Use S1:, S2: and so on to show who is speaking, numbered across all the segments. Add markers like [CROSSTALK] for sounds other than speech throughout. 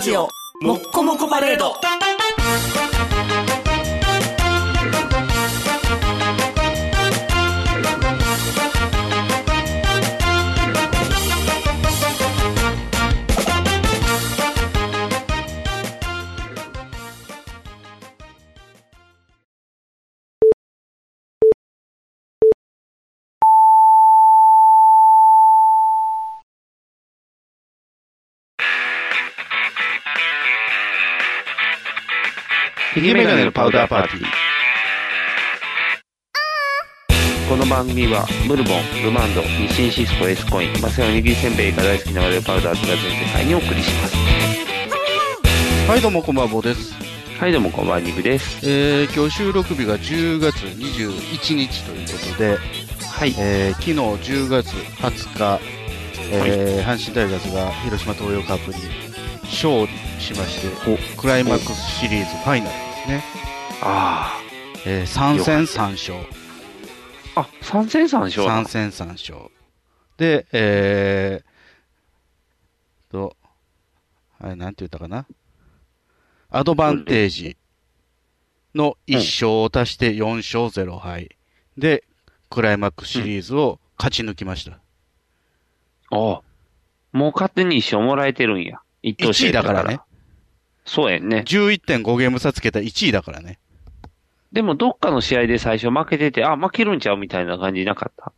S1: ジオもっこもこパレード
S2: ヒゲメガネのパウダーパーティー。この番組は、ムルボン、ルマンド、日清シスコ、エスコイン、マセオにぎりせんべいが大好きな我々パウダーズが全世界にお送りします。
S3: はい、どうもこんばんは、坊です。
S2: はい、どうもこんばんは、ニグです。
S3: えー、今日収録日が10月21日ということで、
S2: はい。
S3: えー、昨日10月20日、えー、阪神タイガースが広島東洋カップに勝利しまして、クライマックスシリーズファイナルですね。
S2: あ
S3: えー、3戦3勝。
S2: あ。あ、三戦三勝。
S3: 3戦3勝。で、えー、と、あれ、なんて言ったかな。アドバンテージの1勝を足して4勝0敗。で、クライマックスシリーズを勝ち抜きました。
S2: ああもう勝手に一勝もらえてるんや。一等
S3: 1
S2: 賞
S3: 位だからね。。
S2: そうやんね。
S3: 11.5ゲーム差つけた1位だからね。
S2: でも、どっかの試合で最初負けてて、あ、負けるんちゃうみたいな感じなかった。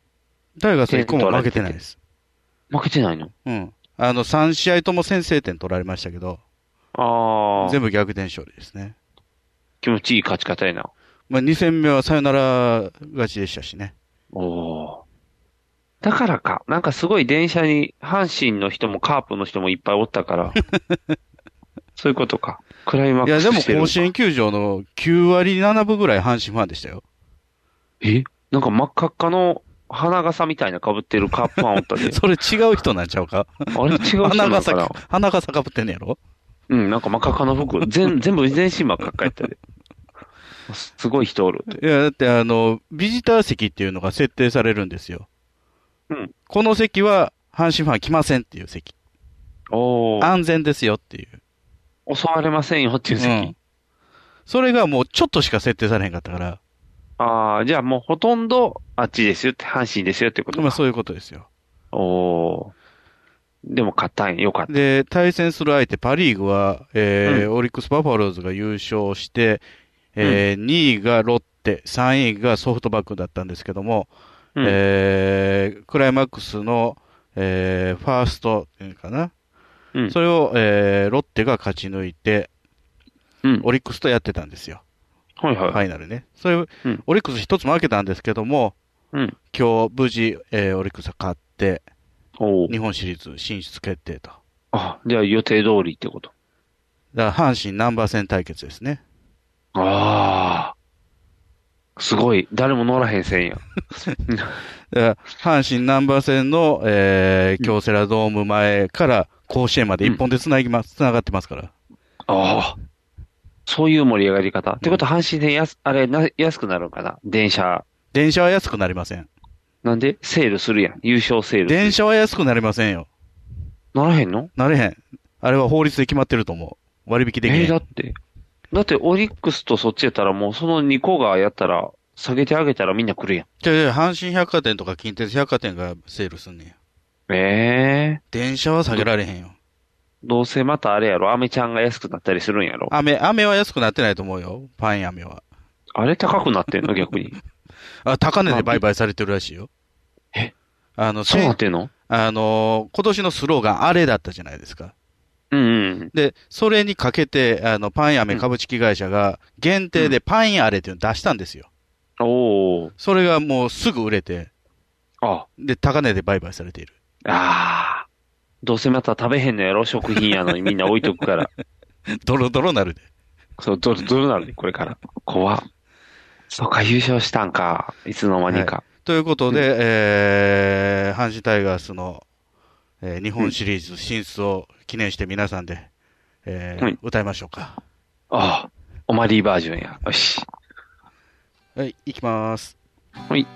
S3: タイガース1個も負けてないです。
S2: 負けてないの
S3: うん。あの、3試合とも先制点取られましたけど、
S2: ああ。
S3: 全部逆転勝利ですね。
S2: 気持ちいい勝ち方やな。
S3: まあ、2戦目はサヨナラ勝ちでしたしね。
S2: おお。だからか。なんかすごい電車に阪神の人もカープの人もいっぱいおっ
S3: [LAUGHS]
S2: たから。そういうことか。クライマッ
S3: いや、
S2: ク
S3: で
S2: ス
S3: も
S2: してるの
S3: 甲
S2: か
S3: 子園球場の9割7分ぐらい阪神ファンでしたよ。。
S2: えなんか真っ赤っかの花笠みたいな被ってるカープファンおったで
S3: [LAUGHS] [LAUGHS] それ違う人なんちゃう [LAUGHS] か
S2: あれ違う人な
S3: 花
S2: の
S3: 笠
S2: かな
S3: か、花笠かぶってんねやろ
S2: うん、なんか真っ赤っかの服。
S3: [LAUGHS]
S2: 全全部全身真っ赤っかやったで。すすごい人おる。
S3: いや、だってあの、ビジター席っていうのが設定されるんですよ。
S2: うん
S3: この席は阪神ファン来ませんっていう席。
S2: おー。
S3: 安全ですよっていう。
S2: 襲われませんよっていう席。
S3: うんそれがもうちょっとしか設定されへんかったから、
S2: ああ、じゃあもうほとんどあっちですよって、阪神ですよってこと
S3: まあ
S2: か。
S3: そういうことですよ。
S2: おー。でも勝ったんやよかった。
S3: で、対戦する相手、パ・リーグは、えーオリックス・バファローズが優勝して、えー2位がロッテ、3位がソフトバンクだったんですけども、
S2: うん
S3: えークライマックスの、えーファーストっていうのかな、
S2: うん
S3: それを、えーロッテが勝ち抜いて、
S2: うん。
S3: オリックスとやってたんですよ、
S2: はいはい。
S3: ファイナルね。それ、
S2: ん
S3: オリックス一つ負けたんですけども、
S2: うん。
S3: 今日無事、えーオリックスが勝って、
S2: おお。
S3: 日本シリーズ進出決定と。
S2: あ、じゃあ予定通りってこと。
S3: だから阪神ナンバー戦対決ですね。
S2: ああ。すごい。誰も乗らへんせんや。
S3: だから阪神南波線の、えー、京セラドーム前から甲子園まで一本で繋ぎます、繋がってますから。
S2: ああ。そういう盛り上がり方。ってことは、阪神で安、あれ、な、安くなるんかな電車。
S3: 電車は安くなりません。
S2: なんでセールするやん。優勝セール。
S3: 電車は安くなりませんよ。
S2: 乗らへんの
S3: なれへん。あれは法律で決まってると思う。割引できへん。
S2: えーだって。だって、オリックスとそっちやったらもう、その2個がやったら、下げてあげたらみんな来るやん。
S3: じゃあじゃあ阪神百貨店とか近鉄百貨店がセールすんねや。
S2: ええ
S3: 電車は下げられへんよ。
S2: どうせまたあれやろ。アメちゃんが安くなったりするんやろ。
S3: 雨、雨は安くなってないと思うよ。パン雨は。
S2: あれ高くなってん
S3: [LAUGHS]
S2: の逆に。
S3: あ、高値で売買されてるらしいよ。
S2: え
S3: あの、
S2: そうなってんの
S3: あの、今年のスローガン、あれだったじゃないですか。
S2: うんうん。
S3: で、それにかけて、あの、パン屋め株式会社が限定でパン屋あれっていうのを出したんですよ。
S2: おお。
S3: それがもうすぐ売れて、
S2: あ
S3: で、高値で売買されている。 [LAUGHS]
S2: あー。どうせまた食べへんのやろ食品やのにみんな置いと
S3: [LAUGHS]
S2: くから。
S3: ドロドロなるで。
S2: そう、ど、どうなるねこれから。怖っそうか、優勝したんか。いつの間にか。
S3: ということで、えー、阪神タイガースの、えー日本シリーズ進出を記念して皆さんで、えー
S2: はい
S3: 歌いましょうか。
S2: ああ。オマリーバージョンや。よし。
S3: はい、いきます。
S2: はい。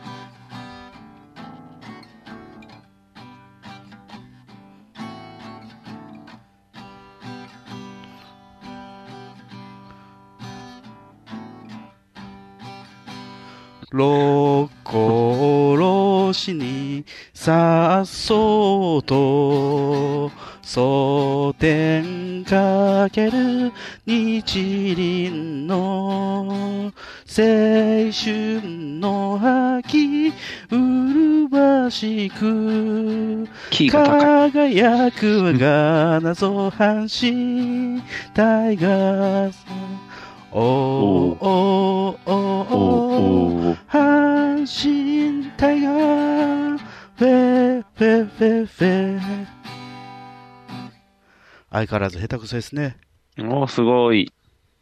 S3: 六甲おろしにさっそうと蒼天かける日輪の青春の秋うるばしく
S2: キーが高い。
S3: 輝く我が謎阪神タイガースおーおーおーおー
S2: おーおー
S3: 阪神タイガーフェフェフェフェ相変わらず下手くそですね [LAUGHS]
S2: おーすごい。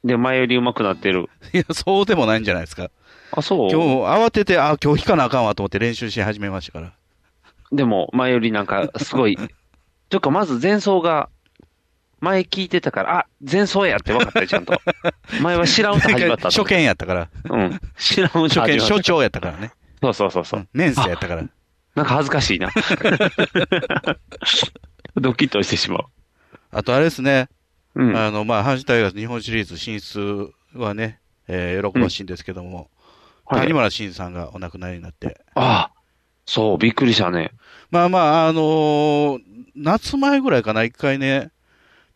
S2: で、前より上手くなってる。
S3: いやそうでもないんじゃないですか
S2: あ、そう
S3: 今日慌ててあ今日引かなあかんわと思って練習し始めましたから
S2: でも、前よりなんか、すごい。 [LAUGHS] というか、まず前奏が、前聞いてたから、あ、前奏やって分かったよ、ちゃ
S3: [LAUGHS]
S2: んと。前は知らん歌始まったと
S3: 初
S2: 思って。
S3: 見やったから
S2: うん。知らん歌始
S3: 初
S2: まっ
S3: 見
S2: た。
S3: 所長やったからね
S2: そうそうそうそう。
S3: 年生やったから
S2: なんか恥ず
S3: [LAUGHS]
S2: かしいな。ドキッとしてしまう。
S3: あとあれですね、
S2: うん。
S3: あの、まあ、阪神タイガース日本シリーズ進出はね、えー喜ばしいんですけども、
S2: はい
S3: 谷村新司さんがお亡くなりになって、
S2: ああ、そう、びっくりしたね。
S3: まあまあ、あのー夏前ぐらいかな、一回ね、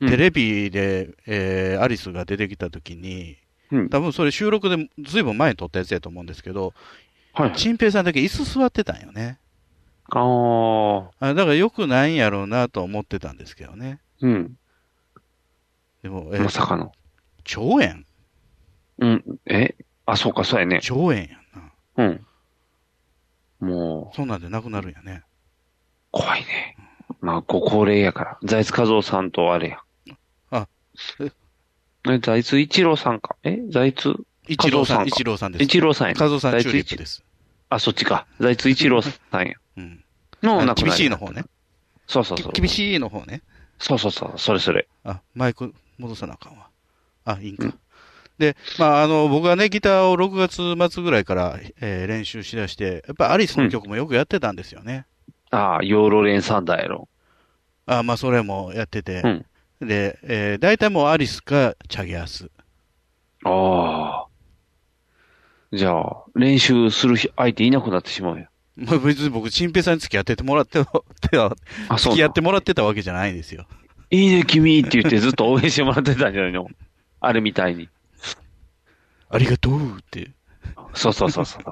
S2: うん
S3: テレビで、えーアリスが出てきた時に、
S2: うん。
S3: 多分それ収録でずいぶん前に撮ったやつやと思うんですけど、
S2: はい。
S3: 陳平さんだけ椅子座ってたんよね。
S2: ああ、
S3: あだから良くないんやろうなと思ってたんですけどね。
S2: うん。
S3: でも、えー
S2: まさかの。
S3: 腸炎腸
S2: うん。えあ、そうか、そうやね。
S3: 炎やんな。
S2: うん。もう、
S3: そんなんで亡くなるんやね。
S2: 怖いね。まあ、ご高齢やから。財津和夫さんとあれや。
S3: あえ
S2: え。財津一郎さんか。え財津
S3: 一郎さん、
S2: 和夫さんか
S3: 一郎さんです。
S2: 一郎さんや、ね。
S3: カズさん
S2: 財
S3: チュ
S2: 津
S3: ーリップです。
S2: あ、そっちか。財津一郎さんや。
S3: うん。[LAUGHS]
S2: の
S3: あ
S2: 亡くなり
S3: 厳しいの方ね。
S2: そうそうそう。
S3: き厳しいの方ね。
S2: そうそうそう。それそれ。
S3: あ、マイク戻さなあかんわ。あ、いいんか。で、まあ、あの、僕はね、ギターを6月末ぐらいから、えー練習しだして、やっぱアリスの曲もよくやってたんですよね。
S2: ああ、ヨーロレンサンダーやろ。
S3: あ、まあ、それもやってて。
S2: うん
S3: で、えー大体もうアリスかチャゲアス。
S2: ああ。じゃあ、練習する人相手いなくなってしまうよ。
S3: まあ、別に僕、チンペイさんに付き合っててもらって、ては
S2: あ、そう
S3: 付き合っ
S2: なの。
S3: てもらってたわけじゃないんですよ。
S2: いいね、君って言ってずっと応援してもらってたんじゃないのあれみたいに。
S3: ありがとうって。
S2: そうそうそうそう。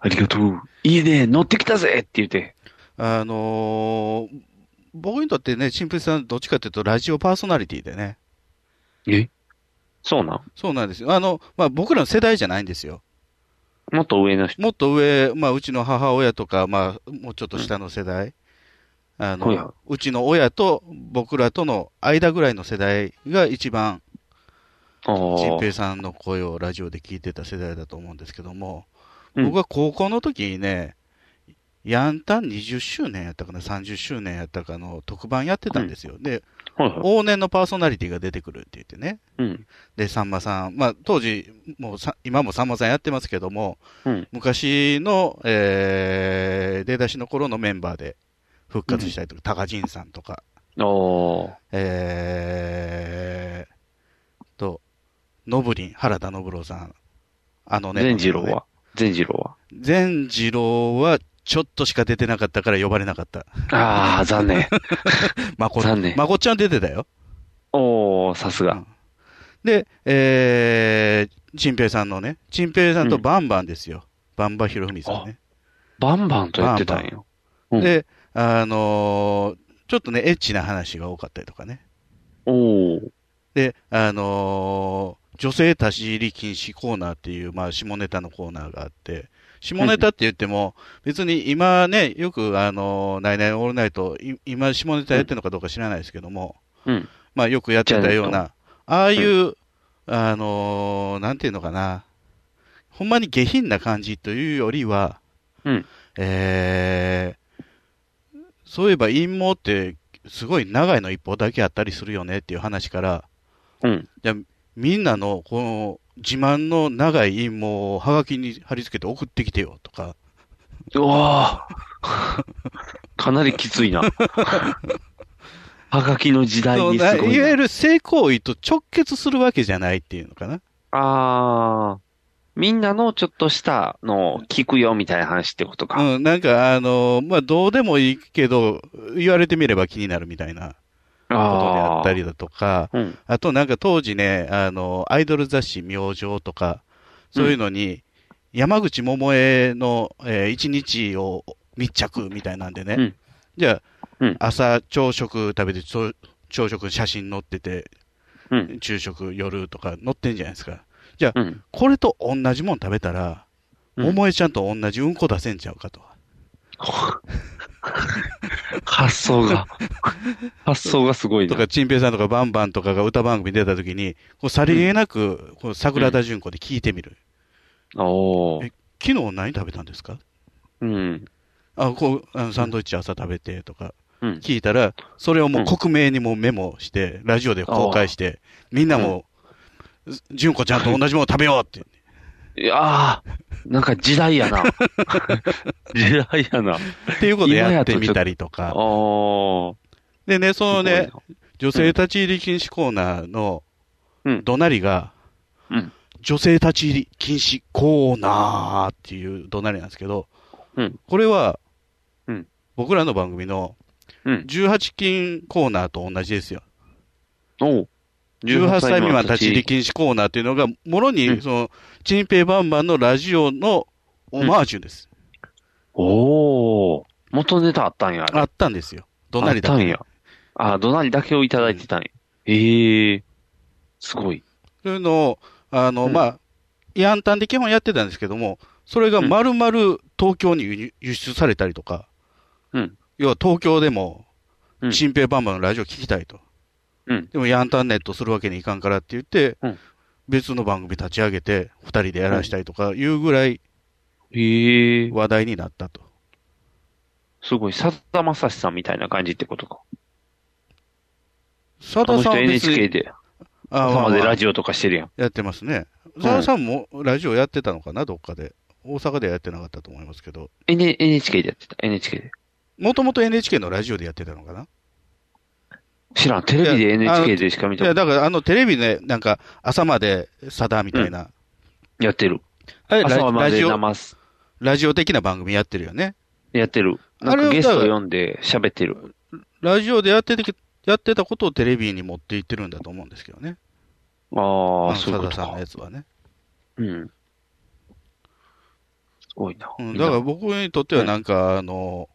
S2: ありがとう。いいね、乗ってきたぜって言って。
S3: あのー僕にとってね、チンペイさんどっちかというとラジオパーソナリティでね。
S2: えそうなん
S3: そうなんですよ。あの、まあ、僕らの世代じゃないんですよ。
S2: もっと上の人。
S3: もっと上、まあ、うちの母親とか、まあ、もうちょっと下の世代。あ
S2: はいは
S3: の、うちの親と僕らとの間ぐらいの世代が一番、
S2: あ
S3: 陳
S2: あ。
S3: 平さんの声をラジオで聞いてた世代だと思うんですけども、
S2: うん
S3: 僕は高校の時にね、ヤンタン20周年やったかな、30周年やったかの特番やってたんですよ。で、
S2: はいはい。
S3: 往年のパーソナリティが出てくるって言ってね。
S2: うん。
S3: で、さんまさん、まあ、当時、もうさ、今もさんまさんやってますけども、
S2: うん
S3: 昔の、えー、出だしの頃のメンバーで復活したりとか、高仁さんとか、
S2: ああ。
S3: えー、と、のぶりん、原田信郎さん、あのね、
S2: 善次郎は善次郎は
S3: 善次郎は、ちょっとしか出てなかったから呼ばれなか
S2: [LAUGHS]
S3: った。
S2: ああ、残念。
S3: まこ、
S2: 残念
S3: まこっちゃん出てたよ。
S2: おおさす
S3: う
S2: が
S3: ん。で、えー、陳平さんのね、陳平さんとバンバンですよ。バンバひろふみさんね。
S2: バンバンとやってたん
S3: バン
S2: よ。うん
S3: で、あのーちょっとね、エッチな話が多かったりとかね。
S2: おお
S3: で、あのー女性立ち入り禁止コーナーっていう、まあ、下ネタのコーナーがあって、下ネタって言っても、別に今ね、よく、あのーナイナイオールナイト、い今、下ネタやってるのかどうか知らないですけども、
S2: うん。
S3: まあ、よくやってたよう
S2: じゃ
S3: な、ああいう、あのーなんていうのかな、ほんまに下品な感じというよりは、
S2: うん
S3: えーそういえば陰謀って、すごい長いの一方だけあったりするよねっていう話から、
S2: うん。
S3: じゃあみんなのこの自慢の長い陰謀をはがきに貼り付けて送ってきてよとか、
S2: うわあ [LAUGHS] かなりきついな。 [LAUGHS] はがきの時代
S3: そう
S2: に
S3: いわ
S2: すごいな。
S3: ゆる性行為と直結するわけじゃないっていうのかな。
S2: ああ、みんなのちょっとしたのを聞くよみたいな話ってことか。
S3: うん、なんか、あのまあ、どうでもいいけど、言われてみれば気になるみたいなことであったりだとか、
S2: あー。うん。
S3: あとなんか当時ね、あの、アイドル雑誌、明星とか、そういうのに、山口百恵の、えー一日を密着みたいなんでね。
S2: うん
S3: じゃあ、
S2: うん
S3: 朝朝食食べて、朝朝食写真載ってて、
S2: うん。
S3: 昼食夜とか載ってんじゃないですか。じゃあ、
S2: うん。
S3: これと同じもん食べたら、
S2: うん
S3: 百恵ちゃんと同じうんこ出せんちゃうかと。
S2: 発想が、発想がすごい
S3: と
S2: な。
S3: か、チンペイさんとかバンバンとかが歌番組出た時に、こうさりげなく、こう桜田淳子で聞いてみる。
S2: おー
S3: え昨日何食べたんですか
S2: うん。
S3: あ、こう、あのサンドイッチ朝食べてとか、
S2: うん。
S3: 聞いたら、それをもう
S2: うん
S3: 克明にもうメモして、ラジオで公開して、みんなも、純子ちゃんと同じもの食べようって。
S2: いやあ、なんか時代
S3: [LAUGHS]
S2: やな。時代やな。
S3: っていうことをやってみたりと
S2: あ
S3: か。
S2: ー。
S3: でね、そのね
S2: す、ごい
S3: 女性立ち入り禁止コーナーの
S2: うん、
S3: 怒鳴りが、
S2: なうん。
S3: 女性立ち入り禁止コーナーっていう怒鳴りなんですけど、
S2: うん
S3: これは、
S2: うん
S3: 僕らの番組の
S2: うん。
S3: 18禁コーナーと同じですよ。
S2: おう。
S3: 18歳未満立ち入り
S2: 禁
S3: 禁止コーナーというのが、もろ
S2: う
S3: に、
S2: ん
S3: その、チンペイバンバンのラジオのオマージュです。
S2: おお。元ネタあったんや、あれ
S3: あったんですよ。どなりだ
S2: あっ
S3: った
S2: んや。あー、どなりだけをいただいてたんや。ええすごい。
S3: というのを、あの、
S2: うん
S3: まあ、違反端で基本やってたんですけども、それが
S2: うん
S3: 丸々東京に輸入輸出されたりとか、
S2: うん
S3: 要は東京でも
S2: う、ん
S3: チンペイバンバンのラジオ聞きたいと。
S2: うん
S3: でも、ヤンタンネットするわけにいかんからって言って、
S2: うん
S3: 別の番組立ち上げて、二人でやらしたりとかいうぐらい
S2: ええ
S3: 話題になったと。
S2: すごい。さだまさしさんみたいな感じってことか。
S3: さ
S2: あの
S3: ださん
S2: 人
S3: は別に
S2: NHK で、
S3: あま
S2: 朝
S3: あ
S2: ま
S3: ま
S2: でラ
S3: あ
S2: ジオとかしてるやん。
S3: やってますね。
S2: ん
S3: 澤さんもラジオやってたのかな、どっかで。大阪ではやってなかったと思いますけど、
S2: N- NHK でやってた。NHK で。
S3: もともと NHK のラジオでやってたのかな。
S2: 知らん。テレビで
S3: いやあの
S2: NHK でしか見
S3: い
S2: たこ
S3: や、だからあのテレビね、なんか朝までさだみたいな、
S2: とやってる。
S3: あれラ
S2: 朝ま
S3: ラ
S2: で
S3: ジオ、
S2: 生す。
S3: ラジオ的な番組やってるよね。
S2: やってる。なん
S3: あれ
S2: か
S3: を
S2: ゲスト読んで喋ってる。
S3: ラジオでやっててやってたことをテレビに持っていってるんだと思うんですけどね。
S2: あ
S3: の
S2: あ、そう
S3: さ
S2: いうこ
S3: だ
S2: と
S3: さんの
S2: か。
S3: やつはね。
S2: うん。すごいな。
S3: うん、だから僕にとってはなんか、あの、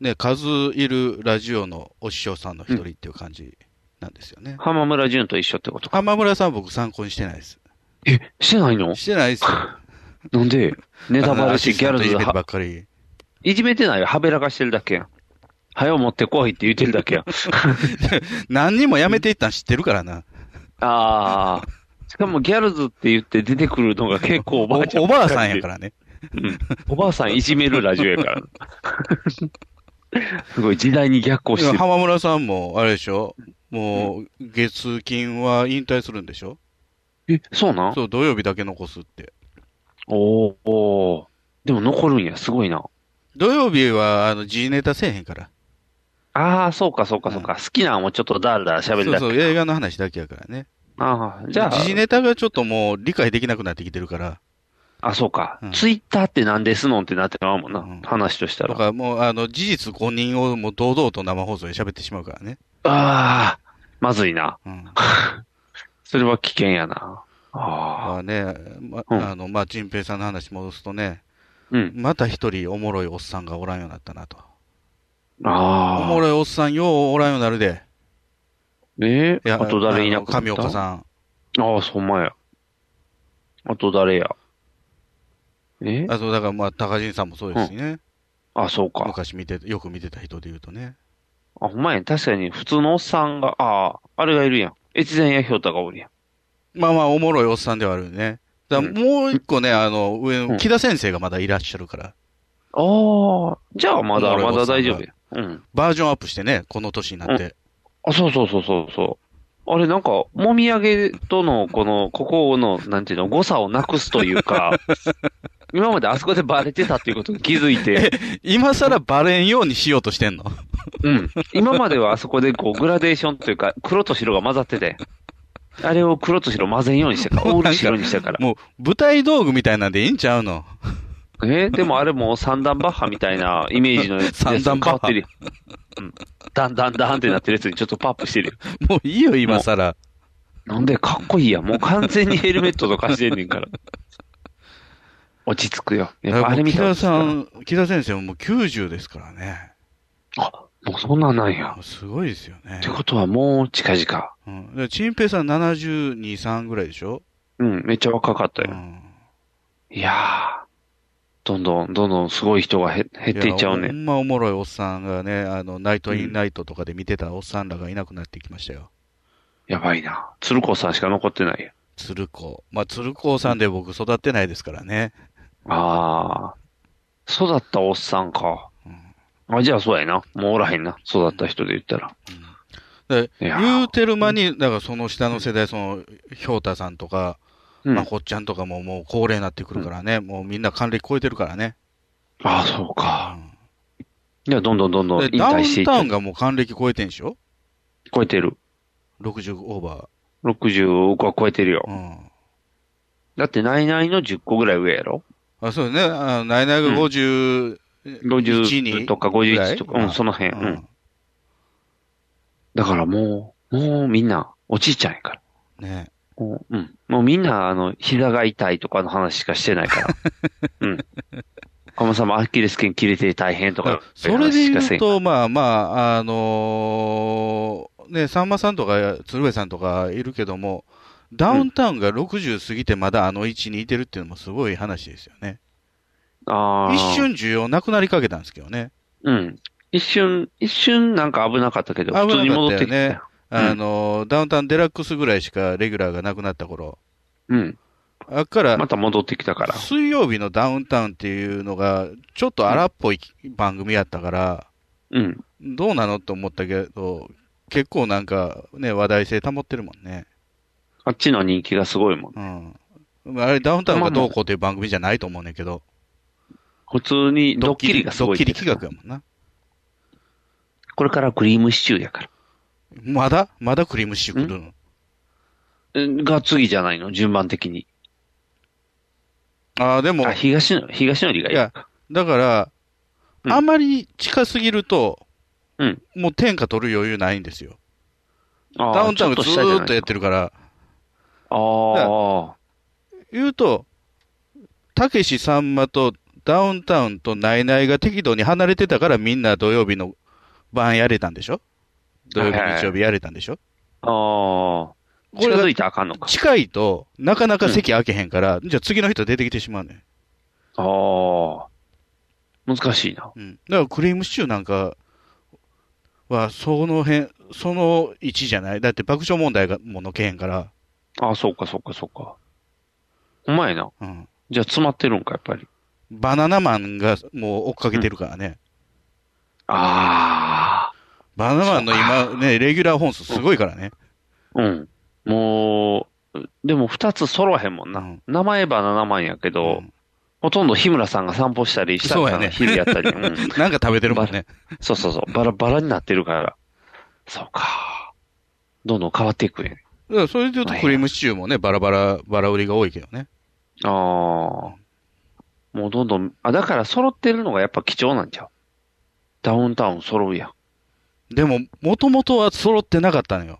S3: ね、数いるラジオのお師匠さんの一人っていう感じなんですよね。
S2: 浜村淳と一緒ってことか。
S3: 浜村さん僕参考にしてないです。
S2: え、してないの
S3: してないですよ。
S2: なんでネタバレし、ギャル
S3: いじ
S2: ズ
S3: めてば
S2: は、
S3: っかり。
S2: いじめてないよ。はべらかしてるだけやん。はよ持ってこいって言ってるだけやん。
S3: 何人もやめていったん知ってるからな。
S2: ああ。しかもギャルズって言って出てくるのが結構おばあちゃん。
S3: おばあさんやからね。
S2: うん。おばあさんいじめるラジオやから。すごい時代に逆行してる。
S3: 浜村さんも、あれでしょもう、月金は引退するんでしょ
S2: え、そうなん
S3: そう、土曜日だけ残すって。
S2: おーおーでも残るんや。すごいな。
S3: 土曜日は、あの、G ネタせえへんから。
S2: ああ、そうかそうかそうか。好きなんをちょっとだらだら
S3: そ
S2: 喋る
S3: う
S2: だけ。
S3: そう、映画の話だけやからね。
S2: ああ、じゃあ、
S3: G ネタがちょっともう理解できなくなってきてるから。
S2: あ、そうか
S3: うん。
S2: ツイッターって何ですのんってなってまうもんな。
S3: うん
S2: 話とした
S3: と
S2: ら。
S3: か、もう、あの、事実5人をもう堂々と生放送で喋ってしまうからね。
S2: ああ、まずいな。
S3: うん。
S2: それは危険やな。ああ、
S3: まあね、ま、
S2: うん
S3: あの、まあ、陳平さんの話戻すとね、
S2: うん。
S3: また一人おもろいおっさんがおらんようになったなと。お
S2: あ
S3: も
S2: あ。
S3: ろいおっさんようおらんようになるで。
S2: え
S3: いや
S2: あと誰いなくな
S3: あ
S2: った
S3: の上岡さん。
S2: ああ、そんまや。あと誰や。え
S3: あと、だからまあ、高人さんもそうですしね。
S2: あ、そうか。
S3: 昔見て、よく見てた人で言うとね。
S2: あ、ほんまや。確かに普通のおっさんが、ああ、あれがいるやん。越前屋ひょうたがおるやん。
S3: まあまあ、おもろいおっさんではあるよね。だから
S2: うん
S3: もう一個ね、あの、上
S2: う
S3: の、
S2: ん
S3: 木田先生がまだいらっしゃるから、
S2: ああ、じゃあまだ、
S3: おもろい
S2: ま
S3: おっさん
S2: だ
S3: が
S2: 大丈夫や。うん。
S3: バージョンアップしてね、この年になって。
S2: あ、そうそうそうそうそう。あれ、なんか、もみあげとの、この、ここの、なんていうの、誤差をなくすという
S3: [LAUGHS]
S2: か、今まであそこでバレてたっていうことに気づいて、
S3: [LAUGHS] 今更バレんようにしようとしてんの
S2: うん。今まではあそこで、こう、グラデーションというか、黒と白が混ざってて、あれを黒と白混ぜんようにしてから、
S3: も
S2: オ
S3: う
S2: ー
S3: [LAUGHS] なんか
S2: ル白にしてから。
S3: もう、舞台道具みたいなんでいいんちゃうの [LAUGHS]
S2: えーでもあれもう三段バッハみたいなイメージのやつ
S3: 三段バッハ
S2: 変わってるよ。うん。だんだんだんってなってるやつにちょっとパップしてるよ。
S3: もういいよ、今更。
S2: なんでかっこいいやん。もう完全にヘルメットとかしてんねんから。 [LAUGHS] 落ち着くよ。やっぱあれ見
S3: 木
S2: たら
S3: 田
S2: 落ち着くから
S3: さん、木田先生ももう90ですからね。
S2: あ、もうそんなんなんや
S3: も。うすごいですよね
S2: っ。てことはもう近々。
S3: うん。でチンペイさん72、3ぐらいでしょ
S2: うん、めっちゃ若かった
S3: う
S2: よ。
S3: ん
S2: いやー。どんどん、どんどんすごい人がへ減っていっちゃ
S3: や
S2: う
S3: ほ
S2: ね。
S3: んまおもろいおっさんがね、あの、ナイトインナイトとかで見てたおっさんらがいなくなってきましたよ。
S2: やばいな。鶴子さんしか残ってないよ。
S3: 鶴子。まあ、鶴子さんで僕育ってないですからね。
S2: ああ。育ったおっさんか。あ、じゃあそうやな。もうおらへんな。育った人で言ったら。
S3: で
S2: いや
S3: 言うてる間に、だからその下の世代、その、ひょうたさんとか、
S2: うん。
S3: ま
S2: あ
S3: こっちゃんとかももう高齢になってくるからね、もうみんな還暦超えてるからね。
S2: あ、そうか。
S3: う
S2: いや、どんどんどんどん
S3: んで
S2: 引
S3: ダウ
S2: 退して
S3: ン
S2: いっ
S3: タウン
S2: て。
S3: がもう還暦超えてんでしょ
S2: 超えてる。
S3: ?60 オーバ
S2: 60は超えてるよ
S3: ー。。うん。
S2: だって、ナイナイの10個ぐらい上やろ
S3: あ、そうね。あのナイナイが50、
S2: ?50 とか
S3: ぐら
S2: 51
S3: い
S2: とか、うん、その辺。
S3: う
S2: うん。
S3: ん。
S2: だからもう、もうみんな、おじいちゃんやから。
S3: ね
S2: もう、うん。もうみんな、あの、膝が痛いとかの話しかしてな
S3: [LAUGHS]
S2: いから。うん。岡本さんもアキレス腱切れて大変とか。
S3: それで
S2: しか
S3: 言
S2: せ
S3: うんと、まあまあ、あのーね、さんまさんとか鶴瓶さんとかいるけども、ダウンタウンが60過ぎてまだあの位置にいてるっていうのもすごい話ですよね。
S2: ああ。
S3: 一。瞬需要なくなりかけたんですけどね。
S2: うん。一瞬、一瞬なんか危なかったけど、
S3: 危なか
S2: 普
S3: ったよね
S2: 通に戻ってきたよ。うん
S3: あのーダウンタウンデラックスぐらいしかレギュラーがなくなった頃。
S2: うん。
S3: あっから、
S2: また戻ってきたから。
S3: 水曜日のダウンタウンっていうのが、ちょっと荒っぽい番組やったから、
S2: うん。
S3: どうなのって思ったけど、結構なんかね、話題性保ってるもんね。
S2: あっちの人気がすごいもん。
S3: うん。あれ、ダウンタウンがどうこうという番組じゃないと思うねんだけど、
S2: 普通にドッキリがす
S3: ド
S2: ご
S3: ッ
S2: い。
S3: キリ企画やもんな。
S2: これからクリームシチューやから。
S3: まだまだクリームシチュー来るの
S2: うんが次じゃないの順番的に。
S3: ああ、でも
S2: あ、、東の、東のりがい
S3: い
S2: い。
S3: や、だから、
S2: うん
S3: あまり近すぎると、
S2: うん
S3: もう天下取る余裕ないんですよ。
S2: あー
S3: ダウンタウンがず
S2: ちょっと下じゃ
S3: ー
S2: な
S3: っ
S2: い
S3: とやってるから、
S2: ああ。
S3: 言うと、たけしさんまとダウンタウンとナイナイが適度に離れてたからみんな土曜日の晩やれたんでしょ土曜日、
S2: はいはい
S3: 日曜日やれたんでしょ
S2: ああ。
S3: こ
S2: 近
S3: れが
S2: づいたらあかんのか。
S3: 近いと、なかなか席開けへんから、じゃあ次の人出てきてしまうねん。
S2: ああ。難しいな。
S3: うん。だからクリームシチューなんかは、その辺、その位置じゃない。だって爆笑問題がもうのけへんから。
S2: ああ、そうか、そうか、そうか。うまいな。
S3: うん。
S2: じゃあ詰まってるんか、やっぱり。
S3: バナナマンがもう追っかけてるからね。
S2: あ
S3: バナナマンの今ね、レギュラー本数すごいからね。
S2: あ。うん。もう、でも二つ揃わへんもん
S3: う。
S2: なん名前バナナマンやけど、
S3: うん
S2: ほとんど日村さんが散歩したり、した
S3: そうや
S2: ら
S3: ね
S2: 昼やったり、うん。
S3: なんか食べてるもんね。
S2: そうそうそう。バラバラになってるから。そうか。どんどん変わっていくね。
S3: だからそれで言うとクリームシチューもね、バラバラ、バラ売りが多いけどね。
S2: ああ。もうどんどん、あ、だから揃ってるのがやっぱ貴重なんちゃうダウンタウン揃うやん。
S3: でも、もともとは揃ってなかったのよ。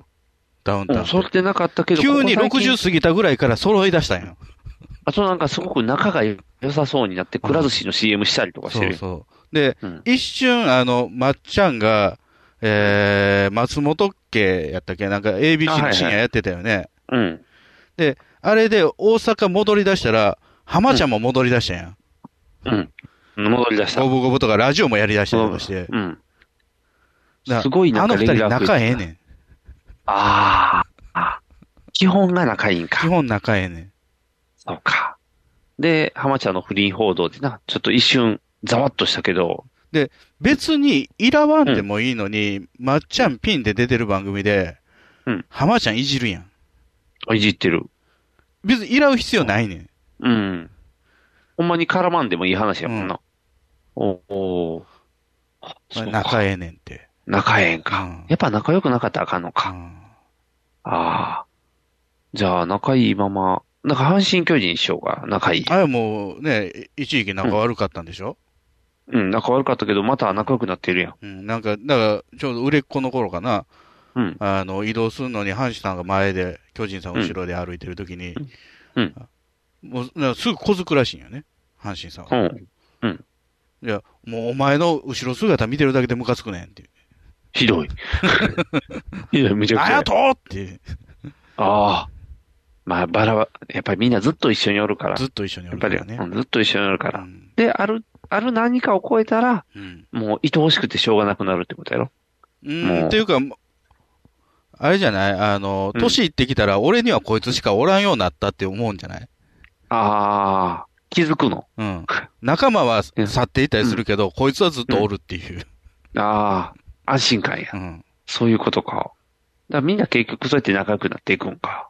S3: ダウンタウン
S2: うん、
S3: って。
S2: 揃ってなかったけど、
S3: 急に
S2: ここ最近
S3: 60過ぎたぐらいから揃い出したんよ。
S2: あとなんかすごく仲が良さそうになって、くら寿司の CM したりとかしてる。
S3: そうそう。で、
S2: うん
S3: 一瞬、あの、まっちゃんが、えー、松本家やったっけなんか ABC の深夜やってたよね。
S2: うん。
S3: で、あれで大阪戻り出したら、浜ちゃんも戻り出したやん。
S2: うん。戻り出した。
S3: ゴブゴブとかラジオもやり出したりとかして。
S2: うん。
S3: だ
S2: すごいなんか
S3: あの二
S2: レギ
S3: 人
S2: ュラー増
S3: 仲
S2: え
S3: え
S2: て
S3: え
S2: る
S3: ねん。
S2: ああ。基本が仲いいん
S3: 基
S2: か。
S3: 本仲ええねん。
S2: そうか。で、浜ちゃんの不倫報道でな、ちょっと一瞬、ざわっとしたけど、
S3: 別に、いらわんでもいいのに、まっちゃんピンで出てる番組で、
S2: うん
S3: 浜ちゃんいじるやん。
S2: いじってる。
S3: 別にいらう必要ないねん。
S2: うん。ほんまに絡まんでもいい話やもんな。おおーあそうか
S3: 仲ええねんって。
S2: 仲ええんか。
S3: うん
S2: やっぱ仲良くなかったらあかんのか。
S3: うん
S2: ああ。じゃあ、仲いいまま、なんか阪神巨人師匠が仲いい。
S3: あれもうね、一時期仲悪かったんでしょ、
S2: うん、仲悪かったけど、また仲良くなってるやん。
S3: うん、なんか、だから、ちょうど売れっ子の頃かな、
S2: うん。
S3: あの、移動するのに、阪神さんが前で、巨人さんが後ろで歩いてるときに、
S2: うん
S3: もう、なんかすぐ小づくらしいんよね、阪神さん
S2: う
S3: は。
S2: ん。
S3: いや、もうお前の後ろ姿見てるだけでムカつくねんっていう。[LAUGHS]
S2: ひどい。ひどい、めちゃくちゃ。
S3: ありがとうって、
S2: ああ。まあ、バラは、やっぱりみんなずっと一緒におるから。
S3: ず
S2: や
S3: っと一緒にお
S2: っ
S3: る
S2: ぱ
S3: か
S2: り、
S3: らね。
S2: うんずっと一緒におるか
S3: う
S2: ら。
S3: ん
S2: で、ある、ある何かを超えたら、
S3: うん
S2: もう愛おしくてしょうがなくなるってことやろ。
S3: うん
S2: もう
S3: っていうか、あれじゃないあの、
S2: うん
S3: 年いってきたら、俺にはこいつしかおらんようになったって思うんじゃない
S2: ああ、気づくの。
S3: うん。
S2: [LAUGHS]
S3: 仲間は去っていたりするけど、こいつはずっとおるっていう。
S2: ああ、安心感や
S3: う。ん。
S2: そういうことか。だからみんな結局そうやって仲良くなっていくんか。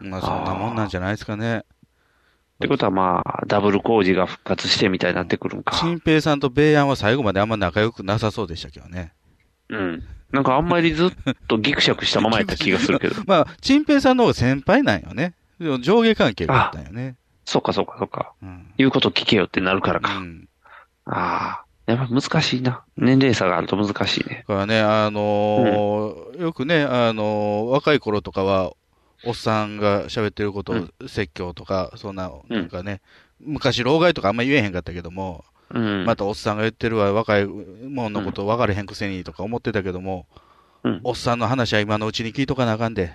S3: まあ、そんなもんなんじゃないですかね。
S2: ってことはまあ、ダブル工事が復活してみたいになってくるんか。
S3: 新平さんと米安は最後まであんま仲良くなさそうでしたけどね。
S2: うん。なんかあんまりずっとギクシャクしたままやった気がす
S3: [LAUGHS]
S2: るけど。
S3: まあ、陳平さんの方が先輩なんよね。でも上下関係があったんよね。
S2: そうかそうかそうか。
S3: うん。
S2: 言うこと聞けよってなるからか。
S3: うん。
S2: ああ。やっぱ難しいな。年齢差があると難しいね
S3: だ。からね、あのーよくね、あのー若い頃とかは、おっさんが喋ってることを説教とか、そんな、
S2: ん
S3: なんかね、昔、老害とかあんま言えへんかったけども、
S2: うん。
S3: またおっさんが言ってるわ、若いもんのこと分かれへんくせにとか思ってたけども、
S2: うん
S3: おっさんの話は今のうちに聞いとかなあかんで、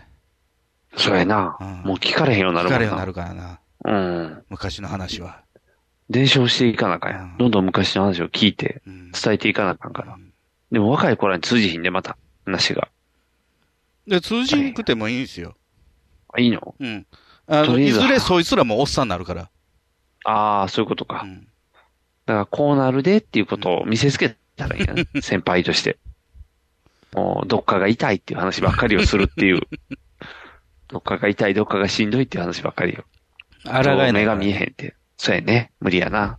S2: そうやな
S3: うん。
S2: もう聞かれへんようにな
S3: 聞
S2: るも
S3: かれ
S2: ん
S3: ようにな
S2: な。
S3: るからな、
S2: うん。
S3: 昔の話は。
S2: 伝承していかなあかんや
S3: うん
S2: ん。どんどん昔の話を聞いて、
S3: うん
S2: 伝えていかなあかんから。でも若い子らに通じひんで、また、話が。
S3: で、通じんくてもいいんですよ。
S2: あいいの
S3: うん。あの、
S2: とりあ
S3: い
S2: えず
S3: ずれそいつらもおっさんになるから。
S2: ああ、そういうことか。
S3: う
S2: だ
S3: ん
S2: からこうなるでっていうことを見せつけたらいい
S3: [LAUGHS]
S2: やん。先輩として。もう、どっかが痛いっていう話ばっかりをするっていう。どっかが痛い、どっかがしんどいっていう話ばっかりよ。
S3: 抗えない。
S2: 目が見えへんって。そうやね。無理やな。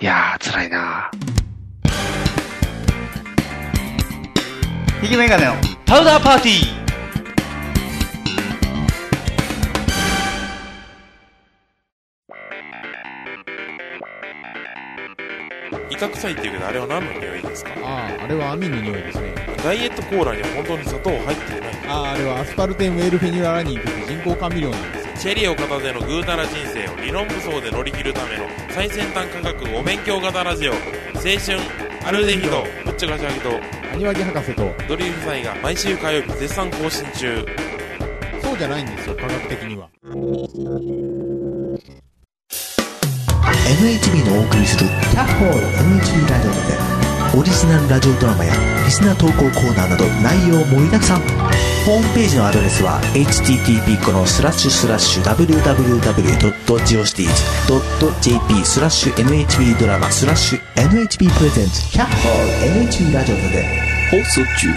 S2: いやー、辛いな。
S3: 引きメガネのパウダーパーティー
S4: 威嚇臭いっていうけどあれは何の匂いですか
S5: あああれは網の匂いですね
S4: ダイエットコーラには本当に砂糖入っていない
S5: あああれはアスパルテンウェルフェニュララニンという人工甘味料なんですよ
S4: チェリーを片手のぐうたら人生を理論武装で乗り切るための最先端科学お勉強型ラジオ青春アルデヒドぶっちゃかしゃぎと
S5: アニワギ博士と
S4: ドリームサイが毎週火曜日絶賛更新中
S5: そうじゃないんですよ科学的には
S6: NHB のお送りする「キャッホール NHB ラジオ」でオリジナルラジオドラマやリスナー投稿コーナーなど内容盛りだくさんホームページのアドレスは http このスラッシュスラッシュ www.geocities.jp スラッシュ NHB ドラマスラッシュ NHB プレゼンツキャッホール NHB ラジオで放送中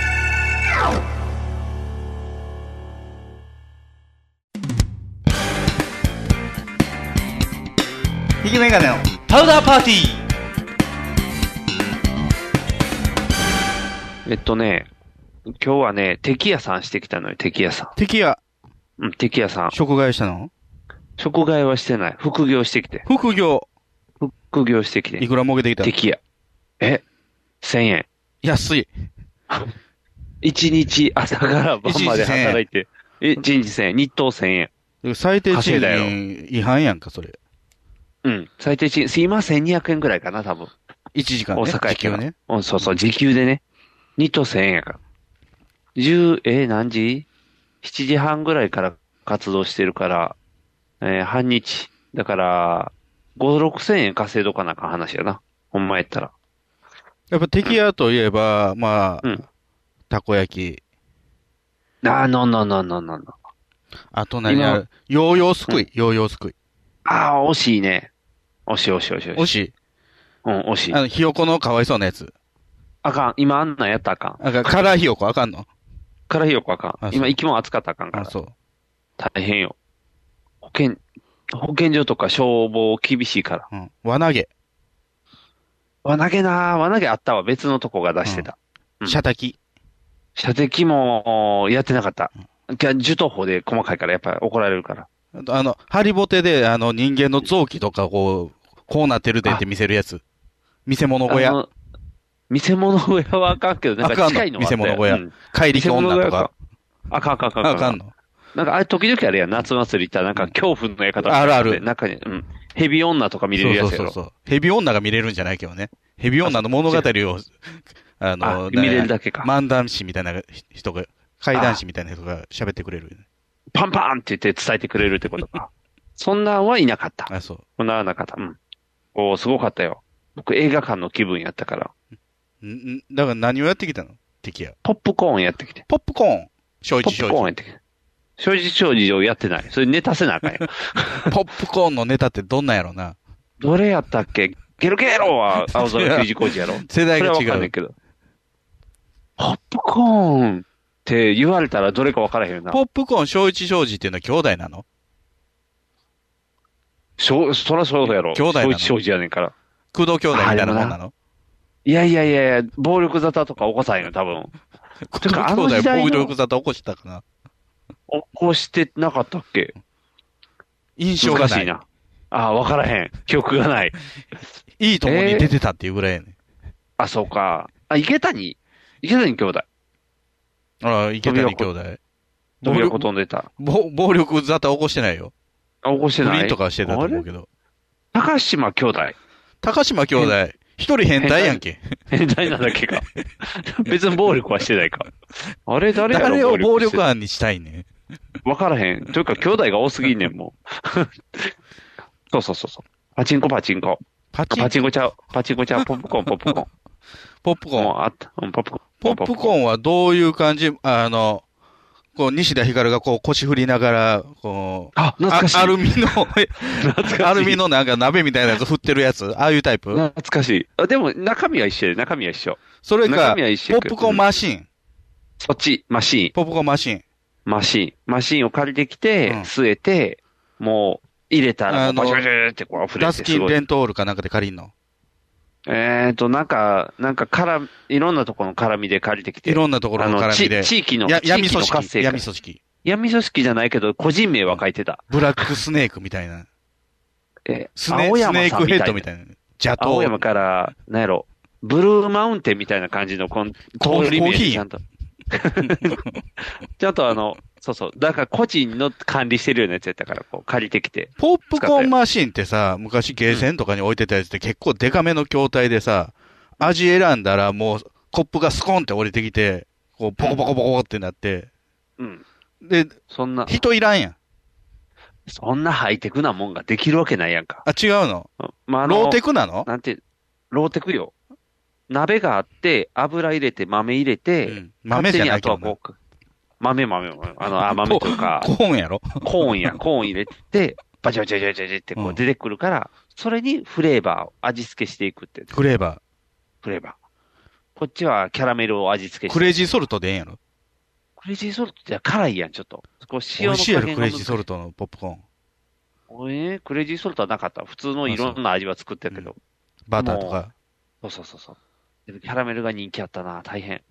S3: 引きメガネの
S2: えっとね、今日はね、敵屋さんしてきたのよ、敵屋さ
S3: 敵が
S2: ん。うん、敵屋さん。
S3: 食害したの
S2: 食害はしてない。副業してきて。
S3: 副業、
S2: 副業してき
S3: い
S2: て。
S3: くら儲けてきた
S2: 敵屋。え ?1000 円。
S3: 安い。
S2: 一日朝から晩まで働いて、一日1000円、日当1000円。
S3: 最低
S2: 稼
S3: 賃
S2: いだよ
S3: 金違反やんか、それ。
S2: うん。最低賃金、今1200円ぐらいかな、多分。
S3: 1時間ね。
S2: 大阪
S3: 時
S2: 駅
S3: 給
S2: は。
S3: ね。
S2: うん、そうそう、時給でね。日当1000円やから。10、えー何時 ?7 時半ぐらいから活動してるから、えー半日。だから、5、6000円稼いどかなあかん話やな。ほんまやったら。
S3: やっぱ敵屋といえば、ま
S2: う
S3: あ
S2: ん、
S3: たこ焼き。
S2: あー、のんのんのんのんのんのん。
S3: あと何あるヨーヨーすくい、ヨーヨーすくい。
S2: あー、惜しいね。惜しい惜しい惜しい惜しい。
S3: おし、
S2: うん、惜しい
S3: あ。の、ひよこのかわいそうなやつ。
S2: あかん。今あんなんやったらあかん。
S3: あ、カラーひよこあかんの
S2: からひよこあか
S3: あそ
S2: ん。
S3: う
S2: 今、生き物扱ったらあかん
S3: あ、
S2: か
S3: そう。
S2: ら。大変よ。保健、保健所とか消防厳しいから。
S3: うん。輪投げ、
S2: 輪投げなぁ、輪投げあったわ。別のとこが出してた。うん
S3: 射的。
S2: 射的もやってなかった。じゃ受頭法で細かいから、やっぱ怒られるから。
S3: あとあの、ハリボテで、あの、人間の臓器とか、こう、こうなってるでって見せるやつ。見せ物小
S2: あ
S3: 屋。
S2: の見せ物小屋はあかんけど、なん
S3: あか
S2: か
S3: んの
S2: 近いのはあったよ
S3: 見せ物小屋
S2: うん
S3: 怪力女とか。
S2: あかんあかんあかん
S3: あ
S2: あか
S3: か
S2: ん
S3: ん。の。
S2: なんかあれ時々あれやん、夏祭り行ったらなんか恐怖のやり方
S3: あるある
S2: 中に、うん。蛇女とか見れ
S3: そう
S2: るや
S3: そう
S2: つや
S3: そう
S2: ろ。
S3: そう。蛇女が見れるんじゃないけどね。蛇女の物語を、あの、
S2: あ、見れるだけか。
S3: 漫談師みたいな人が、怪談師みたいな人が喋ってくれる。
S2: パンパンって言って伝えてくれるってことか。 [LAUGHS] そんなんはいなかった。
S3: あ、そう。
S2: そんなんはなかった。うん。おーすごかったよ。僕映画館の気分やったから。
S3: んんだから何をやってきたの敵や。
S2: ポップコーンやってきて。
S3: ポップコーン。小
S2: ポ
S3: 一
S2: ッ
S3: 小
S2: プコ
S3: 一。
S2: ーンやってきて。正直正直をやってない。それネタせな
S3: [LAUGHS]
S2: あかんよ。
S3: ポップコーンのネタってどんなんやろな。
S2: どれやったっけゲロゲロは青空 T 字工事やろ。
S3: 世代
S2: それ
S3: が
S2: はわ
S3: 違
S2: かんな
S3: う
S2: い。けど。ポップコーンって言われたらどれかわからへんよな。
S3: ポップコーン小一小二っていうのは兄弟なの
S2: しょそらそうやろ。
S3: 兄弟なの
S2: 正直正直やねんから。
S3: 工藤兄弟みたいなもんなの
S2: いやいやいやいや、暴力沙汰とか起こさへんよ、多分。
S3: 工
S2: で
S3: 藤
S2: もな
S3: 兄
S2: あの時
S3: 弟
S2: 代の
S3: 暴力沙汰起こしたかな
S2: 起こしてなかったっけ
S3: 印象が
S2: 難
S3: な
S2: しい
S3: い。
S2: な。ああ、わからへん。記憶が
S3: [LAUGHS]
S2: ない。
S3: いいとこに出てたっていうぐらいやね。
S2: あ、そうか。あ、池谷池谷兄弟。
S3: あら、池谷兄弟。
S2: どういうこ
S3: 暴力
S2: とんでた。
S3: ぼ暴力沙汰起こしてないよ。
S2: あ、起こして
S3: 不
S2: ない。
S3: 倫とかしてたと
S2: あ
S3: 思う
S2: れ
S3: けど。
S2: 高島兄弟。 [LAUGHS]
S3: 高島兄弟、一人変態やんけ。
S2: 変態なだけか。 [LAUGHS] 別に暴力はしてないか。あれ誰やろ
S3: 誰を暴力
S2: は
S3: 犯にしたいね
S2: わからへん。というか、兄弟が多すぎんねん、 [LAUGHS] もう。そうそうそうそう。パチンコパチンコ。
S3: パチン
S2: パチンコちゃう。パチンコちゃう。ポップコーン、ポップコーン。
S3: ポップコーン
S2: もうあった。うん、ポップコーン。
S3: ポップコーンはどういう感じあの、こう、西田ひかるがこう腰振りながら、こう、
S2: あ、懐かしい。
S3: あアルミの、
S2: 懐かしい。
S3: アルミのなんか鍋みたいなやつ振ってるやつああいうタイプ
S2: 懐かしい。あでも、中身は一緒で、中身は一緒。
S3: それか、
S2: 中
S3: ポ
S2: 身は一緒や
S3: ップ
S2: けど
S3: コーンマシン。
S2: そっち、マシーン、
S3: ポップコーンマシン。
S2: マシーン。マシーンを借りてき
S3: うん
S2: て、据えて、もう、入れた
S3: あ
S2: ら、
S3: の
S2: バシバシバシってこう溢れ
S3: ダ
S2: て、
S3: スキ
S2: す
S3: ン
S2: ごい
S3: レ。ントールかなんかで借りんの。
S2: えっと、なんか、なんか、から、いろんなところの絡みで借りてきて。
S3: いろんなところの絡み
S2: あ
S3: で
S2: のち。地域の、
S3: や
S2: 地
S3: 闇
S2: 域
S3: 組
S2: の活
S3: 織。
S2: 性化
S3: 闇。組織。
S2: 闇組織じゃないけど、個人名は書いてた。
S3: ブラックスネークみたいな。
S2: え、
S3: スネ
S2: 青
S3: スネ
S2: 山
S3: ー
S2: さん
S3: ク
S2: み
S3: ヘ
S2: たい
S3: ッド
S2: な
S3: みたいな。邪
S2: 青
S3: 道。
S2: 山から、なんやろ、ブルーマウンテンみたいな感じの、この、
S3: コーヒー
S2: 通り名で
S3: コーヒー
S2: ちゃんと。 [LAUGHS] ちゃんとあの、そうそう。だから個人の管理してるようなやつやったから、こう、借りてきて。
S3: ポップコーンマシンってさ、昔ゲーセンとかに置いてたやつって結構デカめの筐体でさ、味選んだらもうコップがスコンって降りてきて、こうポコポコポコってなって、
S2: うん。
S3: で、
S2: そんな、
S3: 人いらんやん。
S2: そんなハイテクなもんができるわけないやんか。
S3: あ、違うの
S2: まあ、あの
S3: ローテクなの
S2: なんて、ローテクよ。鍋があって、油入れて、豆入れて、
S3: うん豆じゃないけど
S2: 勝手にあとはこう、豆豆豆、あの、あ豆とか
S3: コ、ーンやろ
S2: コーンや、
S3: [LAUGHS]
S2: コーン入れて、バチバチバチバチバチってこ
S3: う
S2: うん出てくるから、それにフレーバーを味付けしていくって、
S3: フレーバ
S2: フレーバー。こっちはキャラメルを味付
S3: ー。
S2: けして。
S3: クレイジーソルトでええんやろ
S2: クレイジーソルトって辛いやん、ちょっと。こう
S3: 美
S2: 塩の
S3: 味しいや
S2: 加
S3: ろ、
S2: 減
S3: ク
S2: が
S3: レ
S2: 難
S3: イジ
S2: し
S3: ー
S2: い。
S3: ソルトのポップコーン。
S2: えークレイジーソルトはなかった。普通のいろんな味は作ってたけど。
S3: バターとか。
S2: そうそうそうそう。でもキャラメルが人気あったな、大変。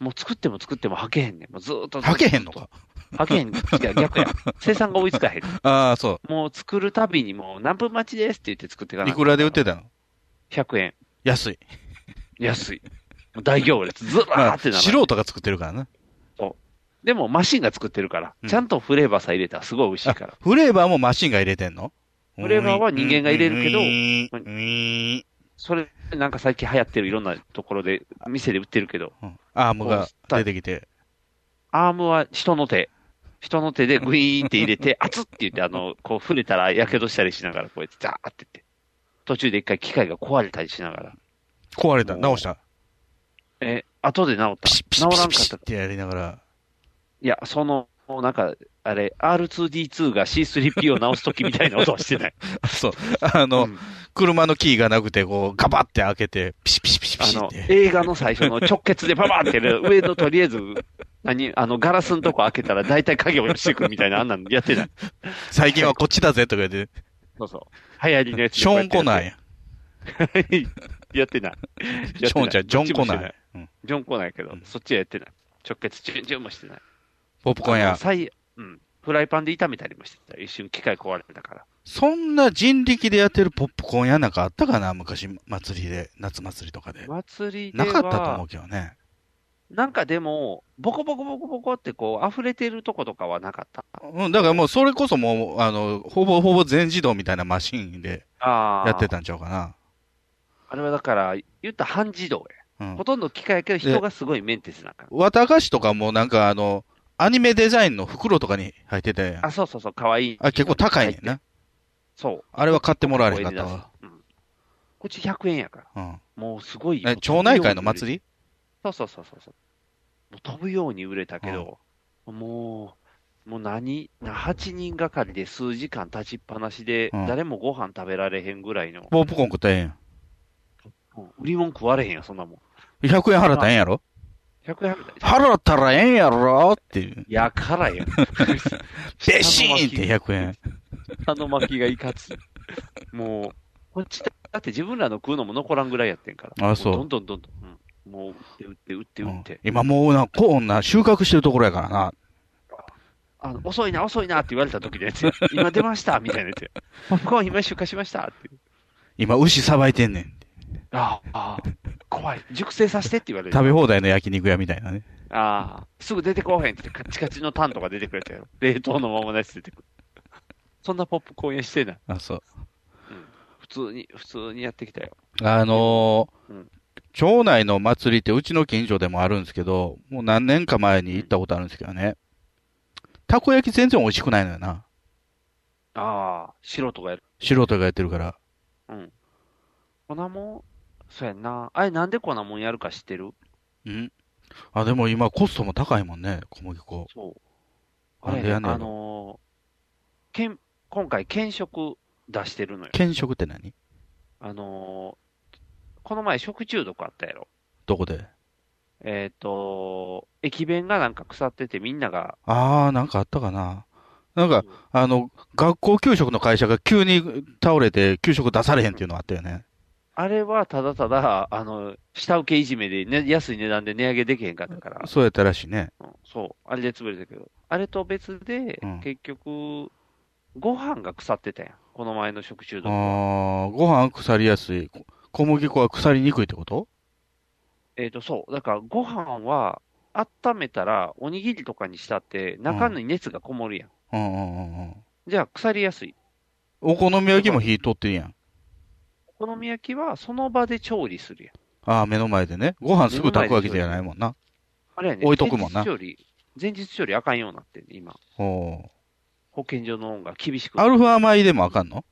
S2: もう作っても作ってもはけへんねん。もうずーっとずーっと。
S3: はけへんのか
S2: はけへん。いや逆や。生産が追いつかへん。
S3: ああ、そ
S2: もう作るたびにもう何分待ちですって言って作っていか
S3: う。
S2: ない
S3: いくらで売ってたの
S2: ?100 円。
S3: 安い。
S2: 安い。もう大行列。ずら
S3: ま
S2: ー
S3: あ、
S2: って
S3: 素
S2: なる。
S3: 人が作ってるからな。
S2: でもマシンが作ってるから
S3: う。ん
S2: ちゃんとフレーバーさえ入れたらすごい美味しいから。
S3: フレーバーもマシンが入れてんの
S2: フレーバーは人間が入れるけど
S3: うーんうーん
S2: それ、なんか最近流行ってるいろんなところで、店で売ってるけど、
S3: うんアームが出てきて。
S2: アームは人の手。人の手でグイーンって入れて、 [LAUGHS] 熱って言って、あの、こう触れたら火傷したりしながら、こうやってザーってって。途中で一回機械が壊れたりしながら。
S3: 壊れた、
S2: もう
S3: 直した。
S2: え、後で治った。
S3: ピシッピ
S2: 治
S3: シ
S2: ら
S3: ッ
S2: ん
S3: ピシッ
S2: かっ
S3: ピシ
S2: た
S3: ッっ。てやりながら。 [LAUGHS]
S2: いや、その、なんか、あれ、R2D2 が C3P を直すときみたいな音はしてない。
S3: あそう。あ [LAUGHS] の、
S2: うん
S3: 車のキーがなくて、こう、ガバって開けて、ピシッピシッピシッピ
S2: あ
S3: シッ
S2: の
S3: っ、て。
S2: 映画の最初の直結でパパーってやる、上のとりあえず、何、あの、ガラスのとこ開けたら大体影をしてくるみたいな、あんなのやってない。
S3: 最近はこっちだぜとか言って、
S2: そうそう。流行りのやつで
S3: シ
S2: こう
S3: ョ
S2: や
S3: ー
S2: っ
S3: ン・
S2: てや
S3: コ
S2: る
S3: ナーや。
S2: [LAUGHS] やってない。
S3: [LAUGHS] ショーンじゃ、ジョン・コナーや。うん
S2: ジョンコナーやけど、そっちはやってない。直結チュンチュンもしてない。
S3: ポップコーン
S2: あの
S3: 屋。
S2: 最うん。フライパンで炒めたりもしてた。一瞬機械壊れてたから。
S3: そんな人力でやってるポップコーン屋なんかあったかな昔、祭りで、夏祭りとかで。
S2: 祭りで
S3: な
S2: は
S3: かったと思うけどね。
S2: なんかでも、ボコボコボコボコってこう、溢れてるとことかはなかった。
S3: うん、だからもうそれこそもう、あの、ほぼほぼ全自動みたいなマシンで
S2: ああ。
S3: やって。たんちゃうかな。
S2: あれはだから、言ったら半自動
S3: う
S2: や。
S3: ん
S2: ほ。とんど機械やけど人がすごいメンテナンスなんか。
S3: 綿菓子とかもなんかあの、アニメデザインの袋とかに入ってて、
S2: あ、そうそうそう、かわいい。
S3: あ、結構高いねんな。
S2: そう。
S3: あれは買ってもらわれへんかった
S2: こ
S3: わ。
S2: っち100円やから。
S3: うん。
S2: もうすごいよ
S3: え、町内会の祭
S2: り
S3: り
S2: そうそうそうそうそう。もう飛ぶように売れたけど、もう、もう何、8人がかりで数時間立ちっぱなしで、
S3: うん
S2: 誰もご飯食べられへんぐらいの、
S3: ポップコーン食ったらええんや
S2: うん売り物食われへんよ、そんなもん。
S3: ん。100円払ったらええんやろ
S2: 100円みたいな。
S3: 払ったらええんやろっていう。
S2: やから
S3: [LAUGHS]
S2: やん。
S3: べしーんって100円。
S2: 下の巻きがいかつい。もう、こっちだって自分らの食うのも残らんぐらいやってんから。
S3: あそう
S2: もどんどんどんどん。うん、もう、売って売って売って売って。
S3: うん今もうな、コーンな、収穫してるところやからな。
S2: あの、遅いな、遅いなって言われた時のやつや。今出ましたみたいなやつや。ポップコーン今出荷しましたっていう。
S3: 今、牛さばいてんねん。
S2: ああ、ああ、怖い。熟成させてって言われる。
S3: 食べ放題の焼肉屋みたいなね。
S2: ああ、すぐ出てこうへんってカチカチのタンとか出てくるやつやろ。冷凍のままのやつ出てくる。そんなポップコーン屋してない。
S3: あ、そう。
S2: 普通に、普通にやってきたよ。
S3: あのー
S2: うん
S3: 町内の祭りってうちの近所でもあるんですけど、もう何年か前に行ったことあるんですけどね。たこ焼き全然美味しくないのよな。
S2: ああ、素人がやる。
S3: 素人がやってるから。
S2: うん。粉もん、そうやんな。あれなんで粉もんやるか知ってる
S3: うんあ、でも今コストも高いもんね、小麦粉。
S2: そう。
S3: な
S2: あ
S3: ん
S2: れ
S3: で
S2: ね、
S3: や
S2: あ
S3: ねんやろ
S2: のーけん、今回、検食出してるのよ。
S3: 県食って何
S2: あのーこの前食中毒あったやろ。
S3: どこで
S2: えっ、と、駅弁がなんか腐っててみんなが、
S3: あー、なんかあったかな。なんか、あの、学校給食の会社が急に倒れて給食出されへんっていうのあったよね。
S2: あれはただただ、あの、下請けいじめで、ね、安い値段で値上げできへんかったから、
S3: そうやったらしいね。
S2: うんそう、あれで潰れたけど、あれと別で、
S3: うん
S2: 結局、ご飯が腐ってたやん。この前の食中
S3: あ
S2: 毒は。
S3: ー、ご飯腐りやすい。こ小麦粉は腐りにくいってこと
S2: えっ、と、そう。だから、ご飯は、温めたら、おにぎりとかにしたって、中に熱がこもるやん。
S3: うんうんうんうん。
S2: じゃあ、腐りやすい。
S3: お好み焼きも火通ってるやん。
S2: お好み焼きは、その場で調理するやん。
S3: ああ、目の前でね。ご飯すぐ炊くわけじゃないもんな。
S2: あれやね、
S3: 置いとくもんな
S2: 前日調理、前日調理あかんようになってんね、今。
S3: おう
S2: 保健所の恩が厳しく。
S3: アルファ米でもあかんの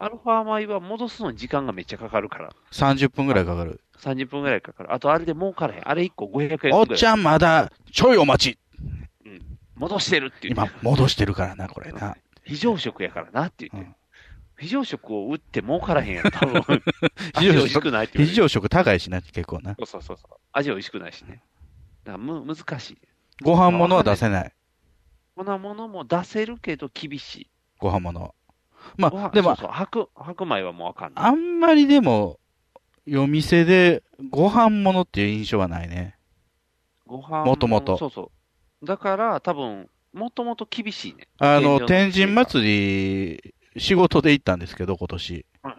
S2: アルファ米は戻すのに時間がめっちゃかかるから。
S3: ?30 分ぐらいかかる。
S2: 30分ぐらいかかる。あと、あれで儲からへん。あれ1個500円ぐらい。
S3: おっちゃんまだ、ちょいお待ち
S2: 戻してるっていう。
S3: 今、戻してるからな、これな。
S2: 非常食やからなって言って。
S3: うん
S2: 非常食を打って儲からへんや
S3: [LAUGHS]
S2: ろ、多分。
S3: 非常食
S2: 味美味しくないって言
S3: 非
S2: われる。
S3: 常食高いしな、結構な。
S2: そうそうそうそう。味美味しくないしね。だからむ、難しい。
S3: ご飯物は出せない。
S2: こんなものも出せるけど厳しい。
S3: ご飯物は。ま
S2: ご
S3: あ
S2: 飯、
S3: でも
S2: そう、そう白、白米はもうあかんない。
S3: あんまりでも、夜店でご飯物っていう印象はないね。
S2: ご飯
S3: もともと
S2: そうそう。だから、多分、もともと厳しいね。
S3: あの、天
S2: 天
S3: 神
S2: 神祭
S3: 祭り、仕事で行ったんですけど、今年。
S2: はい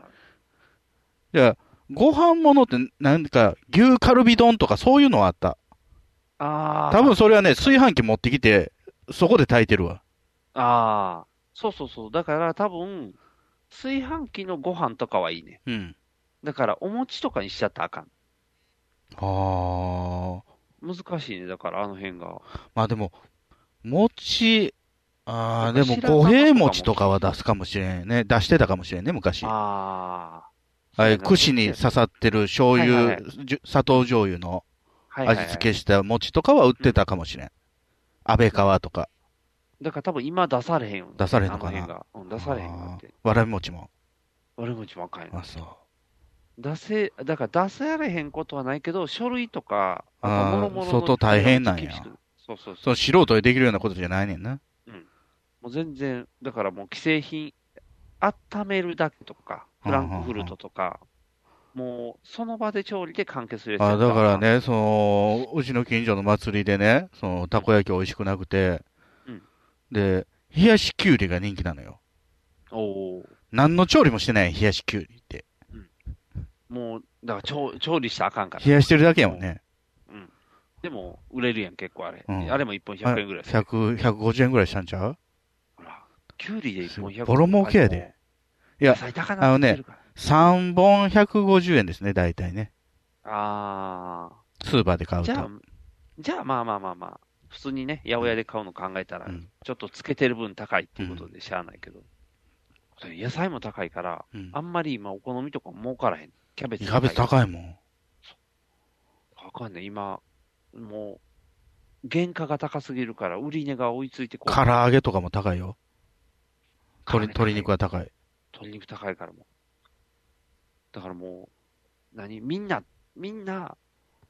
S3: じゃあ、ご飯物って、なんか、牛カルビ丼とかそういうのはあった。
S2: ああ。
S3: 多分それはね、炊飯器持ってきて、そこで炊いてるわ。
S2: ああ。そうそうそう。だから、多分、炊飯器のご飯とかはいいね。
S3: うん。
S2: だから、お餅とかにしちゃったらあかん。
S3: あ
S2: 難しいね。だから、あの辺が。
S3: あ。まあでも、餅、ああ、
S2: な
S3: で
S2: んか
S3: も、
S2: 白玉
S3: 五平餅とかは出すかもしれんね。出してたかもしれんね、昔。あ
S2: ああ。
S3: あいう串に刺さってる醤
S2: はい
S3: 油
S2: はいは、
S3: じゅ砂糖醤油の味付けした餅とかは売ってたかもしれん。安倍川とか。
S2: け。だから、多分今出されへんよね。
S3: 出されへんのかな
S2: あの辺が。うん、出されへんようになって。
S3: あーわらび餅も。
S2: 悪口もあかんよね。
S3: あ、そう。
S2: 出せ、だから出せられへんことはないけど、書類とか、
S3: あー
S2: あと諸々の
S3: 相当大変なんや
S2: 厳しくそうそうそう。
S3: その素人でできるようなことじゃないねんな。
S2: もう全然、だからもう既製品、温めるだけとか、フランクフルトとか、もう、その場で調理で完結するやつや
S3: あ、
S2: った
S3: だから。ね、その、うちの近所の祭りでね、その、たこ焼き美味しくなくて
S2: うん、
S3: で、冷やしきゅうりが人気なのよ。
S2: おー
S3: 何の調理もしてない冷やしきゅうりって。
S2: もう、だから調調理したらあかんから。
S3: 冷やしてるだけやもんね。
S2: でも、売れるやん、結構あれ。
S3: うん
S2: あれも1本
S3: あ
S2: 100円ぐらいする。
S3: 100、150円ぐらいしたんちゃう
S2: ほら、キュウリで1本100円。
S3: ボロ儲けやで
S2: あれも
S3: いや
S2: 野菜高なってきてるから。
S3: ?3 本150円ですね、大体ね。
S2: あ
S3: スーパーで買
S2: あ。
S3: う
S2: じ
S3: と。
S2: ゃあ、じゃあまあまあまあまあ。普通にね、八百屋で買うの考えたら、
S3: うん
S2: ちょっとつけてる分高いっていうことでしゃあないけど。それ野菜も高いから、
S3: うん
S2: あんまり今お好みとか儲からへん。キャベ
S3: キ
S2: ツ
S3: ャベツ高いもん。
S2: わかんない。今、もう、原価が高すぎるから、売り値が追いついてこう
S3: 唐揚げとかも高いよ。
S2: 唐揚
S3: 鶏鶏
S2: げ
S3: 肉は高い。
S2: 鶏肉高いからもう。だからもう、何みんな、みんな、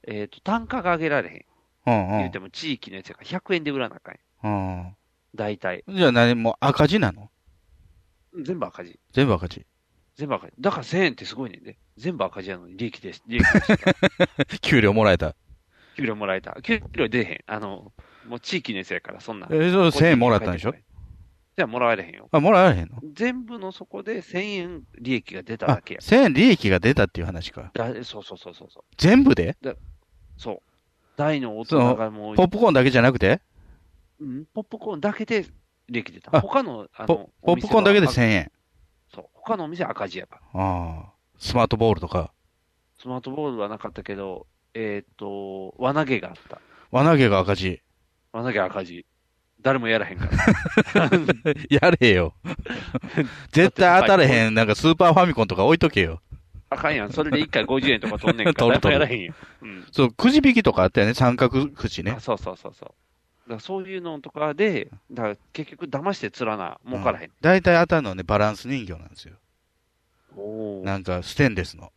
S2: えっ、と、単価が上げられへん。
S3: うんう
S2: 言うんても地域のやつやから100円で売らなあかんやん。
S3: うん。
S2: 大体。
S3: じゃあ何もう赤字なの
S2: 全部赤字。
S3: 全部赤字。
S2: 全部赤字。だから1000円ってすごいねんで。全部赤字やのに利益です。利益です。
S3: 給料もらえた。
S2: 給料もらえた。 [LAUGHS] 給料出えへん。あの、もう地域のやつやから、そんな。
S3: え、そう、1000円もらったんでしょ
S2: じゃあもらえれへんよ。
S3: あ、もらえへんの
S2: 全部のそこで1000円利益が出た
S3: あ
S2: だ、けや。
S3: 1000円利益が出たっていう話か。
S2: だそうそうそうそうそう。
S3: 全部で
S2: そう。大の大人がもう、
S3: ポップコーンだけじゃなくて
S2: うんポップコーンだけで利益出た。
S3: あ
S2: 他の、あ
S3: ポ
S2: の、
S3: ポ
S2: お
S3: ップ
S2: 店は
S3: コーンだけで1000円。
S2: そう。他のお店は赤字やから。
S3: ああ。スマートボールとか。
S2: スマートボールはなかったけど、えーっと、輪投げがあった。
S3: 輪投げが赤字。
S2: 輪投げ赤字。誰もやらへんから。
S3: [LAUGHS] [LAUGHS] やれよ。 [LAUGHS] 絶対当たれへん。なんかスーパーファミコンとか置いとけよ。
S2: あかんやん。それで1回50円とか取んねんから
S3: 取る取る
S2: 誰もやらへんやん。うん。
S3: そう、くじ引きとかあったよね。三角くじね
S2: あ。そうそうそうそう。だからそういうのとかで、だから結局騙して釣らな、儲からへん。
S3: 大体当たるのはね、バランス人形なんですよ。
S2: おー
S3: なんか、ステンレスの。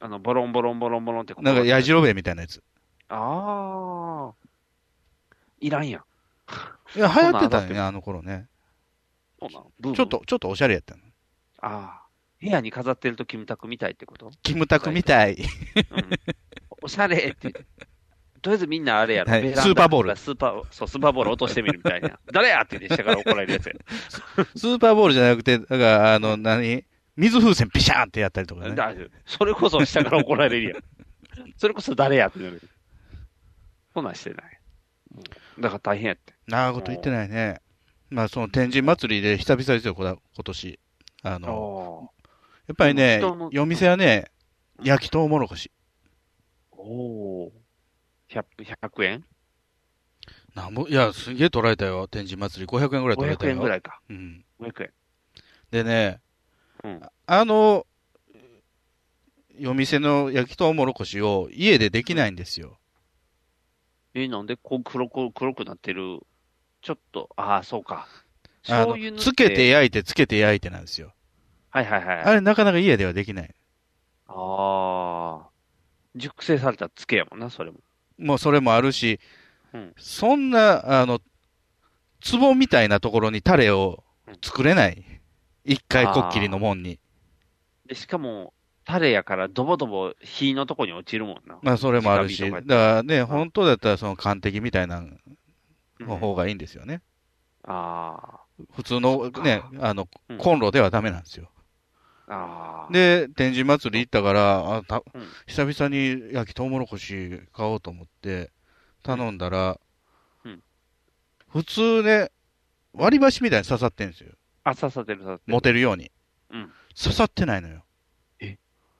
S2: あの、ボロンボロンボロンボロンってここ
S3: なんか、やじろべえみたいなやつ。
S2: ああ。いらんやん。
S3: いや、流行ってたよ
S2: そん
S3: ね、
S2: な
S3: あの頃ね。
S2: そうなんブーム
S3: ちょっ。と、ちょっとおしゃれやったの。
S2: ああ。部屋に飾ってるとキムタクみたいってこと
S3: キムタクみたい。
S2: うんおしゃれって言 [LAUGHS] って。とりあえずみんなあれやろ。
S3: はい
S2: ベランダ
S3: スーパーボール
S2: スーパー、そう、スーパーボール落としてみるみたい
S3: [LAUGHS]
S2: な。誰やって言って下から怒られるやつや。
S3: スーパーボールじゃなくて、だから、あの、何水風船ピシャーンってやったりとかね。
S2: だそれこそ下から怒られるやん。それこそ誰やってなる。そんなんしてない。だから大変やって。
S3: 長いこと言ってないね。まあ、その天神祭りで久々ですよ、こだ今年。あの、
S2: お
S3: やっぱりね
S2: 人も、
S3: 夜店はね、焼きとうもろこし。
S2: おー。100、100円
S3: なんぼ、いや、すげえ取られたよ、天神祭り。500円ぐらい取られた
S2: ?500
S3: よ。
S2: 円ぐらいか。
S3: うん。
S2: 500円。
S3: でね、
S2: うん
S3: あの、夜店の焼きとうもろこしを家でできないんですよ。
S2: え、なんでこう黒く、黒くなってる。ちょっと、ああ、そうか。
S3: あ
S2: そ
S3: の
S2: ういうのって
S3: つけて。焼いて、つけて焼いてなんですよ。
S2: はいはいはい。
S3: あれ、なかなか家ではできない。
S2: ああ。熟成されたつけやもんな、それも。
S3: もうそれもあるし、
S2: うん
S3: そんな、あの、壺みたいなところにタレを作れない。一回こっきりのもんに。
S2: で、しかも、タレやから、ドボドボ火のとこに落ちるもんな。
S3: まあ、それもあるし。
S2: 直火
S3: だ
S2: と
S3: か
S2: かやった
S3: らね、本当だったらその完璧みたいな
S2: うん
S3: の方がいいんですよね。
S2: あ
S3: 普通の
S2: か
S3: ね、あの
S2: う、ん
S3: コンロではダメなんですよ。
S2: あ。ああ。、
S3: で、天神祭り行ったから、あた
S2: うん
S3: 久々に焼きとうもろこし買おうと思って頼んだら
S2: うん、
S3: 普通ね、割り箸みたいに刺さってんですよ。
S2: あ、刺さってる刺さってる。
S3: 持てるように。
S2: うん
S3: 刺さってないのよ。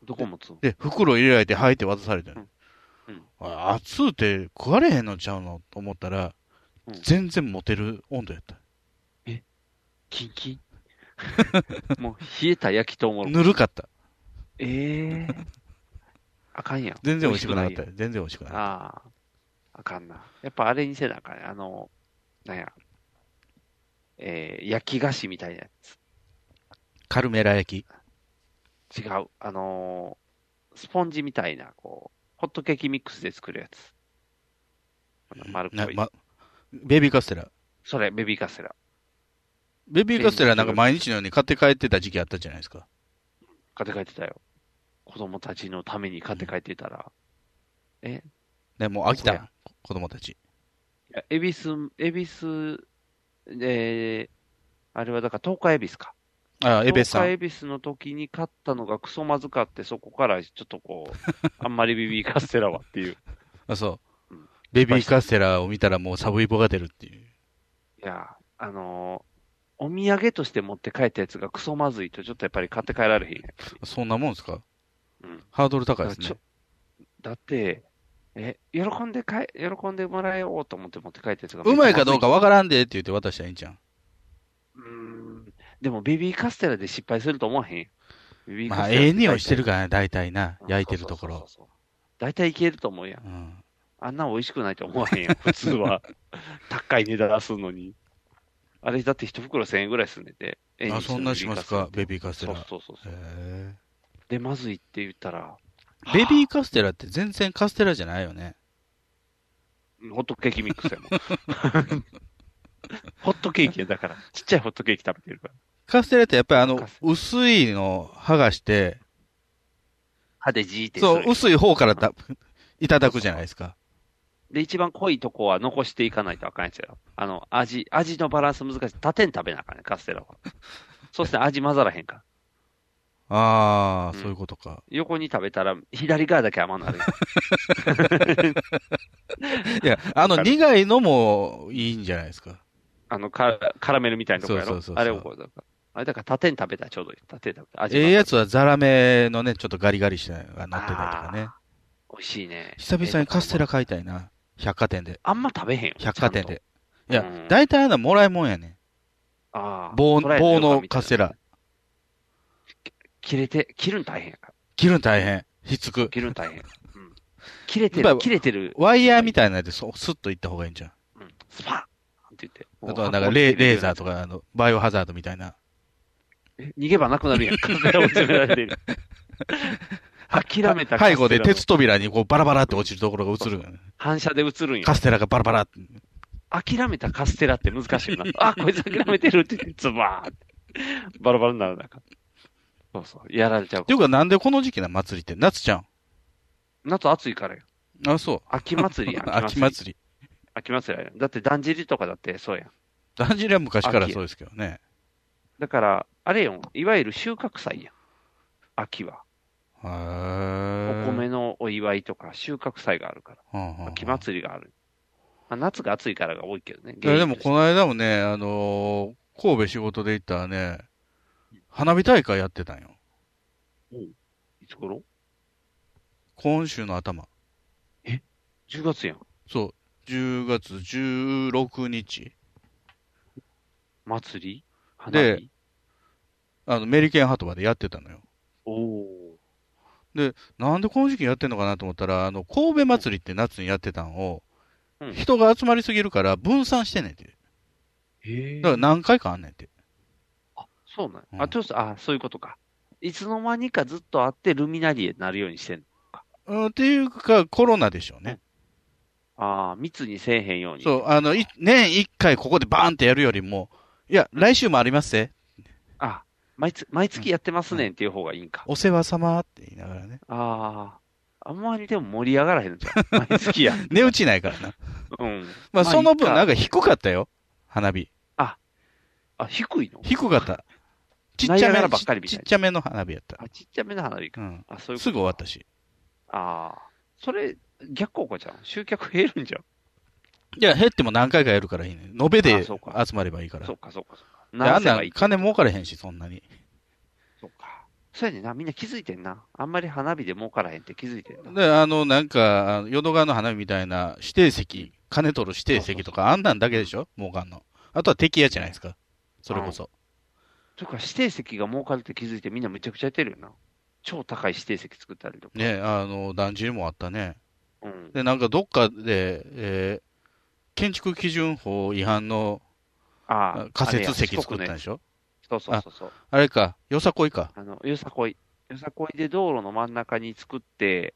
S2: どこ持つの
S3: で、袋入れられて吐いて渡されてる。
S2: うんうん
S3: あ熱うて食われへんのちゃうのと思ったら、
S2: うん
S3: 全然持てる温度やった。
S2: キンキ
S3: [LAUGHS]
S2: ンもう、冷えた焼きとうもろこし。
S3: ぬるかった。
S2: ええー。あかんやん。
S3: 全然美味しくなかっ
S2: 美味
S3: た。全然美味しくなかっ
S2: ああ、あかんな。やっぱあれにせなあかんね。あの、なんや。えー、焼き菓子みたいなや
S3: た。カルメラ焼き。
S2: つ。違う。あのースポンジみたいな、こう、ホットケーキミックスで作るやつ。丸っこ。
S3: ないま、ベビーカステラ。
S2: それ、ベビーカステラ。
S3: ベビーカステラなんか毎日のように買って帰ってた時期あったじゃないですか。
S2: 買って帰ってたよ。子供たちのために買って帰ってたら、え、
S3: でもう飽き
S2: そう
S3: た、子供たち。
S2: いや恵比寿、恵比寿、えーあれはだから東海恵比寿か。
S3: ああ、エベ
S2: 東
S3: さ
S2: 海
S3: ん。
S2: 恵比寿の時に買ったのがクソまずかって、そこからちょっとこう、 [LAUGHS] あんまりビビーカステラはっていう。
S3: あ、そう
S2: うん。
S3: ベビーカステラを見たらもうサブイボが出るっていう。
S2: いや、あのーお土産として持って帰ったやつがクソまずいと、ちょっとやっぱり買って帰られへんやん。
S3: そんなもんですか
S2: うん
S3: ハードル高いですね
S2: ちょ。だって、え、喜んでかい、喜んでもらえようと思って持って帰ったやつが。
S3: うまいかどうか。わからんでって言って渡したらいいんじゃん。
S2: うーん。でも、ベビーカステラで失敗すると思わへん。ベビー
S3: ま
S2: カ
S3: あ、
S2: ステラで
S3: ええ匂いしてるからね、大体な
S2: う。ん
S3: 焼いてるとこ
S2: そう
S3: ろ。
S2: そうそうそう大体いけると思うやん。
S3: うん。
S2: あんな美味しくないと思わへん
S3: [LAUGHS]
S2: やん、普通は。高い値段すんのに。あれ、だって一袋1000円ぐらいすんでて。
S3: あ、そんなしますか、ベ
S2: ビー
S3: ビーカ
S2: カ
S3: ス
S2: ステ
S3: テ
S2: ラ
S3: ラ。
S2: ってそうそうそうそう。
S3: へ
S2: で、まずいって言ったら、
S3: えベビーカステラって全然カステラじゃないよね。
S2: ホットケーキミックスやもん。 [LAUGHS] ホットケーキや、だから。ちっちゃいホットケーキ食べてるから。
S3: カステラってやっぱりあの
S2: カス、テ
S3: 薄いの剥がして、
S2: 歯でじーってする
S3: そう、薄い方からた、いただくじゃないですか。
S2: で、一番濃いとこは残していかないとあかんやつやろ。あの、味、味のバランス難しい。縦に食べなあかんね、カステラは。そうすね、味混ざらへんから。
S3: ああ、
S2: うん
S3: そういうことか。
S2: 横に食べたら、左側だけ甘なる。
S3: いや、あの
S2: わかる
S3: 苦いのもいいんじゃないですか。
S2: あの、カラカラメルみたいなとこやろ。
S3: そうそうそうそう
S2: あれをこう、だからあれだから縦に食べたらちょうどいい。縦に食べたら味
S3: ええやつ
S2: は
S3: はザラメのね、ちょっとガリガリしたのが乗ってたりとかね。
S2: 美味しいね。
S3: 久々にカステ
S2: ええ
S3: ラ
S2: とこ
S3: 買いたいな。百貨店で。
S2: あんま食べへんよ。
S3: 百貨店
S2: ちゃんと。
S3: で。いや
S2: うん、
S3: 大体あんなもらいもんやねん。
S2: ああ。
S3: 棒、
S2: トライアル
S3: 棒
S2: とか
S3: の
S2: みたい
S3: カ
S2: な
S3: ステラ。。
S2: 切れて、切るん大変やから。
S3: 切るの大変。ひっつく。
S2: 切るん大変。
S3: [LAUGHS]
S2: うん。切れて
S3: やっ
S2: る、
S3: ぱ
S2: 切れてる。
S3: ワイヤーみたいなやつで、そうスッと行った方がいいんじゃん。
S2: うんスパーンって言って。
S3: あとはなんかレーレーザーとか、あの、バイオハザードみたいな。
S2: 逃げ場なくな
S3: [LAUGHS]
S2: るやん。カステラを詰められてる。諦めたカステラ
S3: 背後で
S2: の
S3: 鉄扉にこうバラバラって落ちるところが映るのよね。
S2: 反射で映るんや
S3: カ。ステラがバラバラって。
S2: 諦めたカステラって難しいよな。 [LAUGHS] あ、こいつ諦めてるって言って、ズバーンって。バラバラになる中。そうそう。やられちゃう
S3: って。いうかなんでこの時期な祭りって夏ちゃん。
S2: 夏暑いからよ。
S3: あ、そう。
S2: 秋祭りやん。
S3: [LAUGHS] 秋祭り。
S2: 秋祭りやん。だってだんじりとかだってそうやん。
S3: だんじりは昔からそうですけどね。
S2: だから、あれよ、いわゆる収穫祭やん。秋は。
S3: へ
S2: お
S3: ー
S2: 米のお祝いとか収穫祭があるか
S3: う
S2: ら。
S3: んうんうん
S2: 秋祭りがある。まあ、夏が暑いからが多いけどね。
S3: いや、でもこ
S2: の、
S3: の間もね、あのー神戸仕事で行ったらね、花火大会やってたんよ。
S2: いつ頃
S3: 今週の頭。
S2: ?10 月やん。
S3: そう。10月16日。
S2: 祭り花火
S3: であの、メリケンハートまでやってたのよ。
S2: おお
S3: なんでこの時期にやってんのかなと思ったら、あの、神戸祭りって夏にやってたんを
S2: うん、
S3: 人が集まりすぎるから分散してんねんて。
S2: へ
S3: だから何回かあんねんて。
S2: あ、そうなんや、
S3: うん
S2: あ、ちょっと、あ、そういうことか。いつの間にかずっとあって、ルミナリエになるようにしてん
S3: う
S2: の。
S3: ん、っていうか、コロナでしょうね。
S2: ああ、密にせえへんように。
S3: そう、あの、い年一回ここでバーンってやるよりも、いや、来週もありますぜ。
S2: あ、毎月、毎月やってますねんっていう方がいいんか。
S3: お世話様って言いながらね。
S2: ああ、あんまりでも盛り上がらへん
S3: [LAUGHS]
S2: じゃん。毎月や。
S3: 値打ちない
S2: [LAUGHS]
S3: からな。
S2: うん。
S3: まあ、その分、なんか
S2: か。
S3: 低かったよ。花火。
S2: あ、低いの
S3: 低かった。ちっ
S2: ナイ
S3: ち
S2: ア
S3: ゃ
S2: ガラ
S3: め
S2: ばっかりみた
S3: ち
S2: い
S3: っ
S2: な
S3: ちゃめの花火やった。
S2: あ、ちっちゃめの花火
S3: う
S2: か。
S3: ん。
S2: あ、そういうこと
S3: すぐ終わったし。
S2: ああ、それ、逆効果じゃん。集客減るんじゃん。
S3: いや、減っても何回かやるからいいね。延べ
S2: あ
S3: で
S2: そうか
S3: 集まればいいから。
S2: そうか、そうか、そうか。
S3: であ
S2: なんん
S3: な
S2: ば
S3: ん
S2: いいって
S3: 金儲かれへんし、そんなに。
S2: そうか。そうやねんな。みんな気づいてんな。あんまり花火で儲からへんって気づいてんな。
S3: で、あの、なんか、あの淀川の花火みたいな指定席、金取る指定席とか、あんなんだけでしょ儲かんの。あとは敵やじゃないですか。それこそ。
S2: というか、指定席が儲かるって気づいてみんなめちゃくちゃやってるよな。超高い指定席作ったりとか。
S3: ね、あの、団地もあったね。
S2: うん。
S3: で、なんかどっかで、えー建築基準法違反の
S2: あ
S3: あ
S2: あ。
S3: 仮設席
S2: あれや四
S3: 作っ
S2: 国
S3: た
S2: の
S3: ん
S2: や
S3: でしょ
S2: つそうそうそうそう。
S3: あれか、よさこいか。
S2: あの、よさこい。よさこいで道路の真ん中に作って、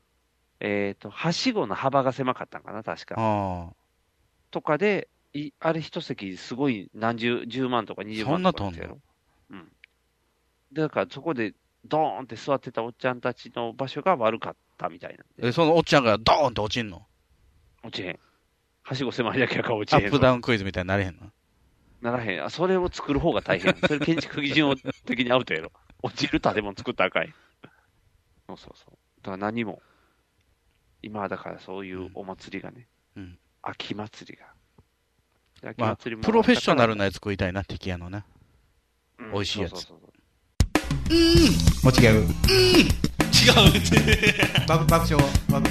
S2: えっ、と、はしごの幅が狭かったんかな、確か。
S3: ああ。
S2: とかで、いあれ一席すごい何十、10万とか20万とか
S3: そんなとんの
S2: やつやろうん。だからそこでドーンって座ってたおっちゃんたちの場所が悪かったみたいなんで。
S3: え、そのおっちゃんがドーンって落ちんの
S2: 落ちへん。はしご狭いだけやから落
S3: ア
S2: ちへん。
S3: ップダウンクイズみたいになれへんの
S2: ならへん。あ、それを作る方
S3: [LAUGHS]
S2: が大変。それ建築基準を的にアウトやろ。落ちる建物作ったらあかんやん。そうそうそう。だから何も。今はだからそういうお祭りがね。
S3: うん
S2: 秋祭りが。で秋
S3: まあ、
S2: 祭りも
S3: プロフェッショナルなやつ食いたいな、敵やのな。
S2: うん
S3: 美味しいやつ
S2: そうそうそう
S6: もう違
S1: 違
S6: う。
S1: うって。
S6: 爆爆笑。爆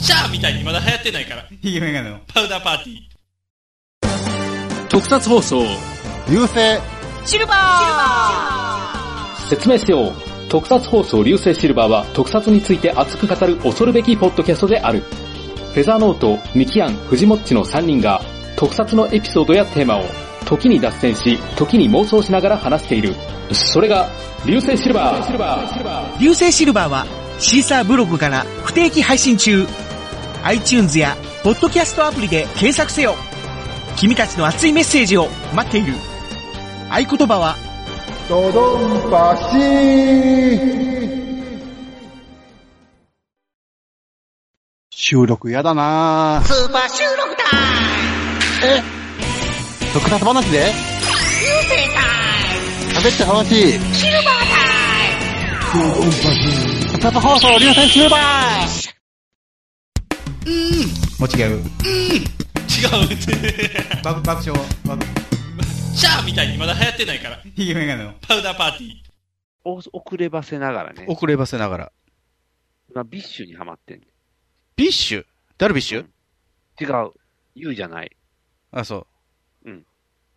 S1: シャーみたいにまだ流行ってないから。
S6: ひげメガネの。
S1: パウダーパーティー。特撮放送。
S5: 流星
S7: シルバー
S8: 説明せよ特撮放送流星シルバーは特撮について熱く語る恐るべきポッドキャストである。フェザーノート、ミキアン、フジモッチの3人が特撮のエピソードやテーマを時に脱線し、時に妄想しながら話している。それが流星シルバー。
S9: 流星シルバーはシーサーブログから不定期配信中 iTunes やポッドキャストアプリで検索せよ君たちの熱いメッセージを待っている合言葉は
S5: ドドンパシ収録やだなぁ。
S7: スーパー収録だ
S5: 特撮話で
S7: 流星タ
S5: 喋って楽しい。
S7: イムシルバータ
S5: 特撮放送流星シルバ
S6: もう違う。
S1: 違うって。
S6: 爆爆笑。爆
S1: シャーみたいにまだ流行ってないから。
S6: ひげメガネの。
S1: パウダーパーティー。
S2: お遅ればせながらね。
S3: 遅ればせながら。
S2: 今、ビッシュにハマってんね
S3: ビッシュダルビッシュ
S2: 違う。言うじゃない。
S3: あ、そう。
S2: うん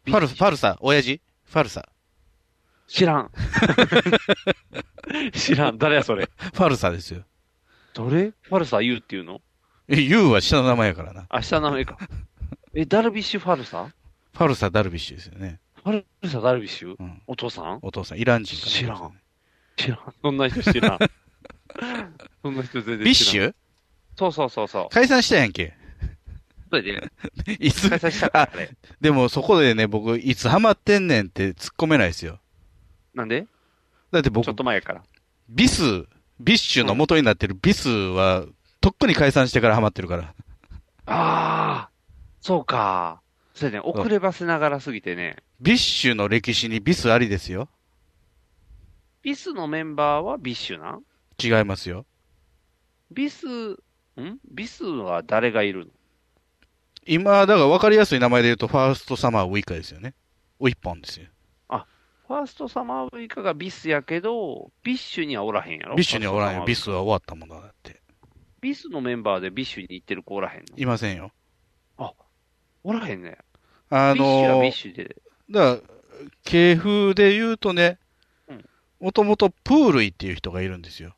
S3: ファル、ファルサ、親父ファルサ。
S2: 知らん。 [LAUGHS] 知らん。誰
S3: [LAUGHS]
S2: やそれ。
S3: ファルサですよ。
S2: どれファルサ言うっていうの
S3: え、ユーは下の名前やからな。
S2: 明日の名か。え、ダルビッシュファルサ
S3: ファルサ、ダルビッシュですよね。
S2: ファルサダルビッシュ
S3: うん。
S2: お父さん
S3: お父さん、イラン人か
S2: 知らん。知らん。そんな人
S3: [LAUGHS]
S2: 知らん。そんな人全然知らん。
S3: ビッシュ
S2: そうそうそうそう。
S3: 解散したやんけ。
S2: それで、
S3: いつ
S2: 開、催したか
S3: あ
S2: ら、あれ。
S3: でもそこでね、僕、いつハマってんねんって突っ込めないですよ。
S2: なんで
S3: だって
S2: ちょ
S3: 僕
S2: っ、と前やから。
S3: ビス、ビッシュの元になってるビスは、とっくに解散してからハマってるから。
S2: ああ、そうか。そうやね。遅ればせながらすぎてね。
S3: ビッシュの歴史にビスありですよ。
S2: ビスのメンバーはビッシュなん
S3: 違いますよ。
S2: ビス、んビスは誰がいるの
S3: 今、だから分かりやすい名前で言うと、ファーストサマーウイカですよね。ウイッポンですよ。
S2: ファーストサマーウイカがビスやけど、ビッシュにはおらへんやろ
S3: ビッシュにはおらんよ。ビ
S2: ス。
S3: スは終わったものだって。
S2: ビスのメンバーでビッシュに行ってる子おらへんの
S3: いませんよ。
S2: おらへんね。
S3: あ
S2: ビッシュは
S3: の
S2: ビ
S3: ー
S2: ッシュで。
S3: だから、系風で言うとね
S2: うん、
S3: もともとプールイっていう人がいるんですよ。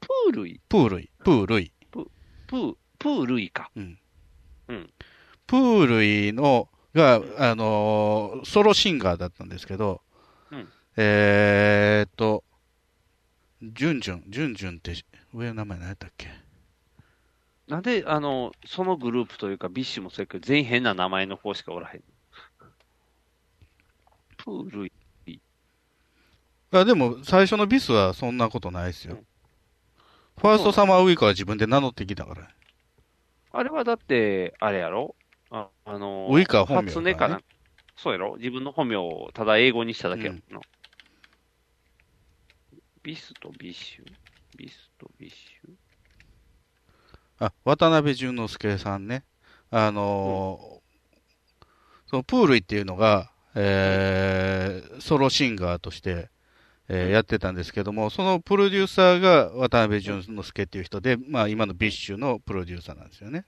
S2: プールイ、
S3: プールイ、プールイ。
S2: プー、プールイか。
S3: プールイの、が、あのーソロシンガーだったんですけど、
S2: うん
S3: えーっと、ジュンジュン、ジュンジュンって、上の名前何やったっけ
S2: なんで、あの、そのグループというか、ビッシュもそうやけど、全員変な名前の子しかおらへん。プールイ。
S3: あでも、最初のビスはそんなことないですよ。
S2: うん
S3: ファーストサマーウイカは自分で名乗ってきたから。
S2: あれはだって、あれやろああの、
S3: ウイカは本名だ
S2: 初
S3: から
S2: 音
S3: ね
S2: かな。そうやろ自分の本名をただ英語にしただけやもんな。ビスとビッシュビスとビッシュ
S3: あ、渡辺淳之介さんね。あのーそのプールイっていうのが、えーソロシンガーとして、えーやってたんですけども、そのプロデューサーが渡辺淳之介っていう人で、まあ今のビッシュのプロデューサーなんですよね。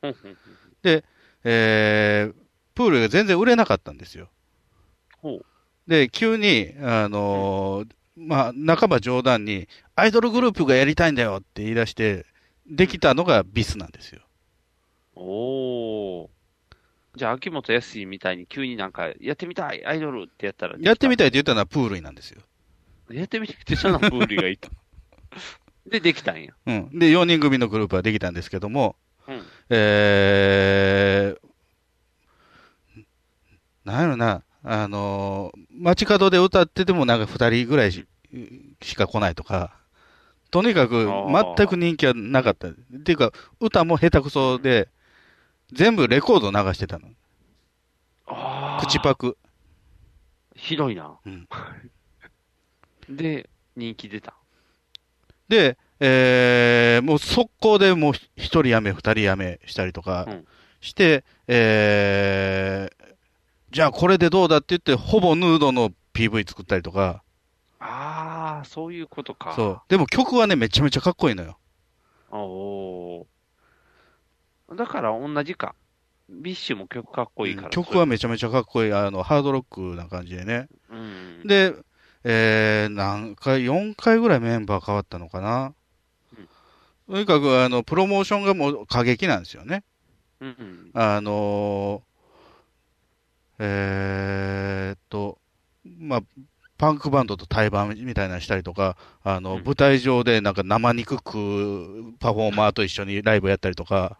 S2: ふんふんふん
S3: えープールイが全然売れなかったんですよ。
S2: ほう。
S3: で、急に、あのーまあ、半ば冗談に、アイドルグループがやりたいんだよって言い出して、できたのがビスなんですよ。
S2: おー。じゃあ、秋元康みたいに急になんか、やってみたい、アイドルってやったら。
S3: やってみたい
S2: い。
S3: って言ったのはプールイなんですよ。
S2: やってみたいって、そんなブーリーが
S3: [LAUGHS]
S2: いた。で、できたんや。
S3: うん。で、4人組のグループはできたんですけども、
S2: うん。
S3: えー、なんやろな、あのー街角で歌っててもなんか2人ぐらいししか来ないとか、とにかく
S2: ー
S3: 全く人気はなかった。っていうか、歌も下手くそで、全部レコード流してたの。
S2: あー
S3: 口パク。
S2: ひどいな。
S3: うん
S2: [LAUGHS] で、人気出た。
S3: で、えー、もう速攻でもう一人辞め、二人辞めしたりとか
S2: うん
S3: して、えー、じゃあこれでどうだって言って、ほぼヌードの PV 作ったりとか、
S2: ああ、そういうことか。
S3: そう。でも曲はね、めちゃめちゃかっこいいのよ。
S2: う。おーだから同じか。ビッシュも曲かっこいいから。
S3: 曲はめちゃめちゃかっこいい、あの、ハードロックな感じでね。
S2: うん。
S3: で、えー、何回、4回ぐらいメンバー変わったのかな。とにかく、あの、プロモーションがもう過激なんですよね。
S2: うんうん。
S3: あのーえーっと、まあ、パンクバンドと対バンみたいなのしたりとか、あの、
S2: うん
S3: 舞台上でなんか生肉食うパフォーマーと一緒にライブやったりとか、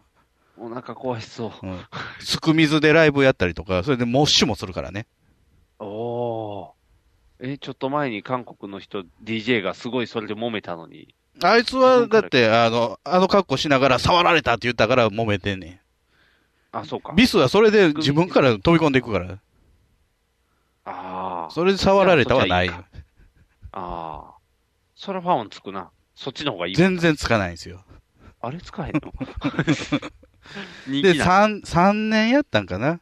S2: お腹壊しそう。 [LAUGHS]
S3: うん、すく水でライブやったりとか、それでモッシュもするからね。
S2: おおー。え、ちょっと前に韓国の人、DJ がすごいそれで揉めたのに。
S3: あいつは、だって、あの、あの格好しながら触られたって言ったから揉めてんね
S2: あ、そうか
S3: ん。。ビスはそれで自分から飛び込んでいくから。
S2: ああ。
S3: それで触られたはない。
S2: じゃあそっちああ。そらファンつくな。そっちの方がいい。
S3: 全然つかないんですよ。
S2: あれ使え
S3: [LAUGHS]
S2: んの人
S3: で、
S2: 気な。
S3: 3、三年やったんかな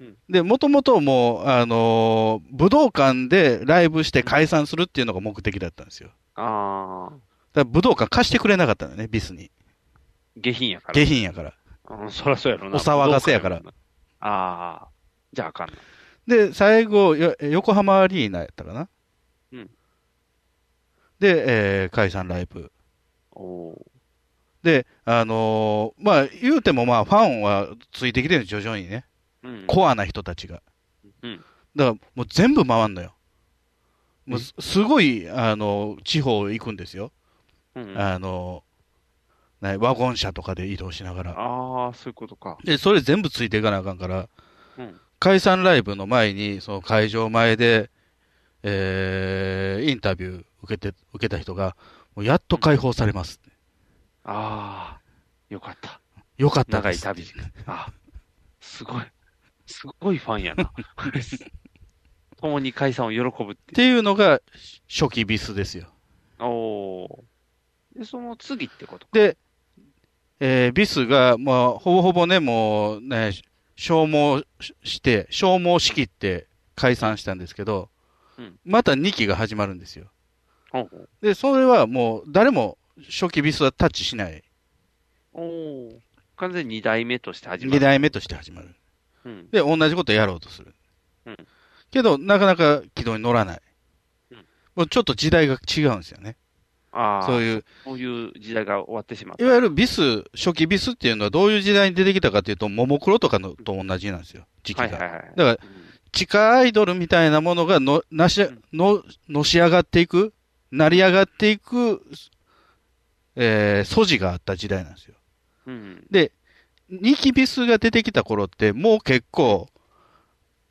S2: うん。
S3: で、もともともう、あのー武道館でライブして解散するっていうのが目的だったんですよ。
S2: ああ。
S3: だから武道館貸してくれなかったのね、ビスに。
S2: 下品やから。
S3: 下品やから。
S2: うん、そらそうやろな。
S3: お騒がせやから
S2: 武道館やもんな。ああ。じゃああかんな。
S3: で、最後、よ横浜アリーナやったかな。
S2: うん
S3: で、えー解散ライブ。
S2: おお
S3: で、あのーまあ、言うてもまあ、ファンはついてきてるの徐々にね。
S2: ー。うん。
S3: コアな人たちが。
S2: うん
S3: だから、もう全部回んのよ。もうす、すごい、あのー地方行くんですよ。
S2: うん、あ
S3: あのーなワゴン車とかで移動しながら。
S2: あー、そういうことか。
S3: で、それ全部ついていかなあかんから、
S2: うん
S3: 解散ライブの前に、その会場前で、えーインタビュー受けて、受けた人が、もうやっと解放されます。
S2: ああ。よかった。
S3: よかった
S2: 長
S3: で
S2: い
S3: す。
S2: 旅。あ、すごい。すごいファンや
S3: [LAUGHS]
S2: な。共に解散を喜ぶっ
S3: ってていうのが初期ビスですよ。
S2: いう。おお。で、その次ってことか。
S3: で、えービスが、まあ、ほぼほぼね、もうね、消耗しして、消耗しきって解散したんですけど、
S2: うん
S3: また2期が始まるんですよ。
S2: ほうほう
S3: で、それはもう誰も初期ビスはタッチしない。
S2: おお。完全に二代目として始まる。
S3: 2代目として始まる。
S2: うん。
S3: で、同じことやろうとする。
S2: うん
S3: けど、なかなか軌道に乗らない。
S2: うん
S3: もうちょっと時代が違うんですよね。
S2: ああ、
S3: そういう、
S2: そういう時代が終わってしまっ
S3: い
S2: た。
S3: わゆるビス、初期ビスっていうのはどういう時代に出てきたかというと、ももクロとかのと同じなんですよ。時期が。
S2: はいはいはい。
S3: だから地下アイドルみたいなものがの、なし、の、のし上がっていく、成り上がっていく、えー、素地があった時代なんですよ。
S2: うん。うん。
S3: で、ニキビスが出てきた頃って、もう結構、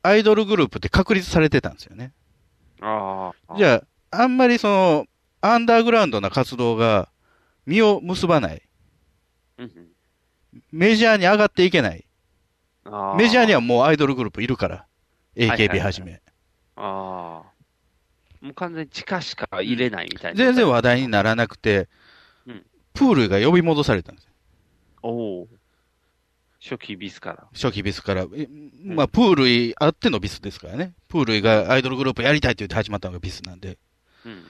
S3: アイドルグループって確立されてたんですよね。
S2: ああ。
S3: じ
S2: あ、
S3: ゃあ、あんまりその、アンダーグラウンドな活動が、実を結ばない。
S2: うん
S3: メジャーに上がっていけない。
S2: うん、あ
S3: メジャーに
S2: は。
S3: はもうアイドルグループいるから。
S2: はい
S3: AKB はじめ。
S2: ああ。もう完全に地下しか入れないみたいな。
S3: 全然話題にならなくて、
S2: うん
S3: プールが呼び戻されたんですよ。
S2: おお。初期ビスから。
S3: 初期ビスから。えまあ、プールイあってのビスですからね。プールイがアイドルグループやりたいって言って始まったのがビスなんで。
S2: うん。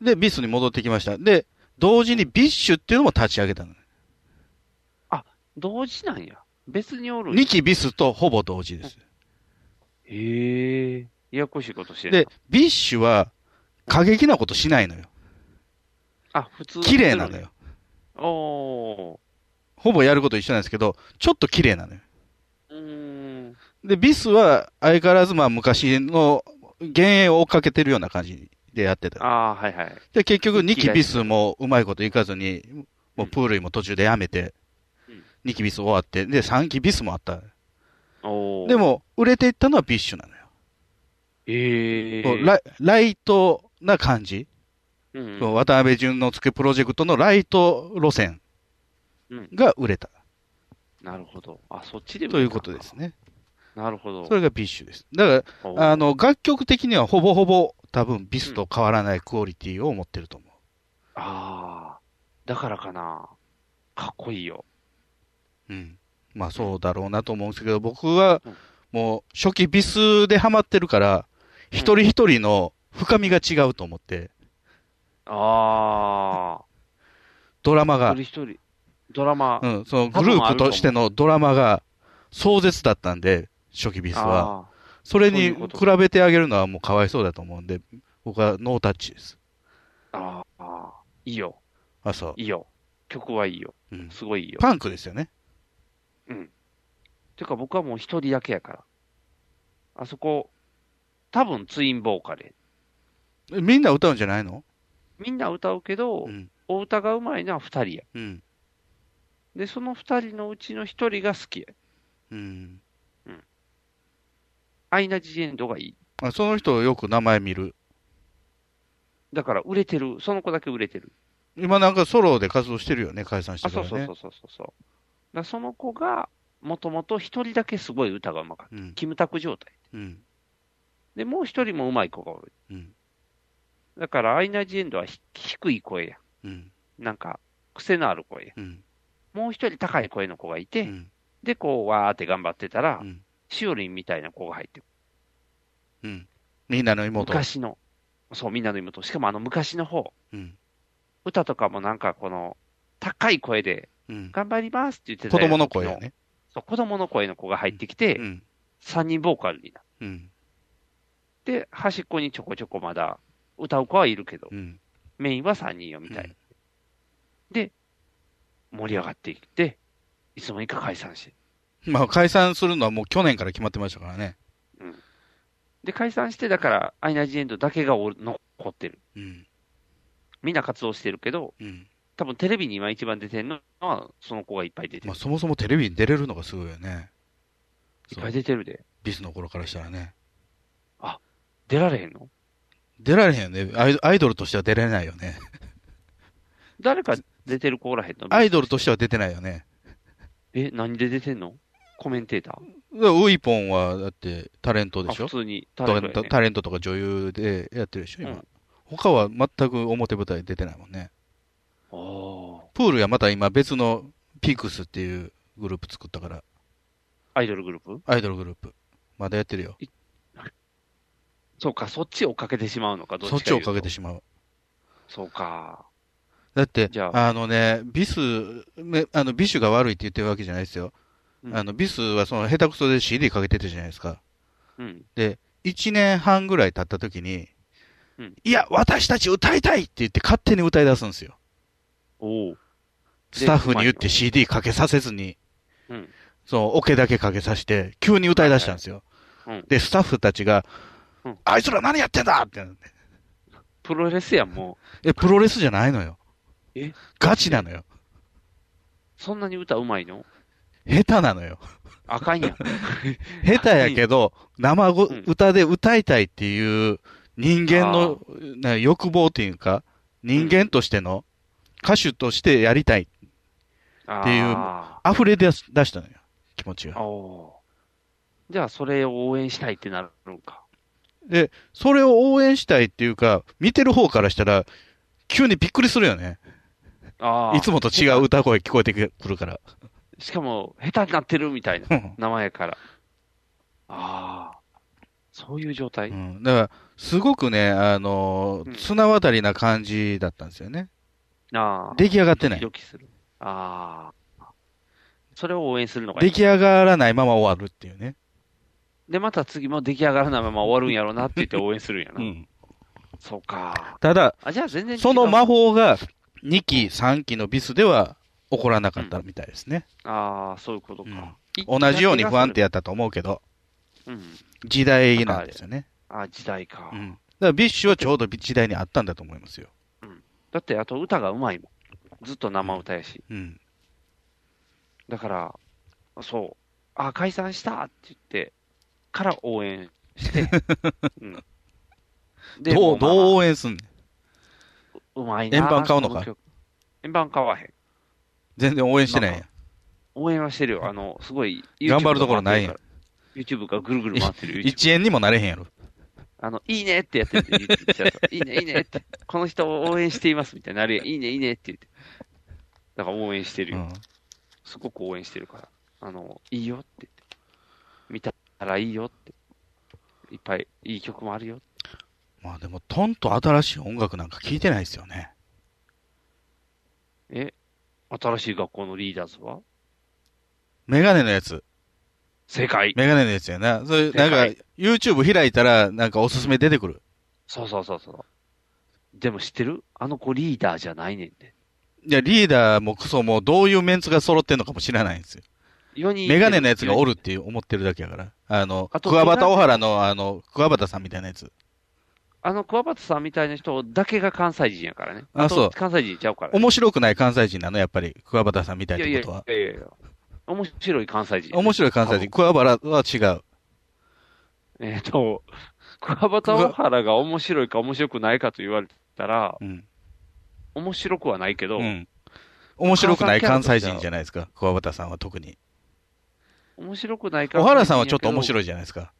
S3: で、ビスに戻ってきました。で、同時にビッシュっていうのも立ち上げたの。
S2: 同時なんや。別におるんや
S3: 2期ビスとほぼ同時です。
S2: へえ。ややこしいことしてる。
S3: で、、ビッシュは過激なことしないのよ。
S2: あ、普通
S3: 綺麗なの。よ。
S2: おー。
S3: ほぼやること一緒なんですけど、ちょっと綺麗なのよ。
S2: うーん。
S3: で、ビスは相変わらずまあ昔の幻影を追っかけてるような感じでやってた。
S2: あー、はいはい。
S3: で、結局、ニキビスもうまいこといかずに、もうプールイも途中でやめて
S2: うん、
S3: ニキビス終わって、で、3期ビスもあった。
S2: おー。
S3: で、も、売れていったのはビッシュなのよ。
S2: ええ
S3: こうライライトな感じ。
S2: うん。
S3: そう渡辺淳之介プロジェクトのライト路線
S2: うん
S3: が売れた
S2: なるほど。あ、そっちでも
S3: ということですね。
S2: なるほど。
S3: それがビッシュです。だから、
S2: お
S3: あの、楽曲的にはほぼほぼ多分ビスと変わらないクオリティを持ってると思
S2: ああ、だからかな。かっこいいよ。
S3: う。うん。まあそうだろうなと思うんですけど、僕は
S2: うん
S3: もう初期ビスでハマってるから、一人一人の深みが違うと思って、
S2: あ
S3: ドラマ
S2: あ、
S3: が、
S2: 一人一人、ドラマ。
S3: うん、そのグループとしてのドラマが壮絶だったんで、初期ビスは。
S2: あ
S3: それ
S2: そうい
S3: に
S2: う
S3: 比
S2: こと
S3: べてあげるのはもうかわいそうだと思うんで、僕はノータッチです。
S2: ーあー、あーいいよ、
S3: あ、そ
S2: いいよ。曲はいいよ。
S3: う。うん。
S2: すごいいいよ。
S3: パンクですよね。
S2: てか僕はもう一人だけやから。あそこ、多分ツインボーカル。
S3: えみんな歌うんじゃないの
S2: みんな歌うけど、
S3: うん。
S2: お歌がうまいのは二人や。
S3: うん。
S2: で、その二人のうちの一人が好きや。
S3: うん。
S2: アイナ・ジ・エンドがいい。
S3: あ、その人よく名前見る。
S2: だから売れてる。その子だけ売れてる。
S3: 今なんかソロで活動してるよね、解散して
S2: あ、
S3: か
S2: そ
S3: らね。
S2: うそうそうそうそうそう。だからその子が、もともと一人だけすごい歌がうまかった。
S3: うん。
S2: キムタク状態。
S3: うん。
S2: で、もう一人もうまい子がおる。
S3: うん。
S2: だから、アイナ・ジ・エンドはひ低い声や。
S3: うん。
S2: なんか、癖のある声や。
S3: うん。
S2: もう一人高い声の子がいうて、
S3: ん。
S2: で、こう、わーって頑張ってたら、
S3: うん
S2: しおりんみたいな子が入ってく
S3: うん。みんなの
S2: る。
S3: 妹。
S2: 昔の、そう、みんなの妹。しかもあの昔の方、
S3: うん。
S2: 歌とかもなんかこの、高い声で、
S3: うん。
S2: 頑張りますって言ってた
S3: 子
S2: よう
S3: 供
S2: な
S3: の声よね。
S2: そう、子供の声の子が入ってきて、
S3: うん。
S2: 三人ボーカルになる
S3: うん。
S2: で、端っこにちょこちょこまだ歌う子はいるけど、
S3: うん。
S2: メインは3人よみたいな。で、盛り上がっていって、いつもにか解散して。
S3: まあ解散するのはもう去年から決まってましたからね。
S2: で、解散して、だから、アイナ・ジ・エンドだけがおる残ってる。
S3: うん。
S2: みんな活動してるけど、
S3: うん。
S2: 多分テレビに今一番出てるのは、その子がいっぱい出て
S3: まあ
S2: る。
S3: そもそもテレビに出れるのがすごいよね。
S2: いっぱい出てるで。
S3: ビスの頃からしたらね。
S2: 出られへんの
S3: 出られへんよね。アイアイドルとしては出れないよね。
S2: 誰か出てる子おらへんの
S3: アイドルとしては出てないよね。
S2: え、何で出てんのコメンテーター
S3: だからウイポンは、だって、タレントで
S2: あ、
S3: しょ
S2: 普通にタ
S3: タ
S2: レ
S3: レ
S2: ン
S3: ン
S2: トやね
S3: トタレントとか女優でやってるでしょ、今。
S2: うん
S3: 他は全く表舞台出てないもんね。
S2: おー
S3: プールやまた今別のピークスっていうグループ作ったから、
S2: アイドルグループ
S3: アイドルグループ。まだやってるよ。
S2: そうか、そっちを追っかけてしまうのか、どっち
S3: そ
S2: か
S3: っちをかけて
S2: し
S3: しまう。
S2: そうか。
S3: だって、
S2: じゃ
S3: あ、のね、ビス、めあの、ビッシュが悪いって言ってるわけじゃないですよ。
S2: うん
S3: あの、ビスはその下手くそで CD かけてたじゃないですか。
S2: うん。
S3: 一年半ぐらい経った時に、
S2: うん
S3: いや、私たち歌いたいって言って勝手に歌い出すんですよ。
S2: おお。
S3: スタッフに言っ
S2: うまい
S3: て CD かけさせずに、
S2: うん
S3: そのオケだけかけさせて、急に歌い出したんですよ。
S2: はいはいうん
S3: で、スタッフたちが、
S2: うん
S3: あいつら何やってんだってなって。
S2: プロレスやん、もう。
S3: え、プロレスじゃないのよ。
S2: え
S3: ガチなのよ。
S2: そんなに歌うまいの
S3: 下手なのよ。
S2: あか
S3: [LAUGHS]
S2: んやん。
S3: 下手やけど、生ご、
S2: うん
S3: 歌で歌いたいっていう人間のな欲望っていうか、人間としての、歌手としてやりたい
S2: あ
S3: っていう
S2: あ
S3: 溢れ出す出したのよ、気持ち
S2: ー。
S3: が。
S2: おーじゃあ、それを応援したいってなるのか。
S3: で、それを応援したいっていうか、見てる方からしたら、急にびっくりするよね。
S2: ああ。
S3: いつもと違う歌声聞こえてくるから。
S2: しかも、下手になってるみたいな
S3: うん
S2: 名前から。ああ。そういう状態。
S3: うん。だから、すごくね、あの
S2: うん
S3: ー、綱渡りな感じだったんですよね。
S2: ああ。
S3: 出来上がって
S2: ド
S3: な
S2: キ
S3: い。
S2: ドキする。ああ。それを応援するのがい
S3: 出
S2: い。
S3: 来上がらないまま終わるっていうね。
S2: で、また次も出来上がらないまま終わるんやろうなって言って応援するんやな。
S3: ん。
S2: そうか。
S3: ただ、
S2: あ、じゃあ全然違う
S3: その魔法が2期、3期のビスでは起こらなかったみたいですね。
S2: ああ、そういうことか。
S3: 同じように不安定。やったと思うけど、
S2: うん。
S3: 時代なんですよね。
S2: あ、時代か。
S3: うん。だからビッシュはちょうど時代にあったんだと思いますよ。
S2: だって、あと歌がうまいもん。ずっと生歌やし。
S3: うん。
S2: だから、そう。あ、解
S3: [LAUGHS]
S2: 散したって言って、から応援して。うん。で
S3: ど
S2: も
S3: う、
S2: まあ
S3: どう応援すんねん。
S2: うまいな。
S3: 円盤買うのか
S2: こ曲。円盤買わへん。
S3: 全然応援してないやん。
S2: 応援はしてるよ。あの、すごい。
S3: 頑張るところないやん
S2: YouTube がぐるぐる回ってる YouTube。
S3: 1円にもなれへんやろ。
S2: あの、いいねってやってるって言ってたや
S3: [LAUGHS]
S2: ついいね、いいねって。この人を応援していますみたいになるやん。いいね、いいねって言って。だから応援してる
S3: う
S2: よ。
S3: ん。
S2: すごく応援してるから。あの、いいよって言って。見たらいいよって。いっぱい、いい曲もあるよ。
S3: まあでも、トンと新しい音楽なんか聞いてないですよね。
S2: え新しい学校のリーダーズは
S3: メガネのやつ。
S2: 正解
S3: メガネのやつやな。そういう、
S2: 正解
S3: なんか、YouTube 開いたら、なんかおすすめ出てくる。
S2: そうそうそうそう。でも知ってるあの子リーダーじゃないねんで。
S3: いや、リーダーもクソもどういうメンツが揃ってんのかも知らないんですよ。
S2: 4人いて
S3: メガネのやつがおるっていう思ってるだけやから。あの、
S2: あと
S3: クワバタオハラの、あの、クワバタさんみたいなやつ。
S2: あの、桑畑さんみたいな人だけが関西人やからね。
S3: あ
S2: と
S3: そう
S2: 関西人ちゃうからね、
S3: 面白くない関西人なの、やっぱり。クワバタさんみたい
S2: い
S3: なこ
S2: やいやい
S3: とは。
S2: やいやいや。面白い関西人。
S3: 面白い関西人。クワバラは違う。
S2: えっ、と、桑畑大原が面白いか面白くないかと言われたら、
S3: うん。
S2: 面白くはないけど、
S3: うん。面白くない関西人じゃないですか。クワバタさんは特に。
S2: 面白くないから。
S3: 小原さんはちょっと面
S2: い
S3: 白いじゃないですか。
S2: やけど。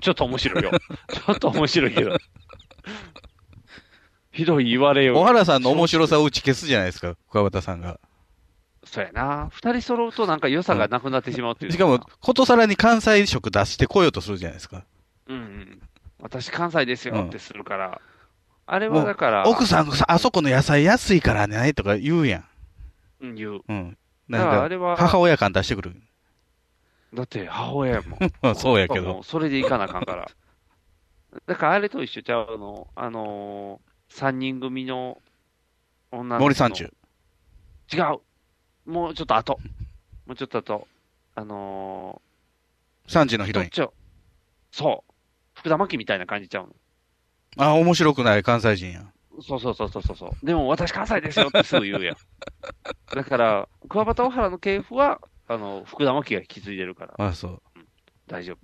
S2: ちょっと面白
S3: [LAUGHS]
S2: いよ。ちょっと面白いけど。ひどい言われよう
S3: 小原さんの面白さを打ち消すじゃないですか。桑畑さんが。
S2: そうやな。二人揃うとなんか良さがなくなってしまうっていう
S3: し
S2: の
S3: か
S2: な
S3: も、ことさらに関西色出してこようとするじゃないですか。
S2: うんうん。私関西です
S3: う
S2: よ
S3: ん
S2: ってするから。あれ
S3: も
S2: は
S3: う
S2: だから、
S3: 奥さん、あそこの野菜安いからね、とか言うや
S2: うん言う。
S3: ん。うん。
S2: だか
S3: な
S2: らあ
S3: んか、
S2: れは、
S3: 母親感出してくる。 [LAUGHS]
S2: だって母親やもん。
S3: まあそうやけ
S2: も
S3: ど。
S2: うそれでいかなあかんから。だからあれと一緒ちゃうの、あのー、三人組の女の子の。
S3: 森三中。
S2: 違う。もうちょっと後。もうちょっと後。あの
S3: 三時の
S2: ー、
S3: ヒロイン。
S2: どっちをそう。福田真紀みたいな感じちゃうの。
S3: あ、面白くない関西人や。
S2: そうそうそうそうそうそう。でも私関西ですよってすぐ言
S3: [LAUGHS]
S2: うやん。だから、桑畑大原の系譜は、あの、福田真紀が引き継いでるから
S3: あ、そう。
S2: 大丈夫。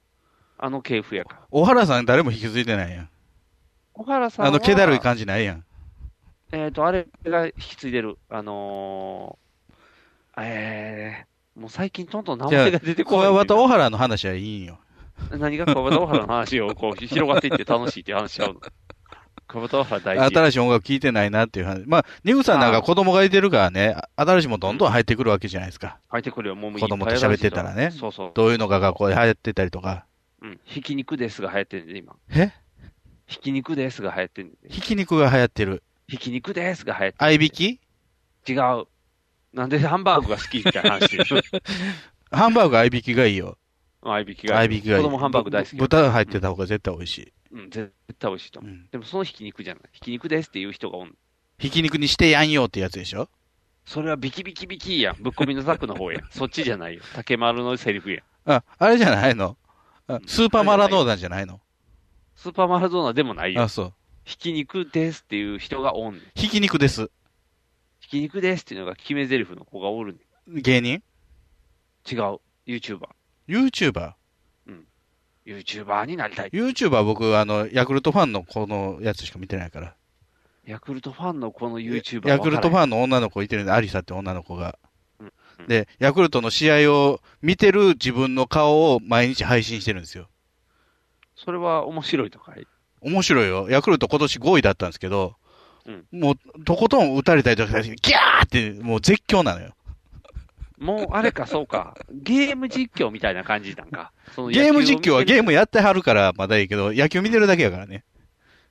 S2: あの系譜やから。
S3: 小原さん誰も引き継いでないやん。
S2: 小原さんは
S3: あの、気だるい感じないやん。
S2: えっ、と、あれが引き継いでる。あのー、えー、もう最近トントン名前が出てこない
S3: 小。畑小原の話はいいんよ。
S2: 何が桑畑大原の話をこう広がっていって楽しいっていう話しちゃ
S3: [LAUGHS]
S2: うの。桑畑大原大事。
S3: 新しい音楽聴いてないなっていう話。まあ、ニグさんなんか子供がいてるからね、新しいもんどんどん入ってくるわけじゃないですか。
S2: 入ってくるよ、もういっぱ
S3: 子
S2: い
S3: 供と喋ってたらね
S2: そうそう。
S3: どういうのが学校で流行ってたりとか。
S2: うん。ひき肉ですが流行ってんで、今。
S3: え
S2: ひき肉ですが流行ってんで。
S3: ひき肉が流行ってる。
S2: ひき肉ですが流行って
S3: 合いびき
S2: 違う。なんでハンバーグが好きみたいな話して
S3: [LAUGHS]
S2: る。
S3: ハンバーグ合いびきがいいよ。
S2: 合いびきが。
S3: 合いびきがいい。
S2: 子供ハンバーグ大好き。
S3: ぶ豚入ってた方が絶対美味しい。
S2: うん、絶対美味しいと思う。
S3: うん
S2: でもそのひき肉じゃない。ひき肉ですっていう人がおん。
S3: ひき肉にしてやんよってやつでしょ
S2: それはビキビキビキやん。ぶっこみのザックの方やん。そっちじゃないよ。竹丸のセリフやん。
S3: あ、あれじゃないのあスーパーマラドーナじゃないの
S2: スーパーマラドーナでもないよ
S3: あ、。そう。
S2: ひき肉ですっていう人がおんねん。
S3: ひき肉です。
S2: ひき肉ですっていうのが決め台詞の子がおるねん。
S3: 芸人
S2: 違う。YouTuber。
S3: ?YouTuber。
S2: YouTuber になりたい。
S3: YouTuber 僕、あの、ヤクルトファンのこのやつしか見てないから。
S2: ヤクルトファンのこの YouTuber
S3: ヤクルトファ
S2: ン。
S3: ンの女の子いてるんで、アリサって女の子が
S2: うんうん。
S3: で、ヤクルトの試合を見てる自分の顔を毎日配信してるんですよ。
S2: それは面白いとかい。
S3: 面白いよ。ヤクルト今年5位だったんですけど、
S2: うん
S3: もう、とことん打たれたりとかして、ギャーって、もう絶叫なのよ。
S2: もうあれか、そうか。ゲーム実況みたいな感じなんか。その野球
S3: ゲー
S2: を
S3: ム
S2: 見てる
S3: 実況はゲームやってはるからまだいいけど、野球見てるだけやからね。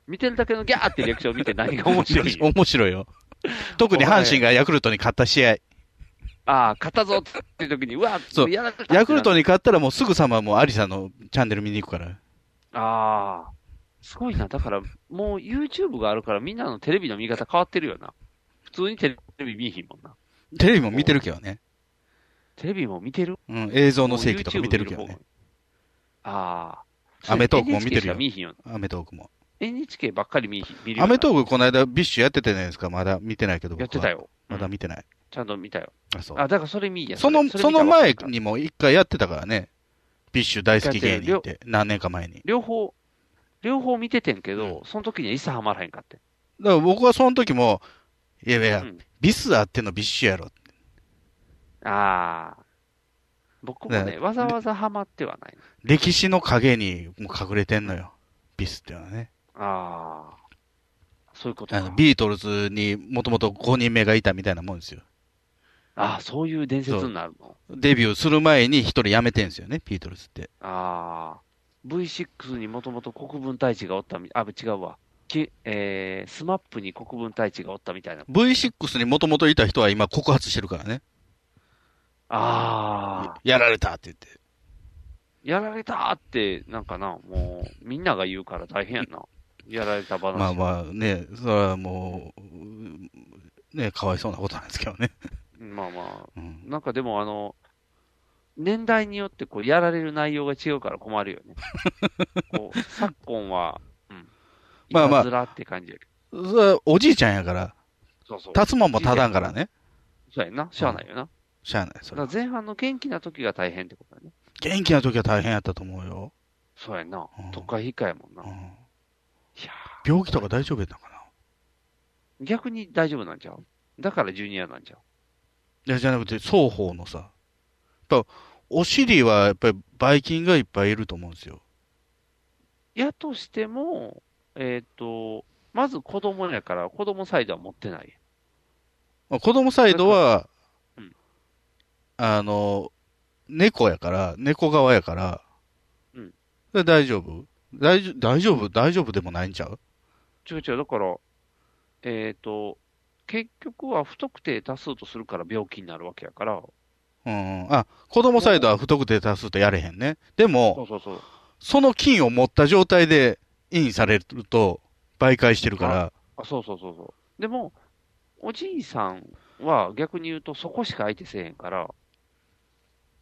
S2: 見てるだけのギャーってリアクションを見て何が
S3: [LAUGHS]
S2: 面白いんや
S3: 面白いよ。特に阪神がヤクルトに勝った試合。
S2: ああ、勝ったぞっていう時に、うわ、
S3: そう
S2: やられたってなる
S3: ヤクルトに勝ったらもうすぐさまもうアリサのチャンネル見に行くから。
S2: ああ。すごいな。だから、もう YouTube があるからみんなのテレビの見方変わってるよな。普通にテレビ見えひんもんな。
S3: テレビも見てるけどね。
S2: テレビも見てる
S3: うん、映像の正規とか見てるけど
S2: もう YouTube
S3: ね
S2: 見。方がああ。
S3: アメトーークも見てるよ
S2: NHK しか見えひんよな。
S3: アメトーークも。
S2: NHK ばっかり見えひん。見るよ
S3: ア
S2: な
S3: メトーークこの間ビッシュやってたじゃないですか。まだ見てないけど僕
S2: や
S3: は。
S2: ってたよ。
S3: まだ見てない。
S2: ちゃんと見たよ。
S3: あ、そう。
S2: あ、だからそれ見いや。
S3: その、
S2: れ
S3: その前。にも一回やってたからね。ビッシュ大好き芸人って、何年か前に。
S2: 両方、両方見ててんけど、その時には一切ハマらへんかって。
S3: だから僕はその時も、いやいや、
S2: うん
S3: ビスあってのビッシュやろ。
S2: ああ。僕も
S3: ね
S2: ね、わざわざハマってはない。
S3: 歴史の影にもう隠れてんのよ。ビスっていうのはね。
S2: ああ。そういうこと
S3: あ
S2: か
S3: の。ビートルズにもともと5人目がいたみたいなもんですよ。
S2: ああ、そういう伝説になるの。
S3: デビューする前に一人辞めてんですよね、ビートルズって。
S2: ああ。V6 にもともと国分太一がおったみ、あ、違うわ。きえー、スマップに国分太一がおったみたいな。
S3: V6 にもともといた人は今告発してるからね。
S2: ああ。
S3: やられたって言って。
S2: やられたーって、なんかな、もう、みんなが言うから大変や
S3: [LAUGHS]
S2: な。やられた話。
S3: まあまあね、それはもううん、ね、かわいそうなことなんですけどね。
S2: まあまあ。
S3: うん
S2: なんかでもあの、年代によってこう、やられる内容が違うから困るよ
S3: [LAUGHS]
S2: ね。こう、昨今は、うん。
S3: まあまあ
S2: いたずらって感じやけ
S3: それはおじいちゃんやから、
S2: ど。そうそう。
S3: 立つもんも立たんからね。
S2: そうやんな。しゃあないよな。
S3: しゃあない、そ
S2: だ
S3: れ
S2: か
S3: は
S2: ら前半の元気な時が大変ってことだね。
S3: 元気な時は大変やったと思うよ。
S2: そうやんな
S3: うん。
S2: 都会控えもんな。
S3: う
S2: い
S3: ん
S2: や
S3: 病気とか大丈夫やったんかな
S2: ー逆に大丈夫なんちゃうだからジュニアなんちゃう
S3: いや、じゃなくて、双方のさ、やっぱ、お尻はやっぱり、バイキンがいっぱいいると思うんですよ。
S2: やとしても、えっ、と、まず子供やから、子供サイドは持ってないやん。
S3: まあ、子供サイドは
S2: なんか、
S3: あの、猫やから、猫側やから、
S2: うん
S3: それ大丈夫大丈夫大丈夫大丈夫でもないんちゃう
S2: ちょいちょい、だから、えっ、と、結局は不特定多数とするから病気になるわけやから、
S3: うん。あ、子供サイドは不特定多数とやれへんね。で
S2: そう
S3: も、
S2: そうそう。
S3: その菌を持った状態で、インされると、媒介してるから、
S2: あ、そうそうそうそう。でも、おじいさんは逆に言うとそこしか相手せえへんから、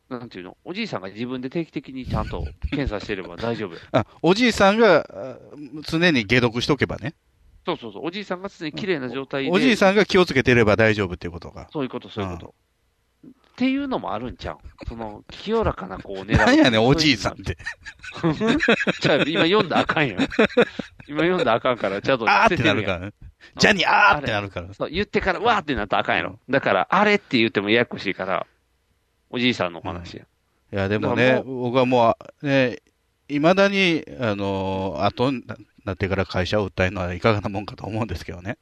S2: なんていうの、おじいさんが自分で定期的にちゃんと検査してれば大丈夫や。
S3: あ、おじいさんが、あ常に解毒しとけばね。
S2: そうそうそう。おじいさんが常に綺麗な状態で。
S3: おじいさ
S2: ん
S3: んが気をつけてれば大丈夫っていうことか。
S2: そういうこと、そういうこと。っていうのもあるんちゃうその、清らかな子を狙う。
S3: なんやねん、おじいさんっ
S2: ん。
S3: て。
S2: ちゃう今読んだらあかんやん。今読んだらあかんから、ちゃんと
S3: あー
S2: 伏
S3: って
S2: せて
S3: な
S2: る
S3: る
S2: やん
S3: からね。ジャニーあーってなるから。
S2: そう、言ってから、わーってなったらあかんやろ。だから、あれって言ってもややこしいから、おじいさんのお話や。
S3: いや、でも
S2: だか
S3: ね
S2: ら、
S3: 僕はもう、ね、いまだに、あのー、後になってから会社を訴えるのはいかがなもんかと思うんですけどね。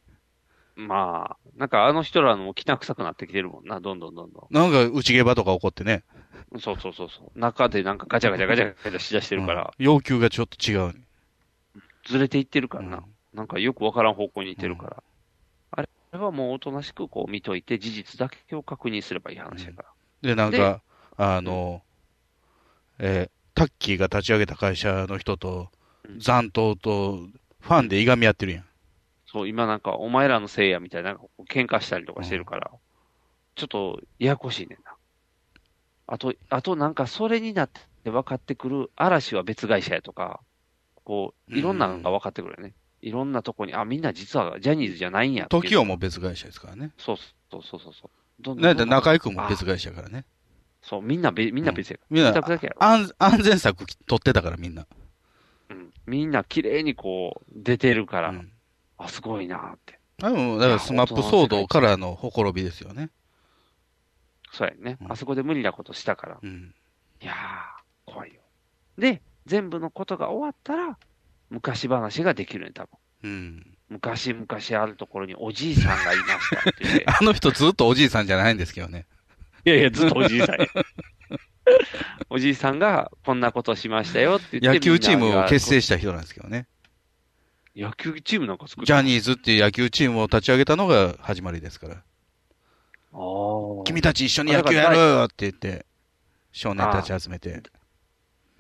S2: まあ、なんかあの人らのも汚臭くなってきてるもんな、どんどんどんど
S3: なんか、内毛場とか起こってね。
S2: ん。そうそうそうそう。中でなんかガチャガチャガチャガチャしだしてるから、
S3: うん要求がちょっと違う。
S2: ずれていってるから
S3: う
S2: な。
S3: ん
S2: なんかよくわからん方向に行ってるから。あれはもうおとなしくこう見といて、事実だけを確認すればいい話やから。
S3: で、なんか、あのー、えータッキーが立ち上げた会社の人と、
S2: うん
S3: 残党と、ファンでいがみ合ってるやん。
S2: そう、今なんかお前らのせいやみたいな、なんかこう喧嘩したりとかしてるから、ちょっとややこしいねんな。あと、あとなんかそれになって分かってくる、嵐は別会社やとか、こう、いろんなのが分かってくるよね。いろんなとこに、あ、みんな実はジャニーズじゃないんやっていう。
S3: 時をも別会社ですからね。
S2: そうそうそうそうそう。どんどん
S3: なんで中
S2: い
S3: 居君も別会社やからね。
S2: そう、みんなべ、みんな別やか
S3: みん
S2: ら。
S3: な
S2: 自、宅だけやろ。
S3: 安安全策取ってたからみんな。
S2: うん。みんな綺麗にこう、出てるか
S3: う
S2: ら、
S3: ん。
S2: あ、すごいなーって。
S3: あもうだからスマップ騒動からのほころびですよね。
S2: そうやね。
S3: うん
S2: あそこで無理なことしたから。
S3: うん。
S2: いやー、怖いよ。で、全部のことが終わったら、昔話ができるね、多分。
S3: うん。
S2: 昔々あるところにおじいさんがいましたって言って
S3: あの人ずっとおじいさんじゃ [LAUGHS] ないんですけどね。
S2: いやいや、ずっとおじいさんや [LAUGHS] おじいさんがこんなことしましたよって言
S3: 野
S2: って。
S3: 球チー
S2: みん
S3: ム
S2: な
S3: を
S2: が
S3: 結成した人なんですけどね。
S2: 野球チームなんか作
S3: ジャ
S2: ー。
S3: ニーズっていう野球チームを立ち上げたのが始まりですから。
S2: あー
S3: 君たち一緒に野球やろうよって言って、少年たち集めて、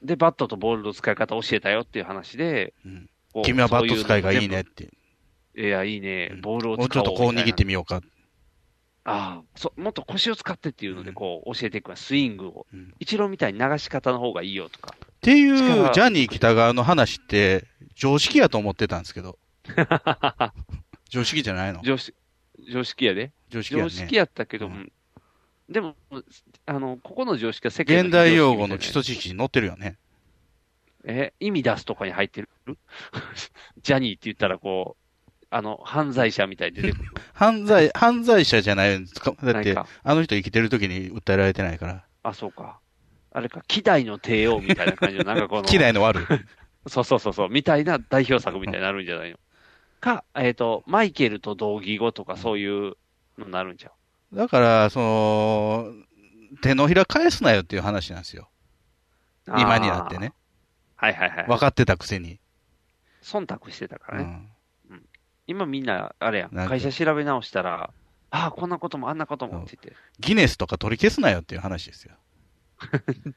S2: で、バットとボールの使い方教えたよっていう話で、
S3: うん
S2: こう
S3: 君はバット使いがいいねっ。
S2: そう
S3: て。
S2: うの全部いや、いいね。ボールを使
S3: も
S2: お
S3: うちょっとこう
S2: みたい
S3: 握
S2: な
S3: ってみようか。
S2: ああ、そう、もっと腰を使ってっていうので、こう、教えていくわ、スイングを
S3: うん。
S2: 一郎みたいに流し方の方がいいよとか。
S3: っていう、ジ
S2: 力
S3: ャニー北川の話って、常識やと思ってたんです
S2: [LAUGHS]
S3: けど。常識じゃないの
S2: 常識、常識やで。
S3: 常識や
S2: 常
S3: ね。
S2: 識やったけど
S3: う
S2: も、でも、あの、ここの常識は世間の
S3: 現代用語の基礎
S2: 常識み
S3: 知識に載ってるよね。
S2: え、意味出すとかに入ってる [LAUGHS] ジャニーって言ったらこう、あの、犯罪者みたいに出てくる。
S3: 犯罪、犯罪者じゃないんですか [LAUGHS] だっ
S2: ない
S3: て
S2: か、
S3: あの人生きてる時に訴えられてないから。
S2: あ、そうか。あれか、希代の帝王みたいな感じの、なん
S3: [LAUGHS]
S2: かこの、
S3: 嫌いの悪。
S2: [LAUGHS] そうそうそうそう、みたいな代表作みたいになるんじゃないのか、えっ、と、マイケルと同義語とかそういうのになるんちゃ
S3: だから、その、手のひら返すなよっていう話なんですよ。
S2: う
S3: 今になって。ね。
S2: あーはいはいはい。
S3: 分かってたくせに。
S2: 忖度してたか
S3: う
S2: らね。
S3: ん。
S2: 今みんな、あれやん、
S3: なんか
S2: 会社調べ直したら、ああ、こんなこともあんなこともって言っ
S3: ギネスとか取り消すなよっていう話ですよ。
S2: て。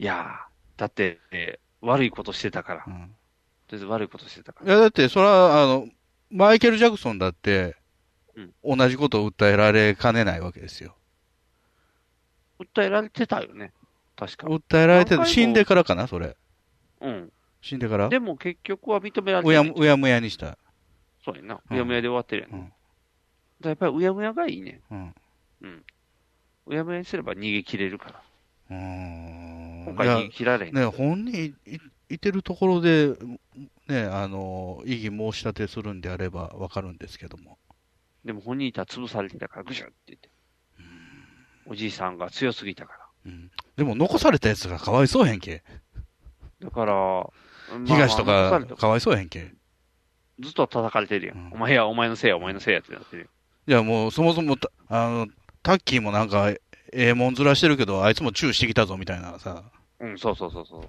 S2: いやー、だって、えー悪いことしてたから
S3: う。ん。
S2: とりあえず悪いことしてたか
S3: い
S2: ら。
S3: や、だって、それは、あの、マイケル・ジャクソンだって、同じことを訴えられかねないわけですよ。
S2: 訴えられてたよね。確か。
S3: 訴えられて
S2: 何回も
S3: 死んでからかな、それ。
S2: うん。
S3: 死んでから
S2: でも結局は認められ
S3: う
S2: て
S3: や
S2: ない
S3: む。うやむやにした。
S2: そうやな。
S3: う
S2: うんやむやで終わってるやん。
S3: うん
S2: だからやっぱりうやむやがいいね。
S3: うん。
S2: うやむやにすれば逃げ切れるから。
S3: うーん。
S2: 今回逃げ切られへん。
S3: ね、本人いいてるところで、ね、あの、異議申し立てするんであればわかるんですけども。
S2: でも本人いたら潰されてたから、ぐしゃって言って。おじいさんが強すぎたから。
S3: うん。でも残されたやつがかわいそうへんけ。
S2: だから、まあ
S3: 東と
S2: ま
S3: か
S2: あ残された
S3: かわいそうへんけ。
S2: ずっと叩かれてるやん。
S3: うん
S2: お前や、お前のせいや、お前のせいやってなってる
S3: いや、もうそもそもた、あの、タッキーもなんか、ええもんずらしてるけど、あいつもチューしてきたぞみたいなさ。
S2: やん。うん、そうそうそうそう。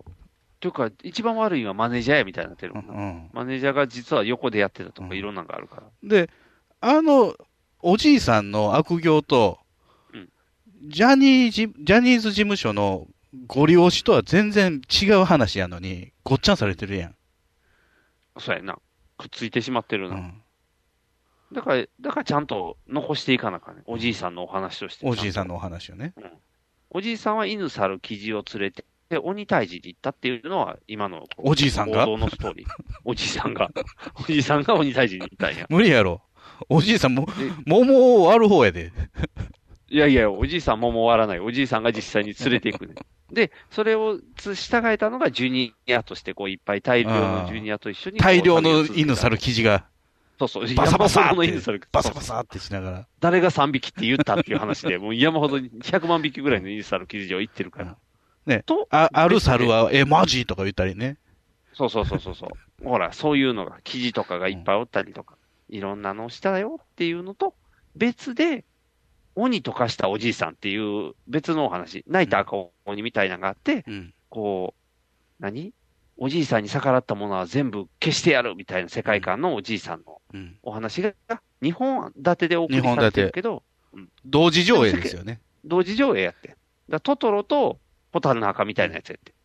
S2: というか、一番悪いのはマネージャーやみたいになってる
S3: う
S2: もんな。
S3: ん。
S2: マネージャーが実は横でやってたと
S3: う
S2: か、
S3: ん
S2: いろんなのがあるから。
S3: で、あの、おじいさんの悪行と
S2: うん、
S3: ジャニージ、ジャニーズ事務所のご利用しとは全然違う話やのに、ごっちゃんされてるやん。
S2: そうやな。くっついてしまってる
S3: う
S2: な。
S3: ん。
S2: だから、だからちゃんと残していかなあかんね。おじいさんのお話として。
S3: おじいさん
S2: の。
S3: のお話をね。
S2: おじいさんは犬猿キジを連れて、で、鬼退治に行ったっていうのは、今の
S3: おじいさんが
S2: 王道のストーリー。 [LAUGHS] おじいさん [LAUGHS] が。おじいさんが鬼退治に行ったんや。
S3: 無理やろ。おじいさんも
S2: え、
S3: 桃を割る方やで。
S2: いやいや、おじいさんももう終わらない。おじいさんが実際に連れてい [LAUGHS] くね。で、それをつ従えたのがジュニアとして、こういっぱい大量のジュニアと一緒にこう。
S3: 大量の
S2: 旅を続けた
S3: 犬猿。生地が、
S2: そうそう。
S3: バサバサ
S2: 山
S3: っ
S2: ほどの
S3: て
S2: 犬猿、。
S3: バサバサってしながら。
S2: 誰が3匹って言ったっていう話で、もう山ほどに100万匹ぐらいのインスタの記事上行ってる [LAUGHS] から。
S3: ね
S2: と、
S3: あ、ある猿は、え、マジとか言ったりね。
S2: そうそうそうそうそう。ほら、そういうのが、記事とかがいっぱいおったりとか、いろんなのをしたよっていうのと、別で、鬼と化したおじいさんっていう別のお話、泣いた赤鬼みたいなのがあって、
S3: うん。
S2: こう、何おじいさんに逆らったものは全部消してやるみたいな世界観のおじいさんの
S3: うん。
S2: お話が、日本立てでお送りされてるけど、
S3: 同時上映ですよ
S2: [LAUGHS]
S3: ね。
S2: 同時上映やって。だからトトロとホタルの墓みたいなやつやって。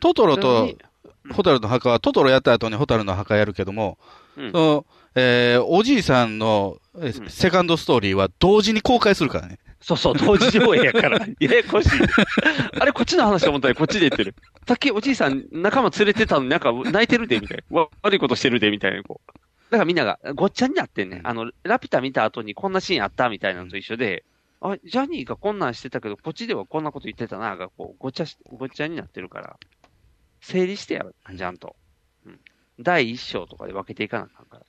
S3: トトロ
S2: それ
S3: と
S2: に
S3: ホタルの墓は、トトロやった後にホタルの墓やるけども、
S2: うん
S3: その、えーおじいさんの、え
S2: う
S3: ー
S2: ん
S3: セカンドストーリーは同時に公開するからね。
S2: そうそう、同時上映やから。 [LAUGHS] ややこしい。あれ、こっちの話と思ったらこっちで言ってる。さっきおじいさん仲間連れてたのになんか泣いてるで、みたい [LAUGHS] な。わ悪いことしてるで、みたいな。こう。だからみんながごっちゃになってんね。あの、ラピュタ見た後にこんなシーンあったみたいなのと一緒で、あ、ジャニーがこんなんしてたけど、こっちではこんなこと言ってたな、がこう、ごっちゃし、ごっちゃになってるから、整理してやる、ちゃんと。うん。第一章とかで分けていかなあかんから。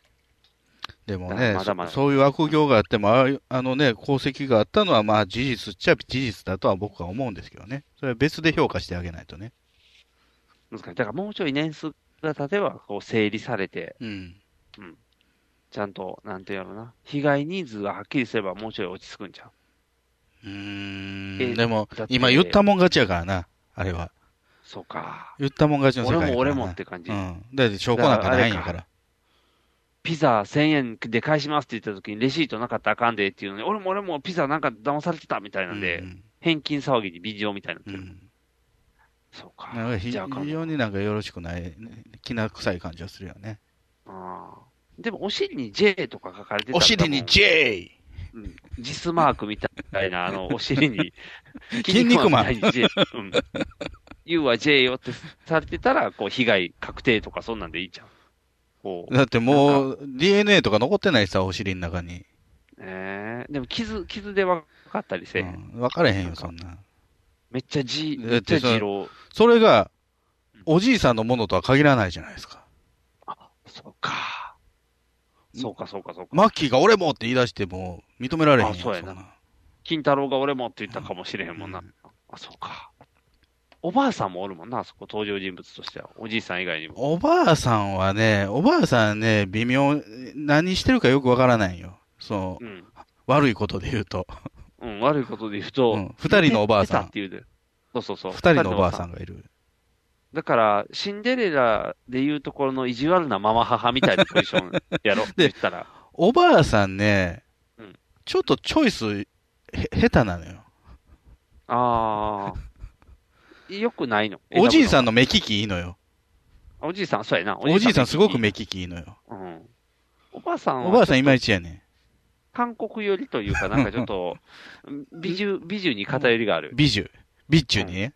S3: でも
S2: だ
S3: ね、
S2: まだまだ
S3: そそういう悪行があっても、ああいうあのね、功績があったのは、まあ事実っちゃ事実だとは僕は思うんですけどね。それは別で評価してあげないとね。
S2: 難しい。だからもうちょい年数が経てば、こう、整理されて、
S3: うん。
S2: ちゃんと、なんていうのな、被害人数がはっきりすればもうちょい落ち着くんちゃう
S3: うーん。
S2: え
S3: でも
S2: だっ、て
S3: 今言ったもん勝ちやからな、あれは。
S2: そうか。
S3: 言ったもん勝ちの世界やからな
S2: 俺も俺もって感じ
S3: うん。だって証拠なんかないんやから。
S2: ピザ1000円で返しますって言った時にレシートなかったらあかんでっていうのに、俺も俺もピザなんか騙されてたみたいなんで、
S3: うん
S2: 返金騒ぎに便乗みたいにな
S3: う
S2: ってる。
S3: ん。
S2: そう
S3: なん
S2: か。
S3: か非
S2: じゃああかんわ
S3: 常になんかよろしくないね、気な臭い感じがするよね。
S2: あーでも、お尻に J とか書かれてたら
S3: お尻に J!
S2: 多分うんジスマークみたい
S3: [LAUGHS]
S2: な、あの、お尻に、
S3: 筋肉マン
S2: 筋みたいに J。うん。U は J よってされてたら、こう、被害確定とかそんなんでいいじゃん。こう。
S3: だってもう DNA とか残ってないしさ、お尻の中に。
S2: ええでも傷、傷で分かったりせえへん。
S3: うん分かれへんよ、そんな。
S2: めっちゃじ、
S3: だって
S2: めっちゃ
S3: その
S2: じろ
S3: それが
S2: う、
S3: おじいさんのものとは限らないじゃないですか。
S2: そうか。そうか、そうか、そうか。
S3: マッキーが俺もって言い出しても認められへん
S2: あそうやなん金太郎が俺もって言ったかもしれへんもんな。
S3: うん
S2: あ、そうか。おばあさんもおるもんな、あそこ登場人物としては。おじいさん以外にも。
S3: おばあさんはね、おばあさんね、微妙、何してるかよくわからないよ。そう、
S2: うん。
S3: 悪いことで言うと。
S2: うん、悪いことで言う
S3: う
S2: と
S3: ん、二人のおばあさん
S2: 寝てたって言うで。そうそうそう。
S3: 二人のおばあさ
S2: ん。
S3: んがいる。
S2: だから、シンデレラで言うところの意地悪なママ母みたいなポジション
S3: [LAUGHS]
S2: やろ。言ったら。
S3: おばあさんね
S2: うん、
S3: ちょっとチョイス、へ、下手なのよ。
S2: ああ。よくないの。
S3: おじいさん
S2: ん。
S3: の目利きいいのよ。
S2: おじいさん、そうやな。
S3: おじいさんすごく
S2: め
S3: 目利きいいのよ。
S2: うん。おばあさん
S3: おばあ
S2: は、
S3: さんいまいちやね。
S2: 韓国寄りというか、なんかちょっ
S3: [LAUGHS]
S2: と、美女、美女に偏りがある。
S3: 美女。美女にね。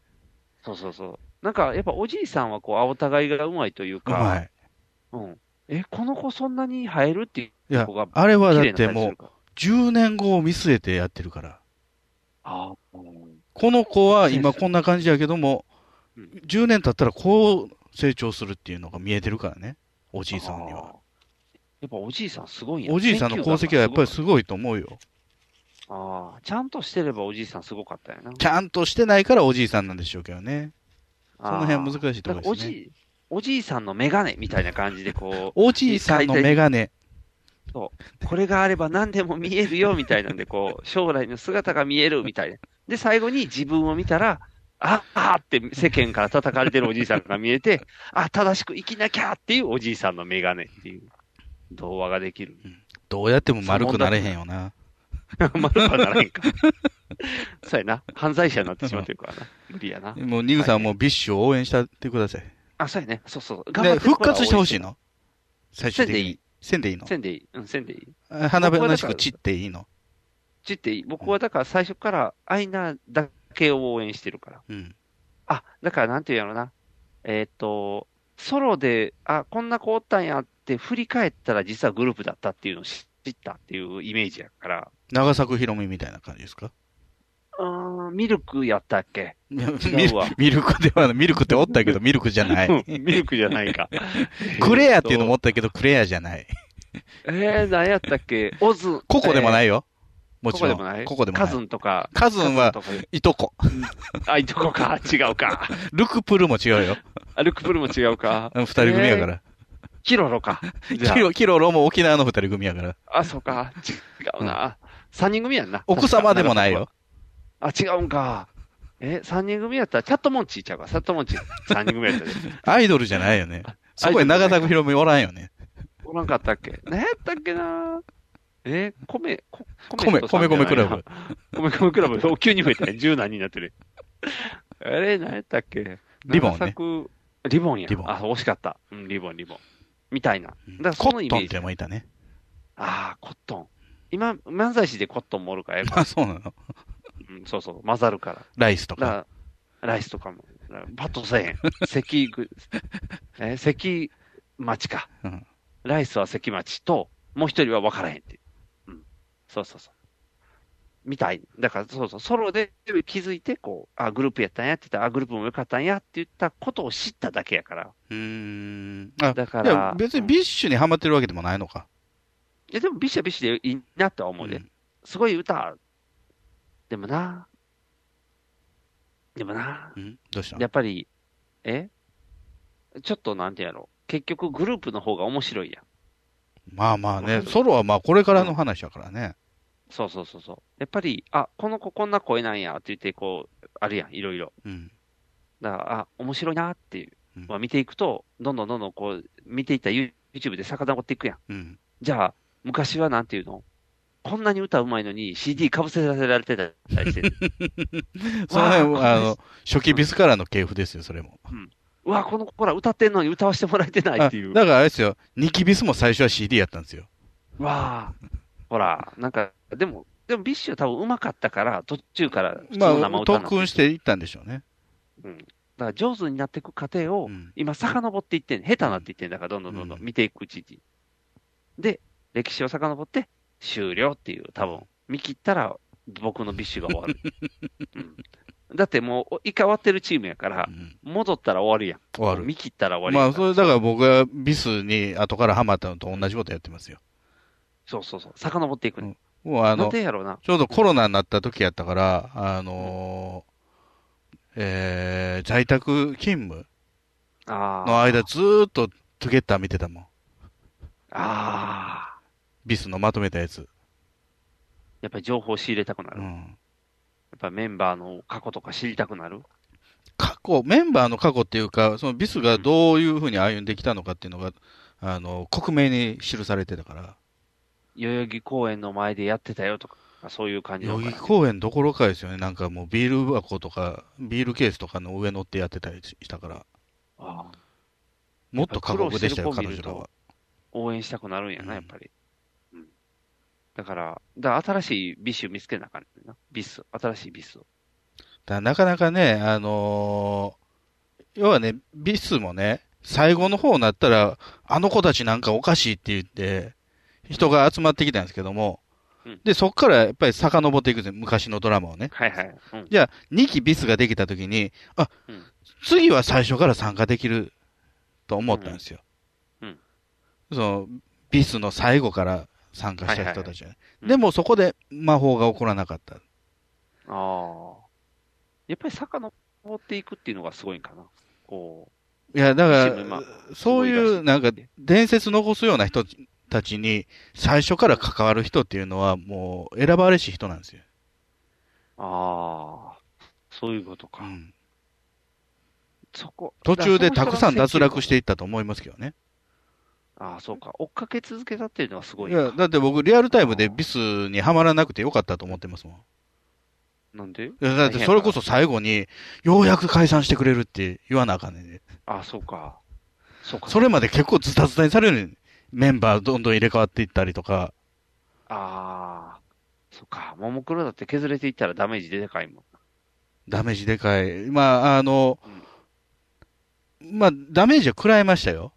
S2: そうそうそう。なんか、やっぱおじいさんはこう、お互いがうまいという
S3: う
S2: か、
S3: まい。
S2: うん。え、この子そんなに生えるってい
S3: いうや
S2: 子が、、
S3: あれは
S2: 綺
S3: だっ
S2: 麗な
S3: て
S2: 感じす
S3: もう
S2: る、から。
S3: 10年後を見据えてやってるから。
S2: ああ、うん
S3: この子は今こんな感じやけども
S2: うん、
S3: 10年経ったらこう成長するっていうのが見えてるからね。おじいさんに
S2: あ
S3: は
S2: ー。やっぱおじいさんすごいんや
S3: おじいさんの功績はやっぱりすごいと思うよ。
S2: ああ、ちゃんとしてればおじいさんすごかったよな。
S3: ちゃんとしてないからおじいさんなんでしょうけどね。その辺は難しいところ
S2: だからお
S3: です
S2: じ
S3: ね。
S2: い、おじいさんのメガネみたいな感じでこ
S3: おじいさんのメガネ。
S2: う、これがあれば何でも見えるよみたいなんで、こ
S3: [LAUGHS]
S2: う、将来の姿が見えるみたいな。で、最後に自分を見たら、ああーって世間から叩かれてるおじいさんが見えて、あ、正しく生きなきゃっていうおじいさんのメガネっていう童話が
S3: [LAUGHS]
S2: できる。
S3: どうやっても丸くなれへんよな。
S2: まだならへんか。そうやな。犯罪者になってしまってるからな。無理やな。
S3: もうニグさんもビッシュを応援したってください。
S2: あ、そうやね。そうそう。頑張っ
S3: で、
S2: てる
S3: 復
S2: 子ら
S3: 活してほしい
S2: 多
S3: の最
S2: し。せ
S3: 終
S2: ん
S3: 的
S2: でい
S3: に
S2: い。。
S3: せんでいいの
S2: せんでいい。うん、せんでいい。
S3: 花々しく散っていいの
S2: ちっていい。僕はだから最初からアイナだけを応援してるから。
S3: うん。
S2: あ、だからなんていうんやろな。えーっ、と、ソロで、あ、こんな子おったんやって振り返ったら実はグループだったっていうのを知ったっていうイメージやから。
S3: 長作ひろみみたいな感じですか
S2: うーん、ミルクやったっけ
S3: い [LAUGHS] やミ
S2: 違うわ
S3: ルミルクではない、ミルクっておったけど、ミルクじゃない。
S2: ミルクじゃな
S3: [LAUGHS]
S2: いか。
S3: クレアっていうのもおったけど、クレアじゃない。
S2: えー、何やったっけオズ。。
S3: ココでもないいよ。も
S2: こ
S3: ち
S2: こで
S3: ろ
S2: もない
S3: ん。ココでもない
S2: カ。ズンとか。
S3: カズンは
S2: カズンと
S3: いとこ。
S2: かあ、いとこか。違
S3: [LAUGHS]
S2: うか。
S3: ルクプルも違うよ。
S2: あルクプルも違うか。
S3: 二人組やから。
S2: キロロか。じゃあ
S3: キロ、キロロも沖縄の二人組やから。
S2: あ、そうか。違うな。三人組やんな。
S3: 奥様でもないよ。
S2: あ、違うんか。え、三人組やったら、チャットモンチーちゃうか。チャットモンチー。三人
S3: [LAUGHS]
S2: 組やったで。
S3: アイドルじゃないよね。そこに長作ひろみおらんよね。
S2: おらんかったっけ何やったっけなえ、米、こ
S3: 米、
S2: とさんじ
S3: 米
S2: ゃな
S3: 米
S2: いな
S3: クラブ。。
S2: 米米クラブ。お急に増えたね。十何人になってる。あれ、何やったっけ
S3: リボンね
S2: 長作リボンや。
S3: リボン
S2: あ、惜しかった。うん、リボン、リボン。みたいな。だから
S3: コ
S2: その
S3: ッ
S2: イ
S3: ト
S2: メ
S3: ンっ
S2: ージ。
S3: てもいたね。 [LAUGHS]
S2: ああ、コットン。今、漫才師でコットンもおるから、やっぱ
S3: あ、そうなの
S2: うん、そうそう、混ざるから。
S3: ライスと
S2: だ
S3: か。
S2: からライスとかも、だからパッとせえへん。
S3: [LAUGHS]
S2: 関ぐ、えー関町か。
S3: うん
S2: ライスは関町と、もう一人は分からへんっていう。うん。そうそうそう。みたい。だから、そうそう、ソロで気づいて、こう、あ、グループやったんやって言ったら、あ、グループもよかったんやって言ったことを知っただけやから。
S3: うーん。あ、
S2: だか
S3: いや
S2: ら、
S3: 別に
S2: うんい
S3: ビッシュにハマってるわけでもないのか。
S2: や、でもビシャビシャでいいなとは思うで。
S3: うん
S2: すごい歌。でもな。でもな。
S3: うんどうした
S2: やっぱり、えちょっとなんてやろう。結局グループの方が面白いやん。
S3: まあまあ
S2: わ
S3: ね
S2: か、る
S3: ソロはまあこれからの話だからね。
S2: そうそうそうそう。やっぱり、あ、この子こんな声なんやって言って、こう、あるやん、いろいろ。
S3: うん。
S2: だから、あ、面白いなっていう
S3: うん。
S2: まあ見ていくと、どんどんどんどんこう、見ていった YouTube で遡っていくやん。
S3: うん。
S2: じゃあ、昔はなんていうのこんなに歌うまいのに CD 被せさせられてたりしてる。
S3: その辺
S2: わ
S3: は、
S2: あ
S3: あの、初期ビスからの系譜ですよ、それも。
S2: うわ、この子ら歌ってんのに歌わせてもらえてない
S3: あ
S2: っていう。
S3: だからあれですよ、ニキビスも最初は CD やったんですよ。
S2: わあ、ほら、なんか、でも、でもビッシュは多分上手かったから、途中から普通
S3: ま
S2: の生
S3: あ、
S2: 歌に
S3: 特
S2: なって、
S3: 訓していったんでしょうね。
S2: うん、だから上手になっていく過程を、
S3: うん
S2: 今、遡っていってん、下手になっていってんだから、どんどんどんどん
S3: うん
S2: 見ていくうちに。で、歴史を遡って、
S3: [LAUGHS]
S2: 終了っていう、多分見切ったら、僕のビッシュが終わる。うんだってもう、一回終わってるチームやから
S3: う、ん
S2: 戻ったら終わるやん。
S3: 終わる。
S2: 見切ったら終わり
S3: ま
S2: や
S3: あ、
S2: から
S3: それだから僕はビスに後からハマったのと同じことやってますよ。
S2: そうそうそう。遡っていくね。
S3: もうあ
S2: なん
S3: の、
S2: でやろうな。
S3: ちょうどコロナになった時やったから、あのーえー在宅勤務
S2: ああ。
S3: の間ずーっとトゥゲッター見てたもん。
S2: ああ。
S3: ビスのまとめたやつ。
S2: やっぱり情報を仕入れたくなる。
S3: う
S2: やっ
S3: ん。
S2: ぱメンバーの過去とか知りたくなる。
S3: 過去、メンバーの過去っていうか、そのビスがどういうふうに歩んできたのかっていうのが、あの、克明に記されてたから、
S2: 代々木公園の前でやってたよとか、そういう感じ
S3: 代
S2: の
S3: 々木公園どころかですよね。なんかもうビール箱とか、ビールケースとかの上乗ってやってたりしたから、
S2: ああ
S3: もっと過酷でしたよ、
S2: やっぱ
S3: 彼女
S2: り苦労してる子見ると
S3: らは。
S2: 応援したくなるんやな、
S3: うん
S2: やっぱり。うん。だから、だから新しいビッシュ見つけなあかんねんな。ビス、新しいビスを。
S3: だからなかなかね、あのー要はね、ビスもね、最後の方になったら、あの子たちなんかおかしいって言って、人が集まってきたんですけども
S2: うん、
S3: で、そっからやっぱり遡っていくんですよ、昔のドラマをね。
S2: はいはい。うん。
S3: じゃあ、2期ビスができたときに、あ、
S2: うん
S3: 次は最初から参加できると思ったんですよ。
S2: うん
S3: その、ビスの最後から参加した人たちはね、
S2: うん
S3: でもそこで魔法が起こらなかった。
S2: ああ。やっぱり遡っていくっていうのがすごいんかな。こ
S3: いや、だ
S2: う。
S3: か
S2: チーム
S3: ら
S2: 今、
S3: そういう、なんか、伝説残すような人たちに、最初から関わる人っていうのは、もう、選ばれし人なんですよ。
S2: ああ。そういうことか。そこ。
S3: 途中でた
S2: だから
S3: く
S2: そ
S3: さ
S2: の
S3: ん脱
S2: 人の
S3: 落して
S2: 選
S3: いったと思いますけどね。
S2: 球感。ああ、そうか。追っかけ続けたっていうのはすごい
S3: い
S2: な
S3: や、だって僕、リアルタイムでビスにはまらなくてよかったと思ってますもん。い
S2: なんで
S3: や、だってそれこそ最後に、ようやく解散してくれるって言わなあかんねんで。
S2: ああ、そうか。そうか。
S3: それまで結構ズタズタにされるのにメンバーどんどん入れ替わっていったりとか、
S2: ああ。そうか。ももクロだって削れていったらダメージ出てかいもん。
S3: ダメージでかい。まあ、あの
S2: うん、
S3: まあ、ダメージは食らいましたよ。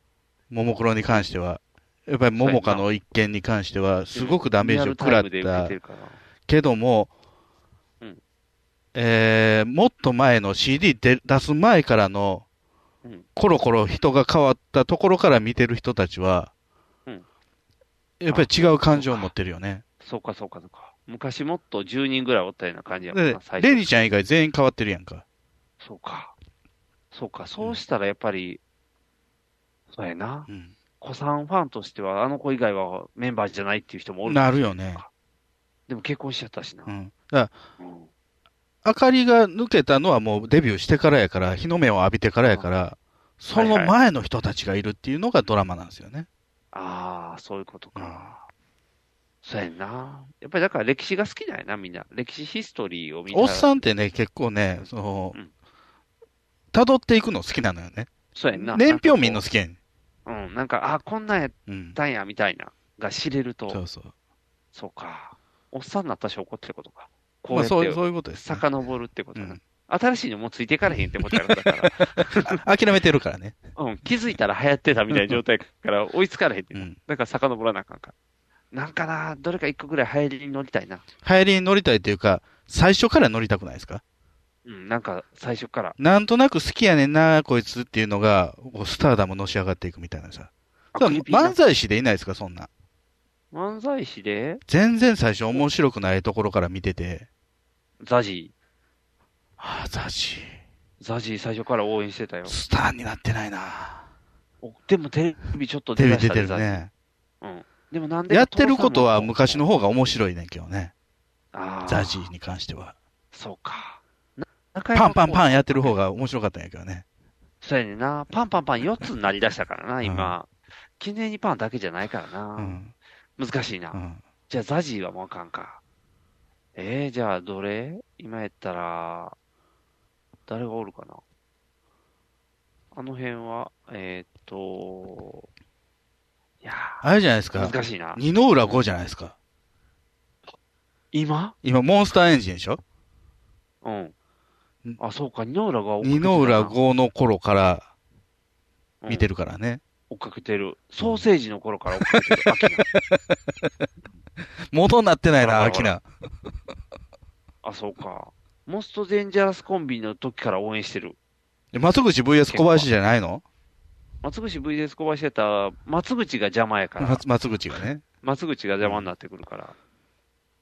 S3: ももクロに関しては。やっぱり、ももかの一件に関しては、すごくダメージを食らっ
S2: リアルタイムで受け
S3: た
S2: てるから。
S3: けども
S2: うん、
S3: えー、もっと前の CD 出出す前からの
S2: うん、
S3: コロコロ人が変わったところから見てる人たちは
S2: うん、
S3: やっぱり違う感情を持ってるよね。
S2: そうか、そうか、そうか。昔もっと10人ぐらいおったような感じやもん
S3: で
S2: な、最、初。
S3: レニちゃん以外全員変わってるやんか。
S2: そうか。そうか。そうしたらやっぱり、そうやな。
S3: うん
S2: 子さんファンとしては、あの子以外はメンバーじゃないっていう人もおる。
S3: なるよね。
S2: でも結婚しちゃったしな
S3: う。ん。だから
S2: うん
S3: 明かりが抜けたのはもうデビューしてからやから、日の目を浴びてからやから、その前の人たちがいるっていうのがドラマなんですよね。
S2: ああ、そういうことか。そうやんな。やっぱりだから歴史が好きだよな、みんな。歴史ヒストリーを見た
S3: お
S2: ら。
S3: っさんってね、結構ね、その
S2: うん、
S3: 辿っていくの好きなのよね。
S2: そうやんな。
S3: 年表見んの
S2: なんか
S3: 好きやねん。
S2: こううん、なんか、あーこんなんやっ
S3: うん。
S2: たんや、みたいな、が知れると、そ
S3: そううそう。
S2: か。おっさんになった証拠ってことか。こう
S3: まあ、
S2: や
S3: そう、そ
S2: っ
S3: ういうこと
S2: て、
S3: ですね、
S2: 遡るってこと
S3: う
S2: な。
S3: ん
S2: 新しいのもうついていかれへんって思っちゃうんだ
S3: [LAUGHS]
S2: から。
S3: あ諦めてるからね。
S2: うん、気づいたら流行ってたみたいな状態から追いつかれへんって
S3: う
S2: な。
S3: ん。
S2: だから遡らなあかんから。なんかな、どれか一個ぐらい流行りに乗りたいな。
S3: 流行りに乗りたいっていうか、最初から乗りたくないですか
S2: うん、なんか最初から。
S3: なんとなく好きやねんな、こいつっていうのが、こうスターダムのし上がっていくみたいなさ。だ
S2: あ
S3: から
S2: クリピーな
S3: 漫才師でいないですか、そんな。
S2: 漫才師で、
S3: 全然最初面白くないところから見てて、
S2: ザジ
S3: ああ、ザジ
S2: ー、ザジー最初から応援してたよ
S3: ー、。スターになってないな。
S2: おでもテレビちょっと
S3: テ
S2: 出
S3: レビ
S2: だし
S3: 出
S2: た
S3: て
S2: で
S3: る。ね。
S2: でもなんで
S3: やってることは昔の
S2: 方
S3: 方が面白いねんけどね。
S2: あー
S3: ザジーに関しては。
S2: そうか。
S3: パンパン
S2: ン。
S3: パンやってる方が面白かったんやけどね。
S2: そうやねんな。パンパンパン4つになりだしたからな、今。記念にパンだけじゃないから
S3: う
S2: な。
S3: ん。
S2: 難しいな
S3: う。ん。
S2: じゃあザジーはもうあかんか。えー、じゃあどれ今やったら、誰がおるかな。あの辺は、えーっと、いや
S3: あれじゃないです
S2: ー、
S3: か。
S2: 難しいな。
S3: 二の浦5じゃないですか。
S2: 今
S3: 今、モンスターエンジンでしょ
S2: うん
S3: うん。
S2: あ、そうか、二の浦が追っかけ
S3: 二
S2: てたな
S3: の浦5の頃から見て
S2: る、
S3: るからね。
S2: 追っかけてる。ソーセージの頃から追っか
S3: [LAUGHS]
S2: けてる。秋の
S3: 元になってないな、アキナ。
S2: あ、そうか。モストデンジャラスコンビの時から応援してる。
S3: え松口 VS 小林じゃないの
S2: 松口 VS 小林やったら、松口が邪魔やから、
S3: 松松口がね。
S2: 松口が邪魔になってくるから。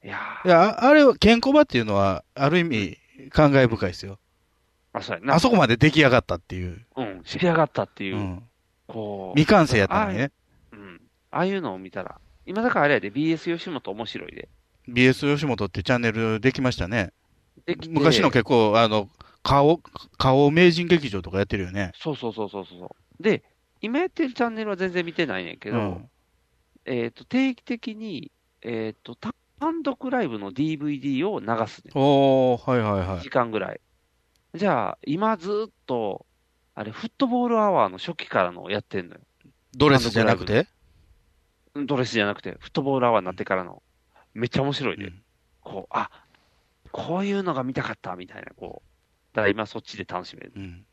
S2: いや
S3: い
S2: ー、
S3: や、ああれは、ケンコバっていうのは、ある意味、感慨深いですよ。
S2: あ、そうやな。
S3: あそこまで出来上がったっていう。
S2: うん、仕上がったっていうう、
S3: ん。
S2: こう、
S3: 未完成やったのにね。
S2: うん。ああいうのを見たら、今だからあれやで、BS 吉本面白いで。
S3: BS 吉本っていうチャンネルできましたね。
S2: できて
S3: 昔の結構、あの、顔、顔名人劇場とかやってるよね。
S2: そうそうそうそうそう。で、今やってるチャンネルは全然見てないねんけ
S3: う
S2: ど、
S3: ん。
S2: えっ、と、定期的に、えっ、と、た単独ライブの DVD を流すねん。
S3: おー、はいはいは
S2: 1時間ぐらい。じゃあ、今ずっと、あれ、フットボールアワーの初期からのやってんのよ。
S3: い。ドレスじゃなくて
S2: ドレスじゃなくて、フットボールアワーになってからの。めっちゃ面白いで、
S3: うん
S2: こう、あ、こういうのが見たかった、みたいな、こう。だから今そっちで楽しめる。
S3: うん。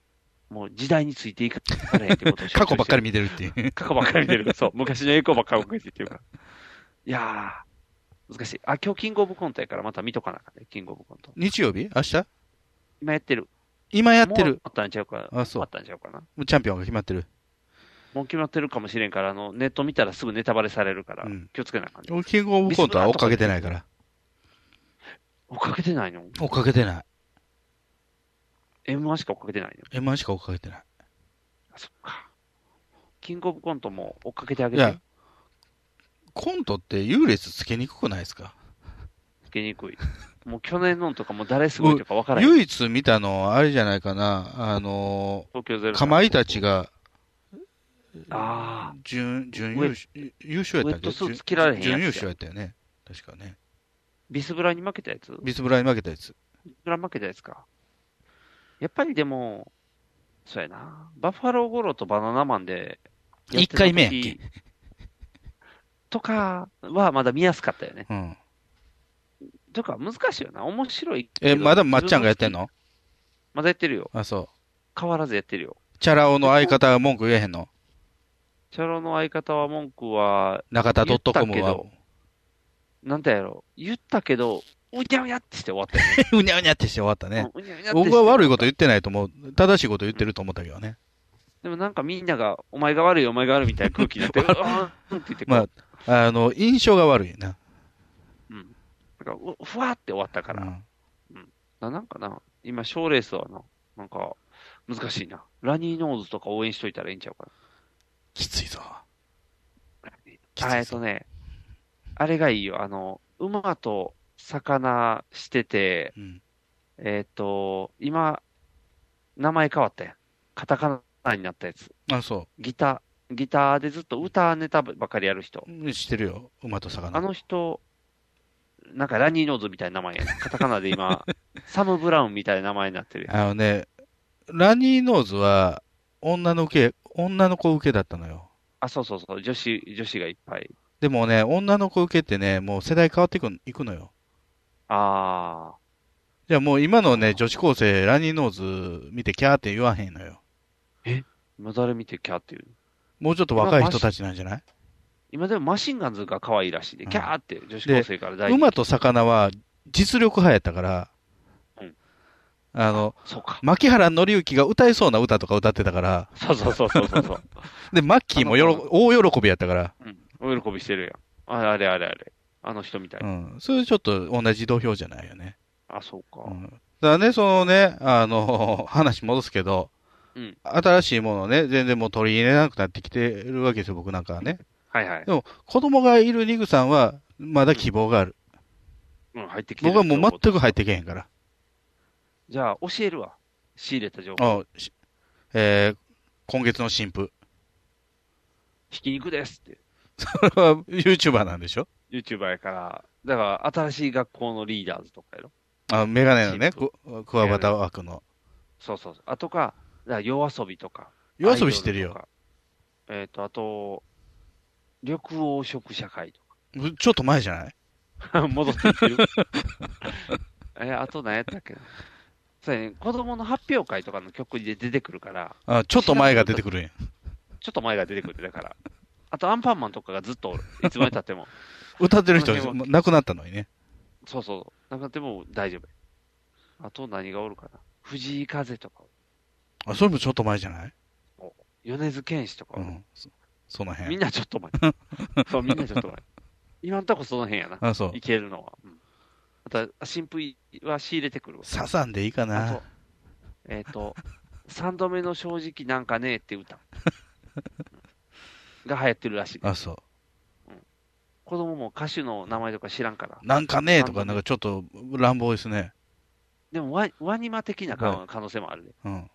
S2: もう時代についていかないってことを
S3: 過去ばっかり見てるって [LAUGHS] いう。
S2: 過去ばっかり見てる。そう。昔の栄光ばっかり追っかけてっていうか。いやー、難しい。あ、今日キングオブコントやからまた見とかなあかんね、キングオブコント。
S3: 日曜日明日
S2: 今やってる。
S3: 今やって
S2: もう
S3: る。
S2: あったんちゃうか。
S3: あそう
S2: あったんちゃうかな。
S3: もうチャンピオンが決まってる。
S2: もう決まってるかもしれんから、あの、ネット見たらすぐネタバレされるから
S3: うん、
S2: 気をつけなあかんね。
S3: 俺キングオブコントは追っかけてないから。
S2: 追っかけてないの
S3: 追っかけてない。
S2: ?M1 しか追っかけてないの
S3: M1 しか追っかけてない。
S2: あ、そっか。キングオブコントも追っかけてあげ
S3: い
S2: て。
S3: や、コントって優劣つけにくくないですか
S2: つけにくい。もう去年のんとかも誰すごいとかわからへん。
S3: 唯一見たのはあれじゃないかな、あの
S2: 東京ゼ
S3: ー、
S2: ロ。
S3: かまいたち。が
S2: ああ、
S3: 準準優勝優優勝やったんじゃ
S2: ウェットスーツ着られへんやつや
S3: 準優勝やったよね。確かね。
S2: ビスブラに負けたやつ
S3: ビスブラに負けたやつ。
S2: グラン負けじゃないですか。やっぱりでも、そうやな。バッファローゴロとバナナマンで、
S3: 一回目やっけ
S2: やってた時とかはまだ見やすかったよね。
S3: うん。
S2: とか難しいよな。面白いけど。
S3: え、まだまっちゃんがやってんの
S2: まだやってるよ。
S3: あ、そう。
S2: 変わらずやってるよ。
S3: チャラ男の相方が文句言えへんの
S2: チャロの相方は文句は、
S3: 中田ドットコム
S2: 言
S3: は
S2: っ。なんだやろ。言ったけど、うにゃうにゃってして終わったよ
S3: [LAUGHS] うにゃうにゃってして終わったね
S2: ね。。うんうにゃうにゃってして
S3: 僕は悪いこと言ってないと思う。正しいこと言ってると思ったけどね。
S2: でもなんかみんなが、お前が悪い、お前が悪いみたいな空気にな
S3: [LAUGHS]
S2: って、うわーんって言ってこう、
S3: まあ、あの、印象が悪いな。
S2: うん。なんかうふわって終わったから
S3: う。ん
S2: な、なんかな、今、賞ーレースはな、なんか、難しいな。ラニーノーズとか応援しといたらいいんちゃうか
S3: きついぞ。きつい
S2: な。
S3: ぞ
S2: あ、えっとね、あれがいいよ。あの、馬と魚してて、
S3: うん。
S2: えっ、と、今、名前変わったやん。カタカナになったやつ。
S3: あ、そ
S2: ギター、ギターでずっと歌ネタばかりやる人
S3: う。。うん知ってるよ。馬と魚。
S2: あの人、なんかラニーノーズみたいな名前やん。カタカナで
S3: [LAUGHS]
S2: 今、サム・ブラウンみたいな名前になってるやん。
S3: あのね、ラニーノーズは、女の受け、女の子受けだったのよ。
S2: あ、そうそうそう。女子、女子がいっぱい。
S3: でもね、女の子受けってね、もう世代変わっていくいくのよ。
S2: ああ。
S3: じゃあもう今のね、女子高生、ラニーノーズ見てキャーって言わへんのよ。
S2: 今誰見てキャーっていう。
S3: もうちょっと若い人たちなんじゃない
S2: 今でもマシンガンズが可愛いらしいで、
S3: うん
S2: キャーって女子高生から大
S3: 馬と魚は実力派やったから
S2: うん、
S3: あの、
S2: そうか。
S3: 牧原紀之が歌えそうな歌とか歌ってたから、
S2: そうそうそうそうそうそう。
S3: で、マッキーもよろ大喜びやったから、
S2: うん。お喜びしてるやん。ああれあれあれ。あの人みたい。
S3: うん。それちょっと同じ土俵じゃないよね。
S2: あ、そうか。
S3: うん。だからね、そのね、あの、 [LAUGHS] 話戻すけど、
S2: うん
S3: 新しいものをね、全然もう取り入れなくなってきてるわけですよ、僕なんかはね。
S2: はいはい
S3: で。も、子供がいるニグさんは、まだ希望がある。
S2: うん、入ってきてる
S3: 僕はもう全
S2: 情報
S3: く入ってけへんから。
S2: じゃあ、教えるわ。仕入れた情報。
S3: あしえー今月の新婦。 [LAUGHS]
S2: ひき肉ですって。
S3: これは YouTuber なんでしょ
S2: YouTuber やから。だから、新しい学校のリーダーズとかやろ。
S3: あ、メガネのね、
S2: 新
S3: こクワバタ枠の。
S2: そうそうそう。あとか、だから夜遊びとか。
S3: 夜遊びしてる
S2: アイ
S3: よ。
S2: ドルとか。えっ、と、あと、緑黄色社会とか
S3: ちょっと前じゃない
S2: [LAUGHS] 戻ってきてる。え、あと何やったっけな。そうやね、子供の発表会とかの曲で出てくるから、
S3: あ、ちょっと前が出てくるん
S2: [LAUGHS]
S3: や。
S2: ちょっと前が出てくるだから。あとアンパンマンとかがずっとおる。いつまで経って [LAUGHS] も。
S3: 歌ってる人
S2: この辺
S3: 亡くなったのにね。
S2: そうそう。なくなっても大丈夫。あと何がおるかな。藤井風とか、
S3: あ、それもちょっと前じゃない
S2: 米津玄師と
S3: う
S2: かおる、
S3: ん。そその辺。
S2: みんなちょっ [LAUGHS] と前。そう、みんなちょっと前。今んとこその辺やな。
S3: あ、そう
S2: い。けるのは。うん、あと、新婦は仕入れてくるわ。
S3: サザンでいいか
S2: あ
S3: な
S2: と。、えっ、と、 [LAUGHS] 三度目の正直なんかねえって歌。が流行ってるらしい。
S3: あ、そう。
S2: 子供も歌手の名前とか知らんから。
S3: なんかねえとか、
S2: なんか
S3: な
S2: ね
S3: んかちょっと乱暴ですね。
S2: でもワ、ワニマ的な可能性もあるで。
S3: うん。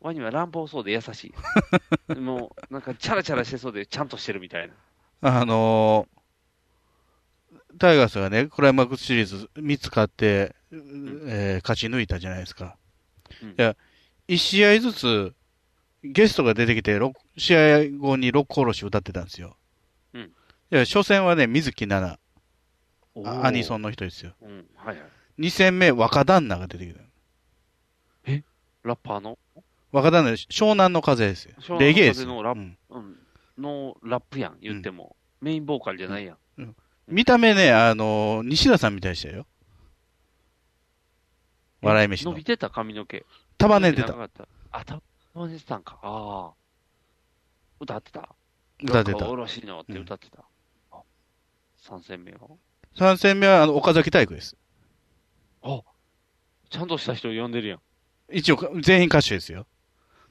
S2: ワニマ乱暴そうで優し
S3: [LAUGHS]
S2: い。もう、なんかチャラチャラしてそうでちゃんとしてるみたいな。
S3: あのータイガースがね、クライマックスシリーズ3つ勝って、えー勝ち抜いたじゃないですか。
S2: うん
S3: いや、1試合ずつ、ゲストが出てきて、六試合後に六甲おろし歌ってたんですよ。
S2: うん
S3: いや、初戦はね、水木奈々、あアニソ
S2: ン。
S3: ンの人ですよ。
S2: うん、はいはい。
S3: 2戦目、若旦那が出てきた。
S2: ラッパーの、
S3: 若旦那、湘南の風ですよ
S2: 湘。南の風
S3: レゲエですよ。
S2: のラップ
S3: うん
S2: うん、のラップやん、言っても。メインボーカルじゃないやん。
S3: 見た目ね、あのー西田さんみたいでしたよ。笑い飯
S2: 伸
S3: の
S2: び。てた髪の毛。
S3: 束ねてた。
S2: 長かった。あ、た束ねてたんか。ああ。歌ってた。
S3: 歌ってた
S2: お。ろしのって歌ってた。あ三戦目よ。
S3: 3戦目は、あの、岡崎体育です。
S2: ちゃんとした人呼んでるやん。
S3: 一応、全員歌手ですよ。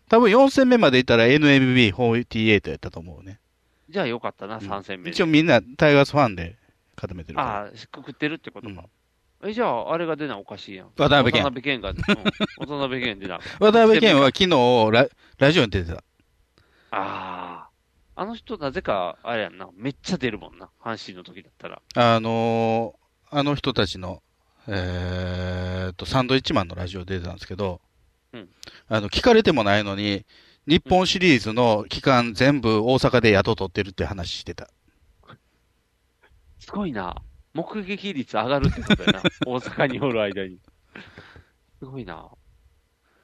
S3: 多分4戦目までいったら NMB48 やったと思うね。
S2: じゃあよかったな、
S3: うん
S2: 三戦目で。
S3: 一応みんなタイガースファンで固めてるから。
S2: ああ、くくってるってこと
S3: う
S2: か。
S3: ん
S2: え、じゃあ、あれが出ないおかしいやん。
S3: 渡辺
S2: 渡
S3: 謙。
S2: 辺謙が、うん渡辺謙出な。
S3: 渡辺謙は昨日ラ、ラジオに出てた。
S2: ああ。あの人、なぜか、あれやんな。めっちゃ出るもんな。阪神の時だったら。
S3: あのーあの人たちの、えーっと、サンドイッチマンのラジオ出てたんですけど、
S2: うん
S3: あの、聞かれてもないのに、日本シリーズの期間全部大阪で雇取ってるって話してた。
S2: すごいな。目撃率上がるってことや
S3: [LAUGHS]
S2: な。大阪におる間に。すごいな。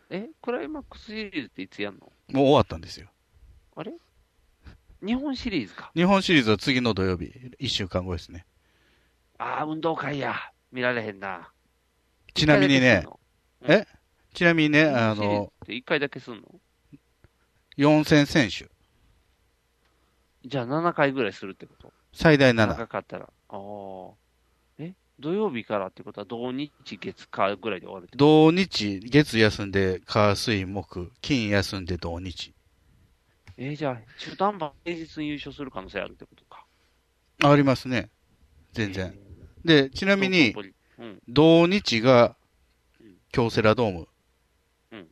S2: え、クライマックスシリーズっていつやんの
S3: もう終わったんですよ。
S2: 日本シリーズか。
S3: 日本シリーズは次の土曜日、1週間後ですね。
S2: ああ、運動会や。見られへんな。
S3: ちなみにね、
S2: 一
S3: え
S2: 回だけすんの、
S3: ちなみにね、
S2: 日
S3: あ
S2: 本シリーズ
S3: の
S2: っ、て一回だけすんの
S3: 4戦選手、
S2: じゃあ7回ぐらいするってこと
S3: 最大7。
S2: 長かったら。ああ。え土曜日からってことは、土日月火ぐらいで終わるってこ
S3: 土日、月休んで、火水木、金休んで土日。
S2: とえーじゃあ、中途半端平日に優勝する可能性あるってことか。
S3: ありますね。全然。で、ちなみに、
S2: 東京ポリうん。
S3: 土日が
S2: うん
S3: 京セラドーム。
S2: うん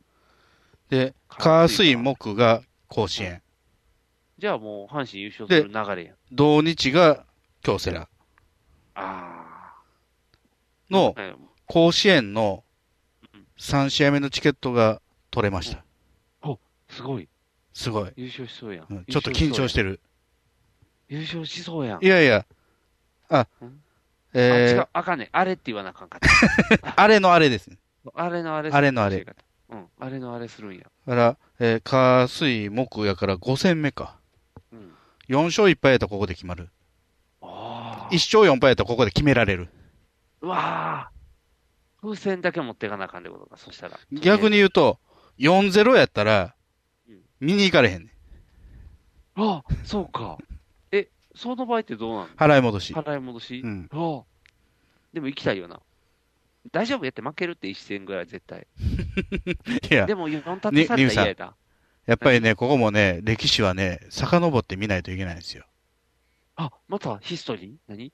S3: で、
S2: 火
S3: 火
S2: 水
S3: 水
S2: か
S3: 木が甲子園。
S2: じゃあもう阪神優勝する流れやん。
S3: 土日が京セラ。
S2: ああ。
S3: の
S2: え
S3: 甲子園の
S2: うん
S3: 3試合目のチケットが取れました。
S2: すごい。
S3: すごい。
S2: 優勝しそうやん。
S3: うんちょっと緊張して
S2: る。
S3: る。
S2: 優勝しそうやん。
S3: いやいや、あ
S2: うん、あ
S3: え
S2: 違
S3: ー
S2: う、あかんねん。あれって言わなあかんかった。
S3: あれのあれですね。
S2: あれのあれ。
S3: あれのあれ
S2: 間違えた。うん。あれのあれするんや。
S3: だから、えー火水木やから5戦目か。
S2: うん。
S3: 4勝1敗やったらここで決まる。
S2: ああ
S3: 1。勝4敗やったらここで決められる。
S2: うわあ。風船だけ持っていかなあかんってことか。そしたら。
S3: 逆
S2: に。
S3: に言うと、4-0やったら
S2: うん、
S3: 見に行かれへんねん。
S2: ああ、そうか。え、その場合ってどうなの
S3: 払い戻し。
S2: 払い戻し
S3: うん。
S2: ああ。でも行きたいよな。大丈夫やって負けるって一戦ぐらいは絶対。
S3: いや、
S2: でも4立てされたら嫌やな。
S3: やっぱりね、ここもね、歴史はね、遡って見ないといけないんですよ。
S2: あ、またヒストリー何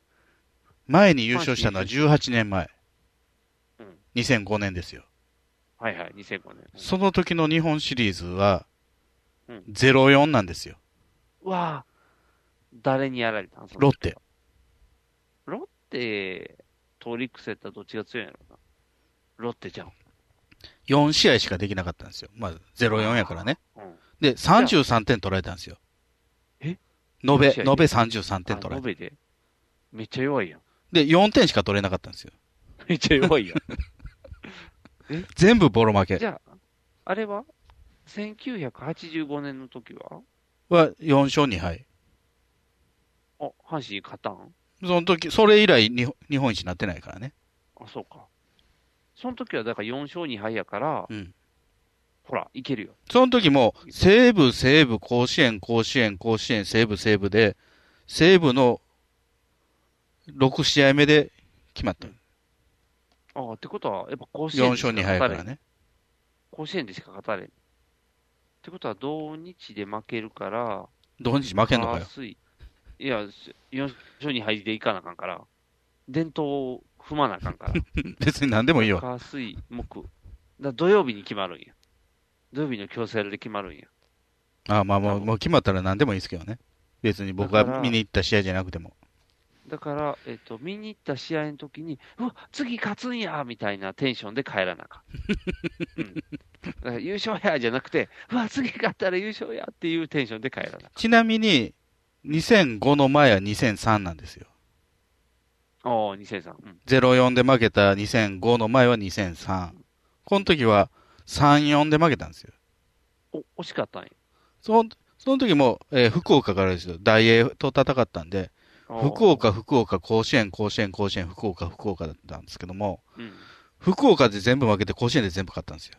S3: 前に優勝したのは18年前
S2: うん。
S3: 2005年ですよ。
S2: はいはい、2005年。
S3: その時の日本シリーズは
S2: うん、
S3: 0-4なんですよ。
S2: うわぁ、誰にやられたんその時は
S3: ロッテ。
S2: ロッテ、トリックスやったらどっちが強いんやろうな。ロッテじゃん。
S3: 4試合しかできなかったんですよ。まあ、0-4やからね。
S2: うん。
S3: で、33点取られたんですよ。
S2: え
S3: 延べ、
S2: 4試合
S3: 延べ33点取ら
S2: あ延
S3: れ
S2: べで。めっちゃ弱いやん。
S3: た。で、4点しか取れなかったんですよ。
S2: めっちゃ弱いやん。
S3: 全部ボロ負け
S2: じゃあ、あれは ?1985 年の時は
S3: は4勝2敗。
S2: あ、阪神勝たん
S3: その時、それ以来日本日本一になってないからね。
S2: あ、そうか。その時はだから4勝2敗やから、
S3: うん
S2: ほら、いけるよ。
S3: その時も、西部、西部、甲子園、甲子園、甲子園、西部、西部で、西部の6試合目で決まった。
S2: ああ、ってことは、やっぱ甲子
S3: 4
S2: 園でしか
S3: 勝2敗
S2: 勝
S3: か
S2: たれへ
S3: ら
S2: ん。
S3: ね。
S2: 甲子園でしか勝たれへん。ってことは、同日で負けるから、
S3: 土日負けんのかよ。
S2: 水いや、4勝2敗でいかなあかんから、伝統を踏まなあか
S3: [LAUGHS]
S2: んから。
S3: 別に何でもいいわ。
S2: 火、水、木。だから土曜日に決まるんや。土曜日の強制で決まるんや。
S3: あまあもう、もう決まったら何でもいいですけどね。別に僕
S2: だか
S3: が
S2: ら
S3: 見に行った試合じゃなくても。
S2: だから、えっと、見に行った試合の時に、うわ、次勝つんやみたいなテンションで帰らなあか
S3: [LAUGHS]
S2: ん。うん、だから優勝やじゃなくて、うわ、次勝ったら優勝やっていうテンションで帰らなあかん。
S3: ちなみに、2005の前は2003なんですよ。
S2: おお、2003。うん。
S3: 04で負けた2005の前は2003。この時は34で負けたんですよ。
S2: お、惜しかったんや。
S3: その、その時も、えー福岡からですよ。大英と戦ったんで、
S2: おー
S3: 福。岡、福岡、甲子園、甲子園、甲子園、福岡、福岡だったんですけども、
S2: うん。
S3: 福岡で全部負けて甲子園で全部勝ったんですよ。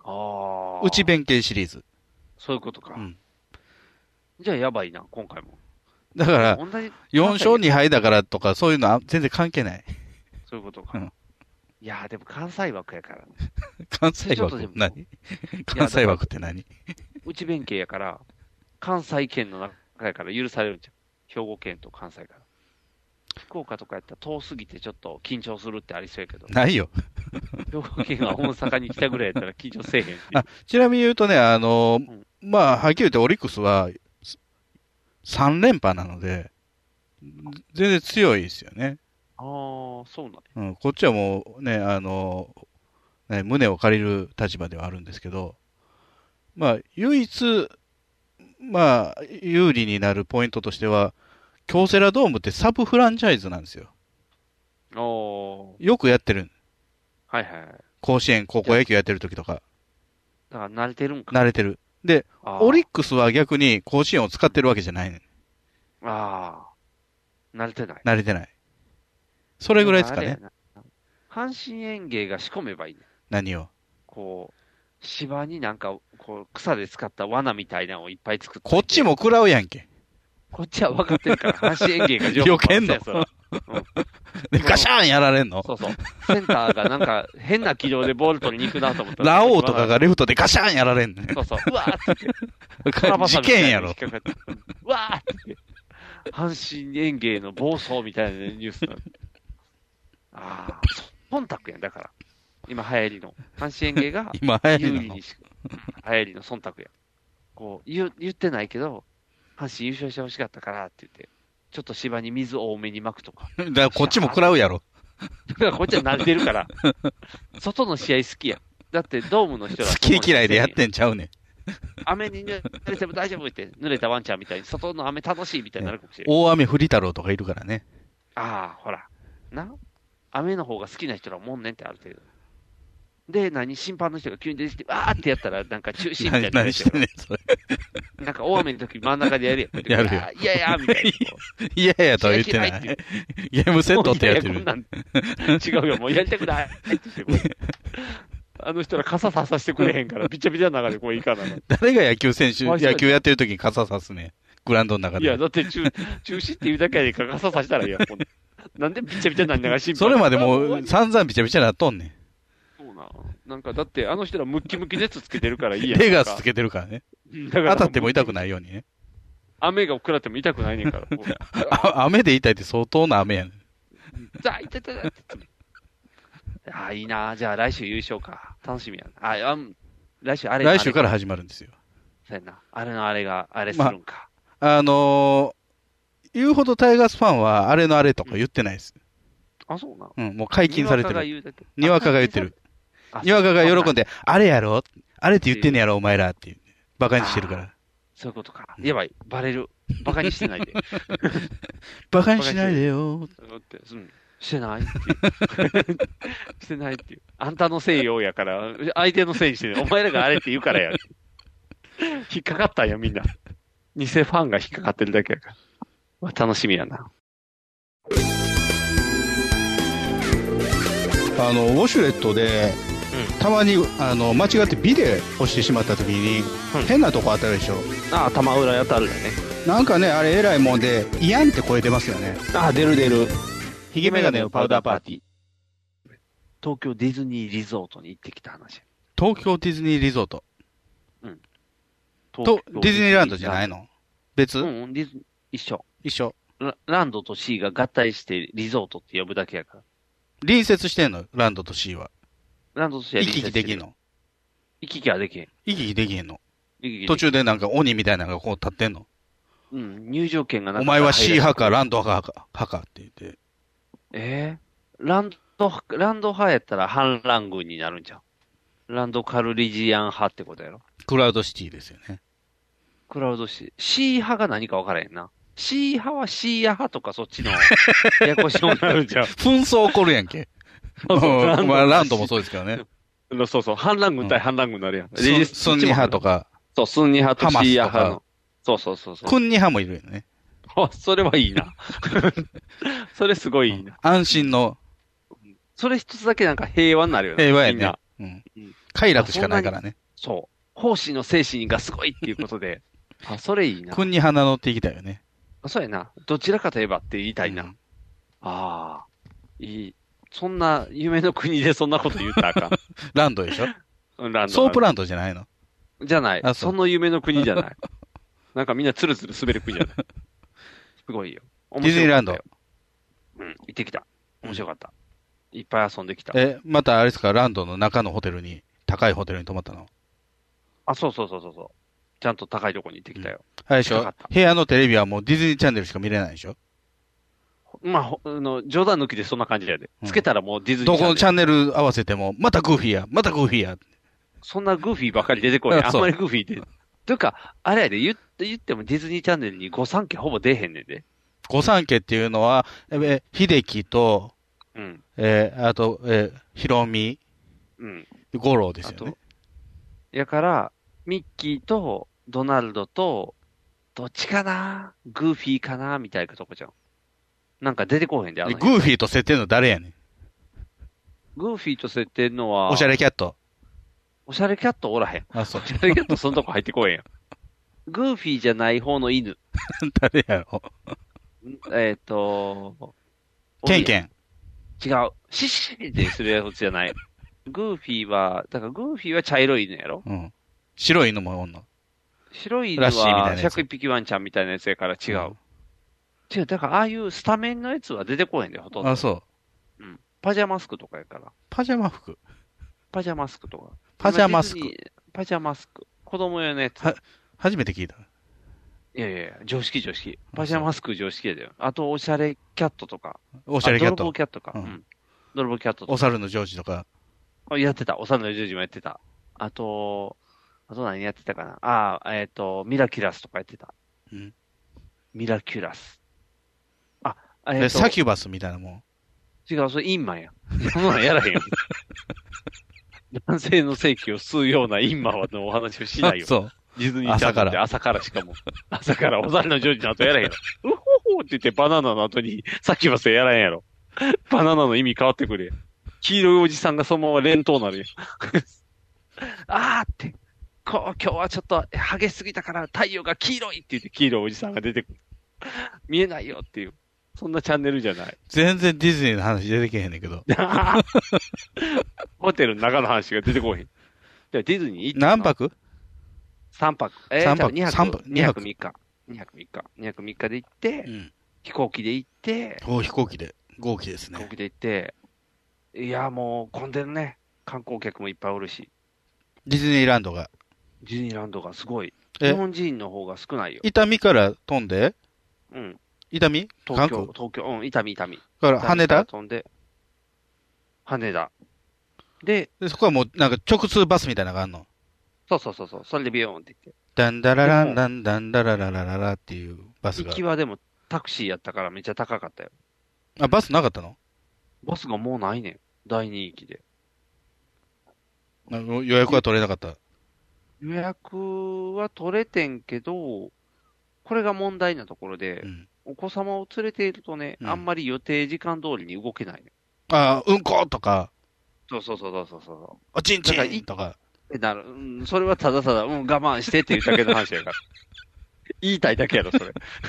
S2: ああ。
S3: 内弁慶シリーズ。
S2: そういうことか。
S3: うん
S2: じゃあ、やばいな、今回も。
S3: だから、
S2: 同じ、
S3: 4勝2敗だからとか、そういうのは全然関係ない。
S2: そういうことか。
S3: うん
S2: いやー、でも関西枠やから、
S3: 関西
S2: ちょっとで
S3: 枠
S2: も
S3: 何関西枠って何
S2: 内弁慶やから、関西圏の中やから許されるんじゃん。兵庫県と関西から。福岡とかやったら遠すぎてちょっと緊張するってありそうやけど、
S3: ないよ。
S2: 兵庫県は大阪に来たぐらいやったら緊張せえへんっていう
S3: [LAUGHS] あちなみに言うとね、あの
S2: ん
S3: まあ、はっきり言ってオリックスは3連覇なので、全然強いですよね。
S2: ああ、そうなんや
S3: うん、こっちはもうね、あのね、胸を借りる立場ではあるんですけど、まあ、唯一、まあ、有利になるポイントとしては、京セラドームってサブフランチャイズなんですよ。
S2: おー
S3: よくやってる。
S2: はいはいはい。だ
S3: 甲子園、高校野球やってる時とか、
S2: から慣れてるんか。
S3: 慣れてる。で、
S2: あー
S3: オリックスは逆に甲子園を使ってるわけじゃないねん
S2: ああ、慣れてない。
S3: 慣れてない。それぐらいですか
S2: あれ
S3: ね。
S2: やな。阪神園芸が仕込めばいいね。
S3: 何を。
S2: こう、芝になんか、こう、草で使った罠みたいなのをいっぱい作って。
S3: こっちも食らうやんけ。
S2: こっちは分かってるから、阪神園芸が
S3: 避けんの
S2: そら
S3: で、ガシャーンやられんの
S2: そうそう。センターがなんか、変な軌道でボール取りに行くなと思ったら。
S3: ラオウとかが。レフトでガシャーンやられんのね
S2: そうそう。うわーって言って。
S3: 事件やろ。
S2: トラバサミみたいなのに引っかかってうわーって言って。阪神園芸の暴走みたいなニュースなのああ、そ忖度やん、だから。今流行りの。阪神園芸が
S3: 今流行
S2: 有
S3: りな
S2: 利
S3: の
S2: に。し、流行りの忖度や。こう、言う言ってないけど、阪神優勝してほしかったからって言って、ちょっと芝に水多めにまくとか。
S3: だからこっちも食らうやろ。
S2: だからこっちは慣れてるから、外の試合好きや。だってドームの人
S3: 好
S2: ら。
S3: き嫌いでやっ。てんちゃうねん。
S2: 雨に濡れても大丈夫って、濡れたワンちゃんみたいに、外の雨楽しいみたいになるかもしれない。
S3: 大雨降り太郎とかいるからね。
S2: ああ、ほら。な雨の方が好きな人らもんねんってある程度。で、何審判の人が急に出てきて、わーってやったら、なんか中止みた
S3: 何
S2: いにな
S3: [LAUGHS] 何
S2: るやつ
S3: し
S2: や
S3: て
S2: か
S3: ん
S2: ら
S3: ねん、それ。
S2: なんか大雨の時真ん中でやるやん。
S3: やるよ
S2: あーいやいや、
S3: [LAUGHS]
S2: みたいな。こ
S3: いやいやとは言ってな
S2: 試合嫌い [LAUGHS]
S3: い。ゲームセ
S2: う
S3: ットってやって
S2: も
S3: る
S2: うい。やいやこんなん違うよ、もうやりたくない
S3: [LAUGHS]
S2: って言ってこうあの人ら傘ささしてくれへんから、びちゃびちゃの中でこういいからな。
S3: 誰が野球選手、
S2: あそうや
S3: 野球やってる時に傘さすねん。グラウンドの中
S2: いや、
S3: で。
S2: だって
S3: [LAUGHS]
S2: 中中止っていうだけで傘さしたらいいやん、こんなんなんでびちゃびちゃになんだから心配
S3: それまで
S2: あ終
S3: も
S2: わ
S3: う
S2: り
S3: 散々びちゃびちゃなっとんね
S2: そうなん。なんかだって、あの人らムッキムキ熱つけてるからいい
S3: ん。
S2: やん。
S3: レガスつけてるからね。
S2: うんだか
S3: 当
S2: ら
S3: たっても痛く
S2: い。
S3: ないようにね。
S2: 雨が食らっても痛くないねんから。こう
S3: あ雨で痛いって相当な雨やねん。
S2: ザいてててああ、いいな。じゃあ来週優勝か。楽しみやな。あ、あん来週あれ
S3: 来週から
S2: あれ
S3: 始まるんですよ。
S2: そうやな。あれのあれが、あれするんか。
S3: あのー言うほどタイガースファンは、あれのあれとか言ってないです。
S2: あ、そうなの。
S3: うん、もう解禁されてる。に
S2: に
S3: わ
S2: わ
S3: か
S2: か
S3: が
S2: が
S3: 言っ
S2: 言う
S3: て
S2: て
S3: る
S2: る。あ
S3: にわかが喜ん
S2: で。
S3: で、あれやろあれって言ってんねやろ、お前らっていう。バカにしてるから。
S2: そういうことか。やばい。バレる。バカにしてないで。
S3: バカにしないでよ。
S2: だってうんしてないっていう。 [LAUGHS] してないっていう。あんたのせいよやから、相手のせいにしてね。お前らがあれって言うからや。引っかかったんや、みんな。偽ファンが引っかかってるだけやから。まあ、楽しみやな。
S3: あのウォシュレットで、たまにあの間違ってビで押してしまった時に、
S2: うん
S3: 変なとこ当たるでしょ
S2: ああ、玉裏当たるよね。
S3: なんかねあれえらいもんでイヤンって声出ますよね
S2: ああ、出る出る。
S10: ヒゲメガネのパウダーパーティー。
S2: 東京ディズニーリゾートに行ってきた話。
S3: 東京ディズニーリゾート
S2: 東
S3: と
S2: 京
S3: ディズニーランドじゃない
S2: の
S3: の別、
S2: うんうん、ディズニー、一緒。
S3: 一緒
S2: ラランドと C が合体してリゾートって呼ぶだけやから。
S3: 隣接してんのランドと C は
S2: ランドと C は
S3: 行き来できんの
S2: 行き来はできへん。
S3: 行き来できへんの
S2: 行き来できへん
S3: 途。中でなんか鬼みたいなのがこう立ってんの
S2: うん、入場券がな
S3: お前は C
S2: 派。
S3: 派かランド派か派かって言って
S2: ええランド、ランド派やったら反乱軍になるんじゃん。ランドカルリジアン派ってことやろ。
S3: クラウドシティですよね
S2: クラウドシ C 派が何か分からへんな。C 派は C 派とかそっ
S3: [LAUGHS]
S2: ちのややこしいもんになるんじゃん。
S3: 紛争起こるやん
S2: [LAUGHS]
S3: け
S2: そうそう
S3: うん
S2: ランド
S3: まあランドもそうですからね
S2: そうそう、反乱軍対反乱軍になるやん。レジス
S3: スンニ派とか、
S2: そう、スンニ派とシーア派
S3: ハマ
S2: の。そうそうそうそう。
S3: クンニ派もいるよね。
S2: あ [LAUGHS] それはいい
S3: [LAUGHS]
S2: な。それすごいいいな。
S3: 安心の
S2: それ一つだけなんか平和になるよね。
S3: 平和や
S2: みんな
S3: ね。。うん。快楽しかないからね。
S2: そう。奉仕の精神がすごいっていうことで。 [LAUGHS] あ、それいいな
S3: ク。ンニ派名乗っていきたいよね。
S2: あそうやな。どちらかといえばって言いたいな。
S3: うん
S2: ああ、いい。そんな、夢の国でそんなこと言ったらあかん。
S3: ランドでしょ
S2: [LAUGHS] うんランド
S3: ソープ
S2: ラ
S3: ランドじゃないの
S2: じゃない。
S3: あそう
S2: その夢の国じゃない。 [LAUGHS] なんかみんなツルツル滑る国じゃない。すごいよ。デ
S3: ディズニーランド。
S2: うん、行ってきた。面白かった。いっぱい遊んできた。
S3: え、またあれですか、ランドの中のホテルに、高いホテルに泊まったの
S2: あ、そうそうそうそうそう。ちゃんと高いとこに行ってきたよ。
S3: あれでし
S2: 高か
S3: ょ
S2: った
S3: 部屋のテレビはもうディズニーチャンネルしか見れないでしょ
S2: まあ、ほあの、冗談抜きでそんな感じやで
S3: う。ん
S2: つけたらもうディズニー
S3: どこのチ
S2: ャンネル
S3: ャンネル合わせても、またグーフィーや、またグーフィーや。
S2: そんなグーフィーばっかり出てこない。
S3: あ
S2: あ
S3: そうん
S2: まりグーフィーで。というか、あれやで、言って、言ってもディズニーチャンネルに御三家ほぼ出へんねんで。
S3: 御三家っていうのは、え、秀樹と、
S2: うん。
S3: えーあと、えー、ひろみ、
S2: うん。
S3: 五郎です
S2: あ
S3: よ
S2: と、
S3: ね。
S2: やから、ミッキーとドナルドと、どっちかなグーフィーかなみたいなとこじゃん。なんか出てこへんで、あの
S3: で
S2: 辺
S3: グーフィーと設定の誰やねん。
S2: グーフィーと設定のは、
S3: おしゃれキャット。
S2: おしゃれキャットおらへん。
S3: あ、そう
S2: お。しゃれキャットそのとこ入ってこへんやん。グーフィーじゃない方の犬。
S3: 誰やろ。
S2: えっ、と、
S3: ケンケン。
S2: 違う。シッシッってするやつじゃ
S3: [LAUGHS]
S2: ない。グーフィーは、だからグーフィーは茶色い犬やろ
S3: うん。白い犬もおんの。
S2: 白い犬
S3: ラッシーみたい
S2: は
S3: なやつ
S2: 101匹ワンちゃんみたいなやつやから違う。違う、だからああいうスタメンのやつは出てこへんで、ほとんど。
S3: あ、そう。
S2: うん。パジャマスクとかやから。
S3: パジャマ服。
S2: パジャマスクとか。
S3: パジャマスク
S2: 今。ディズニー。パジャマスク。子供用のやつ。
S3: は初めて聞いた。
S2: いやいやいや、常識常識。パジャマスク常識やだよ。あと、おしゃれキャットとか。
S3: おしゃれキャッ
S2: あ泥棒
S3: ト。
S2: キャットか。
S3: う
S2: うんん。泥棒キャットとか
S3: お猿のジョージとか。
S2: あやってた。幼いジョージもやってた。あと、あと何やってたかな。ああ、えっ、と、ミラキュラスとかやってた。
S3: うん
S2: ミラキュラス。あ、えっ、
S3: え
S2: と、
S3: サキュバスみたいなもん。
S2: 違う、それインマンや。そんなのやら
S3: [LAUGHS]
S2: へんよ。男性の性器を吸うようなインマンのお話をしないよ
S3: あ。そう。
S2: ディズニーチャンネルって朝からしかも。 [LAUGHS] 朝から、お猿のジョージの後やらへん [LAUGHS] やろ。うほほって言ってバナナの後に、 [LAUGHS] さっきまでやらへんやろ。バナナの意味変わってくれ。黄色いおじさんがそのまま連投なるよ。 [LAUGHS] あーって、こう、今日はちょっと激しすぎたから太陽が黄色いって言って黄色いおじさんが出てくる。見えないよっていう。そんなチャンネルじゃ [LAUGHS] ない。
S3: 全然ディズニーの話出てけへんねんけど。
S2: ホテルの中の話が出てこへん。じゃあディズニー行って
S3: 何泊
S2: 3泊。えー、
S3: 三
S2: じ
S3: 泊
S2: ゃあ2
S3: 三
S2: 泊
S3: 泊。
S2: 2泊3日。2泊3日。2泊3日で行って、
S3: うん。
S2: 飛行機で行って、
S3: お飛行機で。豪機です
S2: 飛行
S3: ね。
S2: 機で行って、いや、もう混んでるね。観光客もいっぱいおるし、
S3: ディズニーランドが。
S2: ディズニーランドがすごい。
S3: え
S2: 日本人の方が少ないよ。
S3: 伊丹から飛んで、
S2: うん。
S3: 伊丹韓
S2: 東
S3: 国
S2: 京、東京、うん、伊丹、伊丹。
S3: から羽
S2: 伊丹から
S3: 田
S2: 飛んで、羽田。で、
S3: でそこはもうなんか直通バスみたいなのがあんの。
S2: そうそうそう、そうそれでビヨーンって行っ
S3: ダンダラランダンダンダラララララっていうバス
S2: て。行
S3: が。
S2: きはでもタクシーやったからめっちゃ高かったよ。
S3: あ、バスなかったの
S2: バスがもうないねん。大人気で。
S3: あ予約は取れなかった。
S2: 予約は取れてんけど、これが問題なところで、
S3: うん。
S2: お子様を連れているとね、
S3: うん
S2: あんまり予定時間通りに動けないね。
S3: あ、うんことか、
S2: そうそうそうそうそうそう。
S3: おちんち
S2: だからい
S3: んとか。
S2: えなる、うん、それはただただ、うん、我慢してっていうだけの話やから。 [LAUGHS] 言いたいだけやろ、それ。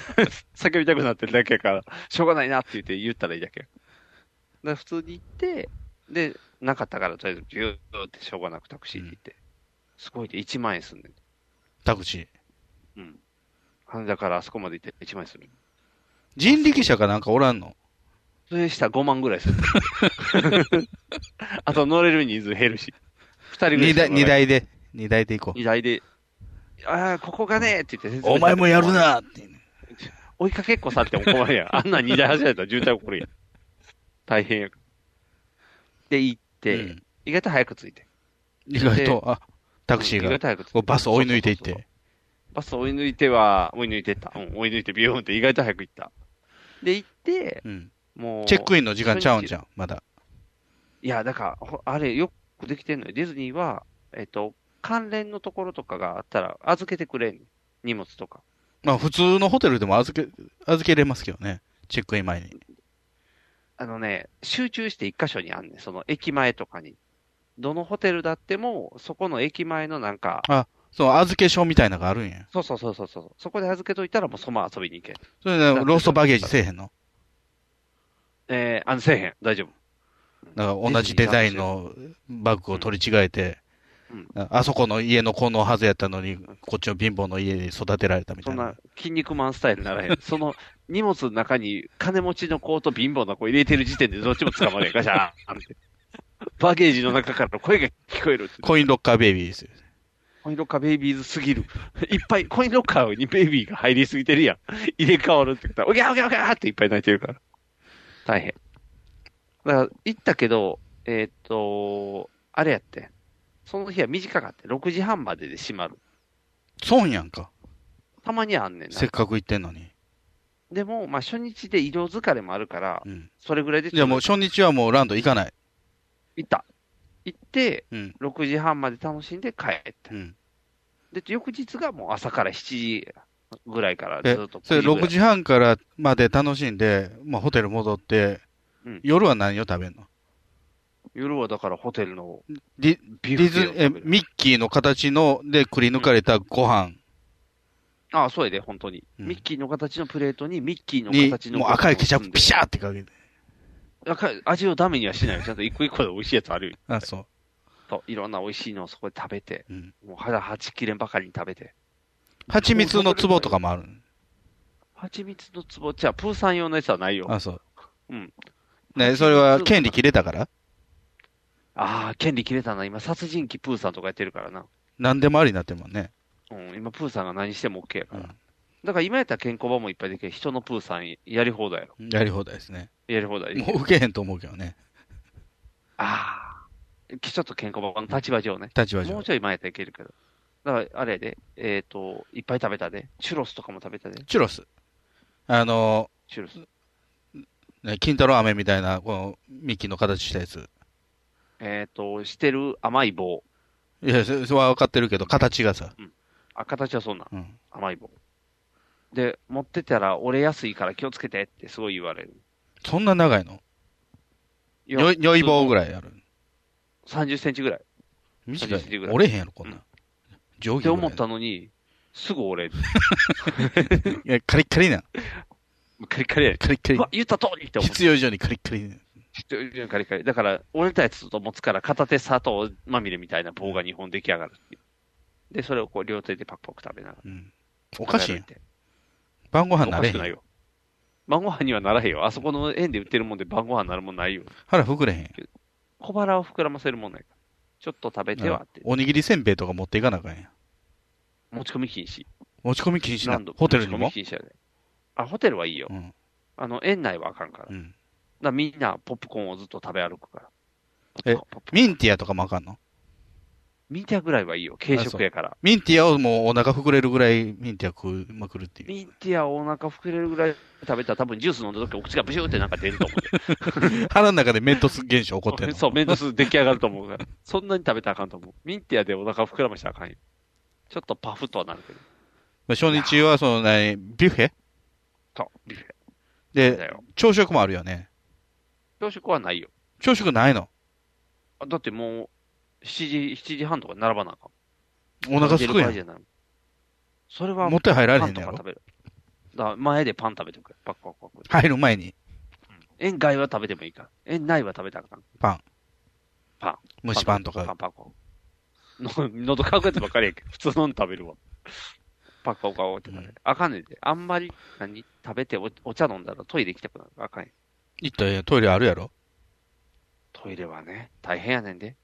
S2: [LAUGHS] 叫びたくなってるだけやから、しょうがないなって言って言ったらいいだけや。だから普通に行って、で、なかったから、とりあえず、ビューってしょうがなくタクシーに行って。すごいで、1万円すんねん。
S3: タクシー。
S2: うん。羽田からあそこまで行って1万円する。
S3: 人力車かなんかおらんの
S2: それしたら5万
S3: [LAUGHS]
S2: ぐらいする。あと乗れる人数減るし。2人ぐらい
S3: 二
S2: しか乗ら
S3: 台、
S2: ない。
S3: 二台で。二台で行こ
S2: 荷台で、ああ、ここがねって言って説明
S3: う。お前もやるなって。
S2: 追いかけっこさっても困るやん。あんな荷台走られたら渋滞起こるやん。大変やん。で、行って、
S3: うん
S2: 意外と早く着いて。
S3: 意外と、あ、タクシー
S2: うん意外
S3: が、
S2: と早く着いて
S3: こうバスを追い抜いていっ
S2: そうそうそう
S3: て。
S2: そうバス追い抜いては、追い抜いてった。うん、追い抜いてビヨーンって意外と早く行った。で、行って、
S3: うん。
S2: もう。
S3: チェックインの時間ちゃうんじゃん、まだ。
S2: いや、だからほ、あれ、よくできてんのよ。ディズニーは、えっ、と、関連のところとかがあったら預けてくれん。荷物とか。
S3: まあ普通のホテルでも預け、預けれますけどね。チェックイン前に。
S2: あのね、集中して一箇所にあんねん。その駅前とかに。どのホテルだっても、そこの駅前のなんか、
S3: そう、預け証みたいなのがあるんや。
S2: そうそうそうそうそう。そこで預けといたらもうそのまま遊びに行け。
S3: それで、ローストバゲージせえへんの
S2: えー、あの、せえへん。大丈夫。
S3: だから同じデザインのバッグを取り違えて
S2: うん、
S3: あそこの家の子のはずやったのに、こっちの貧乏の家で育てられたみた
S2: そ
S3: い
S2: ん
S3: な
S2: な。、筋肉マンスタイルならへん。その、 [LAUGHS] 荷物の中に金持ちの子と貧乏な子入れてる時点でどっちも捕まるやん。ガシャーンって。バゲージの中から声が聞こえるって。
S3: コインロッカーベイビーですよ。
S2: コインロッカーベイビーズすぎる。 [LAUGHS] いっぱい、コインロッカーにベイビーが入りすぎてるやん。 [LAUGHS] 入れ替わるって言ったら、おぎゃおぎゃおぎゃーっていっぱい泣いてるから。大変。だから、行ったけど、えーっと、あれやって。その日は短かった。6時半までで閉まる。
S3: 損やんか。
S2: たまにはあんねんな
S3: せっ。かく行ってんのに。
S2: でも、まあ、初日で移動疲れもあるから、
S3: うん。
S2: それぐらいで
S3: じゃあもう初日はもうランド行かない。
S2: 行った。行って、
S3: うん。
S2: 6時半まで楽しんで帰った
S3: う。ん。
S2: で、翌日がもう朝から7時ぐらいから
S3: え
S2: ずっと。
S3: それ6時半からまで楽しんで、まあホテル戻って
S2: うん、
S3: 夜は何を食べんの
S2: 夜はだからホテルの
S3: ディ
S2: ビ
S3: ディ
S2: ュッフ
S3: ズ
S2: ェを
S3: え、
S2: 食べる
S3: ミッキーの形の、で、くり抜かれたご飯
S2: ああ、そうやで、本当に。
S3: うん
S2: ミッキーの形のプレートにミッキーの
S3: に
S2: 形、の。
S3: もう赤いケチャップピシ
S2: ャ
S3: ャーってかけて。
S2: 赤い、味をダメにはしないよ。ちゃんと一個一個で美味しいやつあるよ。
S3: あ、そう。
S2: と、いろんな美味しいのをそこで食べて、
S3: うん
S2: もう肌はちきれんばかりに食べて。
S3: 蜂蜜の壺とかもある。
S2: 蜂蜜の壺、じゃあ、プーさん用のやつはないよ。あ
S3: あ、そう。
S2: うん。
S3: ね、それは権利切れたから
S2: あー、権利切れたな。今、殺人鬼プーさんとかやってるからな。
S3: 何でもありになってるもんね。
S2: うん、今、プーさんが何しても OK やか
S3: う
S2: ら。
S3: ん
S2: だから今やったら健康場もいっぱいできる。人のプーさんやり放題やろ。
S3: やり放題ですね。
S2: やり放題でき
S3: も
S2: る
S3: う受けへんと思うけどね。
S2: ああ。ちょっと健康場の立場上ね。
S3: 立場
S2: もう
S3: 上。
S2: ちょい前やったらいけるけど。だから、あれやで、えっ、と、いっぱい食べたで。チュロスとかも食べたで。
S3: チュロス。あの、
S2: チュロス。
S3: ね金太郎飴みたいな、このミッキーの形したやつ。
S2: えっ、と、してる甘い棒。
S3: いや、そそれは分かってるけど、形がさ。
S2: あ、形はそんなん。
S3: うん。
S2: 甘い棒。で、持ってたら折れやすいから気をつけてってすごい言われる。
S3: そんな長いの
S2: い
S3: よ、よい棒ぐ
S2: らい。
S3: らいある。
S2: 30センチぐらい。
S3: 短い
S2: 30ぐら。い
S3: 折れへんやろ、こんな。
S2: うん
S3: 定規
S2: って
S3: ぐらい
S2: 思ったのに、すぐ折れる。
S3: いや、カリッカリな。
S2: カリカリやで
S3: カリッカ
S2: うわ、言った通りって
S3: リ。
S2: 思って
S3: 必要以上にカリッカリ。
S2: カリカリ。だから、折れたやつと持つから片手砂糖まみれみたいな棒が2本出来上がるっていうで、それをこう両手でパクパク食べながら。
S3: うん。おかしいや
S2: 食
S3: ん
S2: べ。歩て
S3: 晩ご飯
S2: お
S3: な
S2: か
S3: れ
S2: し
S3: へ
S2: く
S3: ん
S2: ない
S3: やん。
S2: よ。晩ご飯にはならへんよ。あそこの園で売ってるもんで晩ご飯になるもんないよ。
S3: 腹膨れへんやん。
S2: 小腹を膨らませるもんないから。ちょっと食べてはって。
S3: おにぎりせんべいとか持っていかなあかんやん。
S2: 持ち込み禁止。
S3: 持ち込み禁止な
S2: 何度。
S3: ホテルにも
S2: 持ち込み禁止やで。あ、ホテルはいいよ。
S3: うん。
S2: あの、園内はあかんから。だ
S3: う
S2: か
S3: ん。
S2: らみんなポップコーンをずっと食べ歩くから。
S3: え
S2: ポップコーン、ポップコーン
S3: ミンティアとかもあかんの
S2: ミンティアぐらいはいいよ。軽食やから。
S3: ミンティアをもうお腹膨れるぐらいミンティア食うまくるっていう。
S2: ミンティアをお腹膨れるぐらい食べたら多分ジュース飲んだ時お口がブシューってなんか出ると思うよ。
S3: 腹の中でメントス現象起こってんの。
S2: そう、メントス出来上がると思うから。そんなに食べたらあかんと思う。ミンティアでお腹膨らましたらあかんよ。ちょっとパフとはなるけど。
S3: まあ初日はそのね、ビュッフェ
S2: そう、ビュッフェだ
S3: で、
S2: よ。
S3: 朝食もあるよね。
S2: 朝食はないよ。
S3: 朝食ないの
S2: だってもう、7時、7時半とか並ばなあかん。
S3: お腹空くやん
S2: 並でる場合じゃないそれは、
S3: もっと入られへんねや
S2: パ
S3: ろ
S2: ンとか食べる。だから前でパン食べてくれ。パクパクパク。
S3: 入る前に
S2: 園外は食べてもいいから。園内は食べたらあかん。
S3: パン。
S2: パン。
S3: 蒸しパンとか
S2: パンパンパンパン。の喉乾くやつばっかりやけど、普通のん食べるわ。パクパクパクってなる。あかんねんで。あんまり、何食べておお茶飲んだらトイレ行きたくなる。あかんやん。
S3: 行ったらええやんトイレあるやろ
S2: トイレはね、大変やねんで。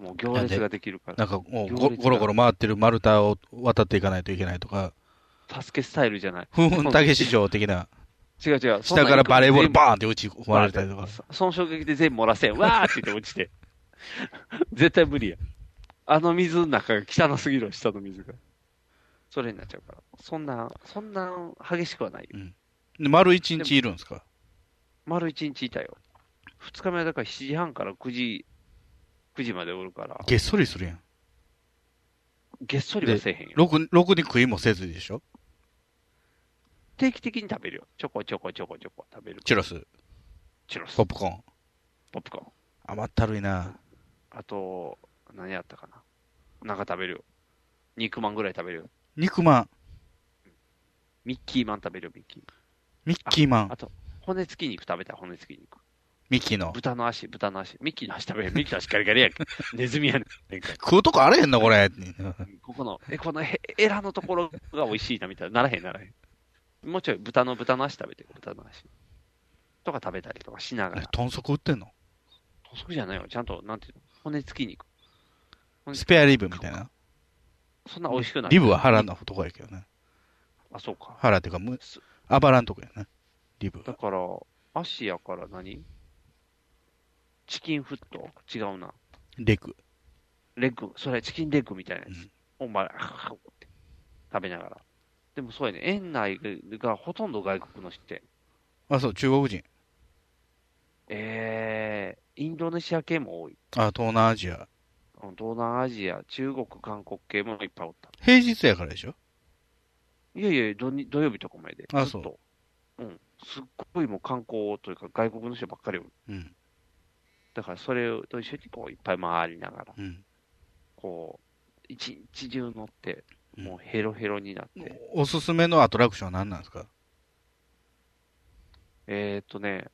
S2: もう行列ができるから。
S3: なんかもう
S2: 行
S3: ご
S2: 列が
S3: ゴロゴロ回ってる丸太を渡っていかないといけないとか、
S2: 助けスタイルじゃない。
S3: ふんふんたけし城的な、
S2: 違う違う。 [LAUGHS] そん
S3: 下
S2: なん
S3: からバレーボールバーンって打ち
S2: 全部
S3: 込まれたりとか。
S2: そその衝撃で全部漏らせん。わーって言って落ちて。 [LAUGHS] 絶対無理や。あの水の中が汚すぎるわ下の水が。それになっちゃうから。そんな、そんな激しくはないよ。
S3: で丸一日いるんですか
S2: 丸一日いたよ。二日目はだから7時半から9時、9時までおるから、
S3: げっそりするやん。
S2: げっそりは
S3: で
S2: せえへんよ。
S3: ろくろくに食いもせずでしょ
S2: 定期的に食べるよ。ちょこちょこちょこちょこ食べる。
S3: チュロス、
S2: チュロス
S3: ポップコーン。
S2: ポップコーン。
S3: 甘ったるいな。
S2: あと、何やったかな。なんか食べるよ。肉まんぐらい食べるよ。
S3: 肉まん、
S2: ミッキーマン食べるよ、ミッキー。
S3: ミッキーマン
S2: あ、と、骨付き肉食べたい、骨付き肉。
S3: ミッキーの。
S2: 豚の足、豚の足。ミッキーの足食べる。ミッキーの足ガリガ
S3: [LAUGHS]
S2: リやんけ。ネズミやねんか。
S3: 食うとこあれへんのこれ。
S2: ここの、え、このへエラのところが美味しいな、みたいな。ならへん、ならへん。もうちょい、豚の豚の足食べてよ、豚の足。とか食べたりとかしながら。
S3: 豚足売ってんの
S2: そうじゃないよ。ちゃんと、なんていうの骨付き肉。
S3: スペアリブみたいな。
S2: そんな美味しくない。
S3: リブは腹のとこやけどね。
S2: あ、そうか。
S3: 腹っていうかむ、あばらんとこやな。リブ
S2: だから、足やから何チキンフット違うな。
S3: レク。
S2: レッグ、それチキンレッグみたいなやつ。お前、あーって食べながら。でもそうやね、園内がほとんど外国の人って、
S3: あ、そう、中国人。
S2: えー、インドネシア系も多い。
S3: あ、東南アジア。
S2: 東南アジア、中国、韓国系もいっぱいおった。
S3: 平日やからでしょ
S2: いやいや、土日土曜日とかまで。
S3: あ
S2: ずっとうん。すっごいもう観光というか外国の人ばっかりおる。
S3: うん。
S2: だからそれと一緒にこういっぱい回りながら、
S3: うん。
S2: こう、一日中乗って、もうヘロヘロになって。
S3: おすすめのアトラクションは何なんですか
S2: えー、っとね、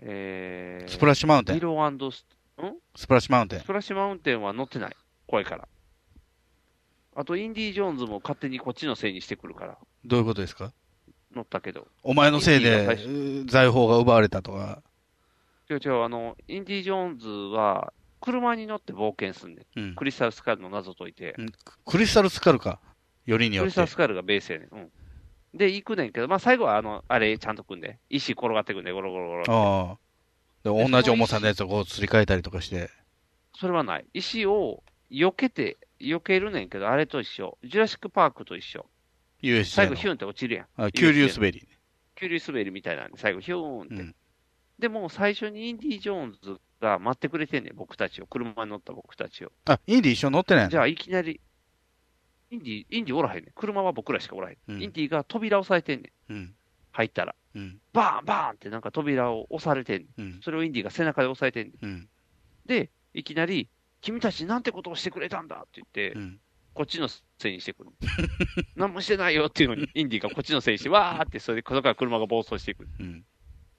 S2: えー、
S3: スプラッシュマウンテン
S2: ヒーロースん
S3: スプラッシュマウンテン
S2: ス。プラッシュマウンテンは乗ってない。怖いから。あと、インディ・ジョーンズも勝手にこっちのせいにしてくるから、
S3: どういうことですか
S2: 乗ったけど。
S3: お前のせい
S2: インディ
S3: で
S2: が最初
S3: う財宝が奪われたとか。
S2: 違う違う、あの、インディ・ジョーンズは、車に乗って冒険すんね、
S3: うん
S2: クリスタル・スカルの謎解いて、
S3: うんクリスタルスカルか。よりに
S2: ク
S3: よ
S2: リ
S3: っ
S2: スタル・
S3: て
S2: ス。カルがベースやねん。うん。で、行くねんけど、まあ、最後は、あの、あれ、ちゃんと組んで、石転がってくんで、ゴロゴロゴロ。
S3: ああ。で同じ重さのやつをこうすり替えたりとかして。
S2: それはない。石を避けて、避けるねんけど、あれと一緒。ジュラシック・パークと一緒。
S3: USJ
S2: 最
S3: の
S2: 後、ヒュンって落ちるやん。
S3: あ、急流滑り。
S2: 急流滑りみたいなんで、最後、ヒューンって。
S3: うん
S2: でも、最初にインディ・ジョーンズが待ってくれてんねん、僕たちを。車に乗った僕たちを。
S3: あ、インディ一緒に乗ってないの
S2: じゃあ、いきなり、インディ、インディおらへんねん。車は僕らしかおらへん。
S3: うん
S2: インディが扉押さえてんねん。
S3: うん。
S2: 入ったら。
S3: うん。
S2: バーンバーンってなんか扉を押されてんね。
S3: うんん。
S2: それをインディが背中で押さえてんねん。
S3: うん。
S2: で、いきなり、君たちなんてことをしてくれたんだって言って、
S3: うん。
S2: こっちのせいにしてくる。何もしてないよっていうのに、インディがこっちのせいにして、わーって、それで、そこから車が暴走していく。
S3: うん。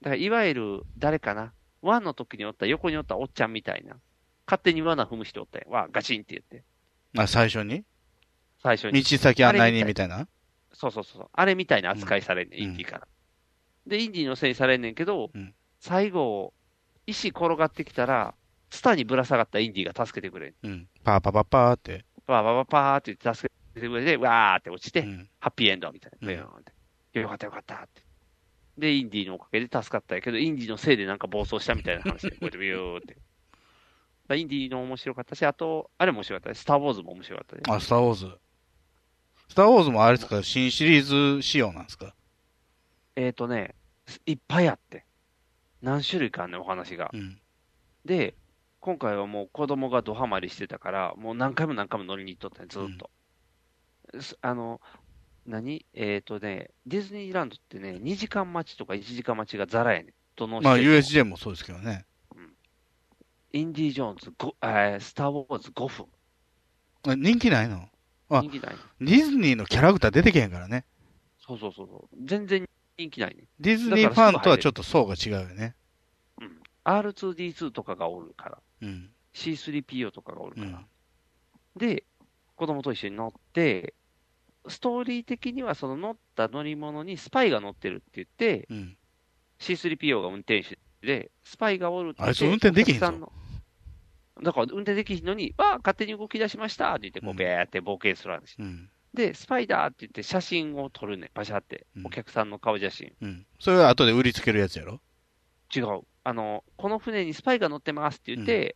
S2: だからいわゆる、誰かな、ワンの時におった、横におったおっちゃんみたいな、勝手に罠踏む人おったよ、わー、ガチンって言って、
S3: あ、最初に
S2: 最初に、
S3: 道先案内人みたいな
S2: そうそうそうそう、あれみたいな扱いされんねん、インディから。で、インディのせいにされんねんけど、
S3: うん
S2: 最後、石転がってきたら、ツタにぶら下がったインディが助けてくれん。
S3: うん。パーパーパーパーって。
S2: パーパーパーパーって言って助けてくれて、わーって落ちて、
S3: うん。
S2: ハッピーエンドみたいな。
S3: うん
S2: ビヨーンってよかったよかったって。で、インディのおかげで助かったんやけど、インディのせいでなんか暴走したみたいな
S3: [LAUGHS]
S2: 話で、こうやってビューって。だからインディの面白かったし、あと、あれも面白かったね。スター・ウォーズも面白かったね。
S3: あ、スター・ウォーズ。スター・ウォーズもあれですか、新シリーズ仕様なんですか
S2: えっ、ー、とね、いっぱいあって。何種類かあんねんお話が
S3: う。ん。
S2: で、今回はもう子供がドハマりしてたから、もう何回も何回も乗りに行っとったね、ずーっと。すあの、何えっ、ー、とね、ディズニーランドってね、2時間待ちとか1時間待ちがザラやねん。どの施設
S3: まあ、
S2: も
S3: USJ もそうですけどね。
S2: インディ・ージョーンズ、ごえースター・ウォーズ5分。
S3: あ人気ないのあ
S2: 人気ない。
S3: ディズニーのキャラクター出てけへんからね。
S2: そうそうそうそう。全然人気ないね。
S3: ディズニーファンとはちょっと層が違うよね。
S2: R2D2 とかがおるから。
S3: うん。
S2: C3PO とかがおる
S3: う
S2: から。
S3: ん。
S2: で、子供と一緒に乗って、ストーリー的にはその乗った乗り物にスパイが乗ってるって言って、
S3: うん。
S2: C3PO が運転手で、スパイがおるって言って
S3: あいつ運転できへんぞ
S2: お客さのだから運転できひんのに、わあ、勝手に動き出しましたって言って、こ
S3: う
S2: うんべーって冒険する話。
S3: うん。
S2: で、スパイだーって言って写真を撮るね。パシャって
S3: う。ん
S2: お客さんの顔写真。
S3: うん。それは後で売りつけるやつやろ
S2: 違う。あの、この船にスパイが乗ってますって言って、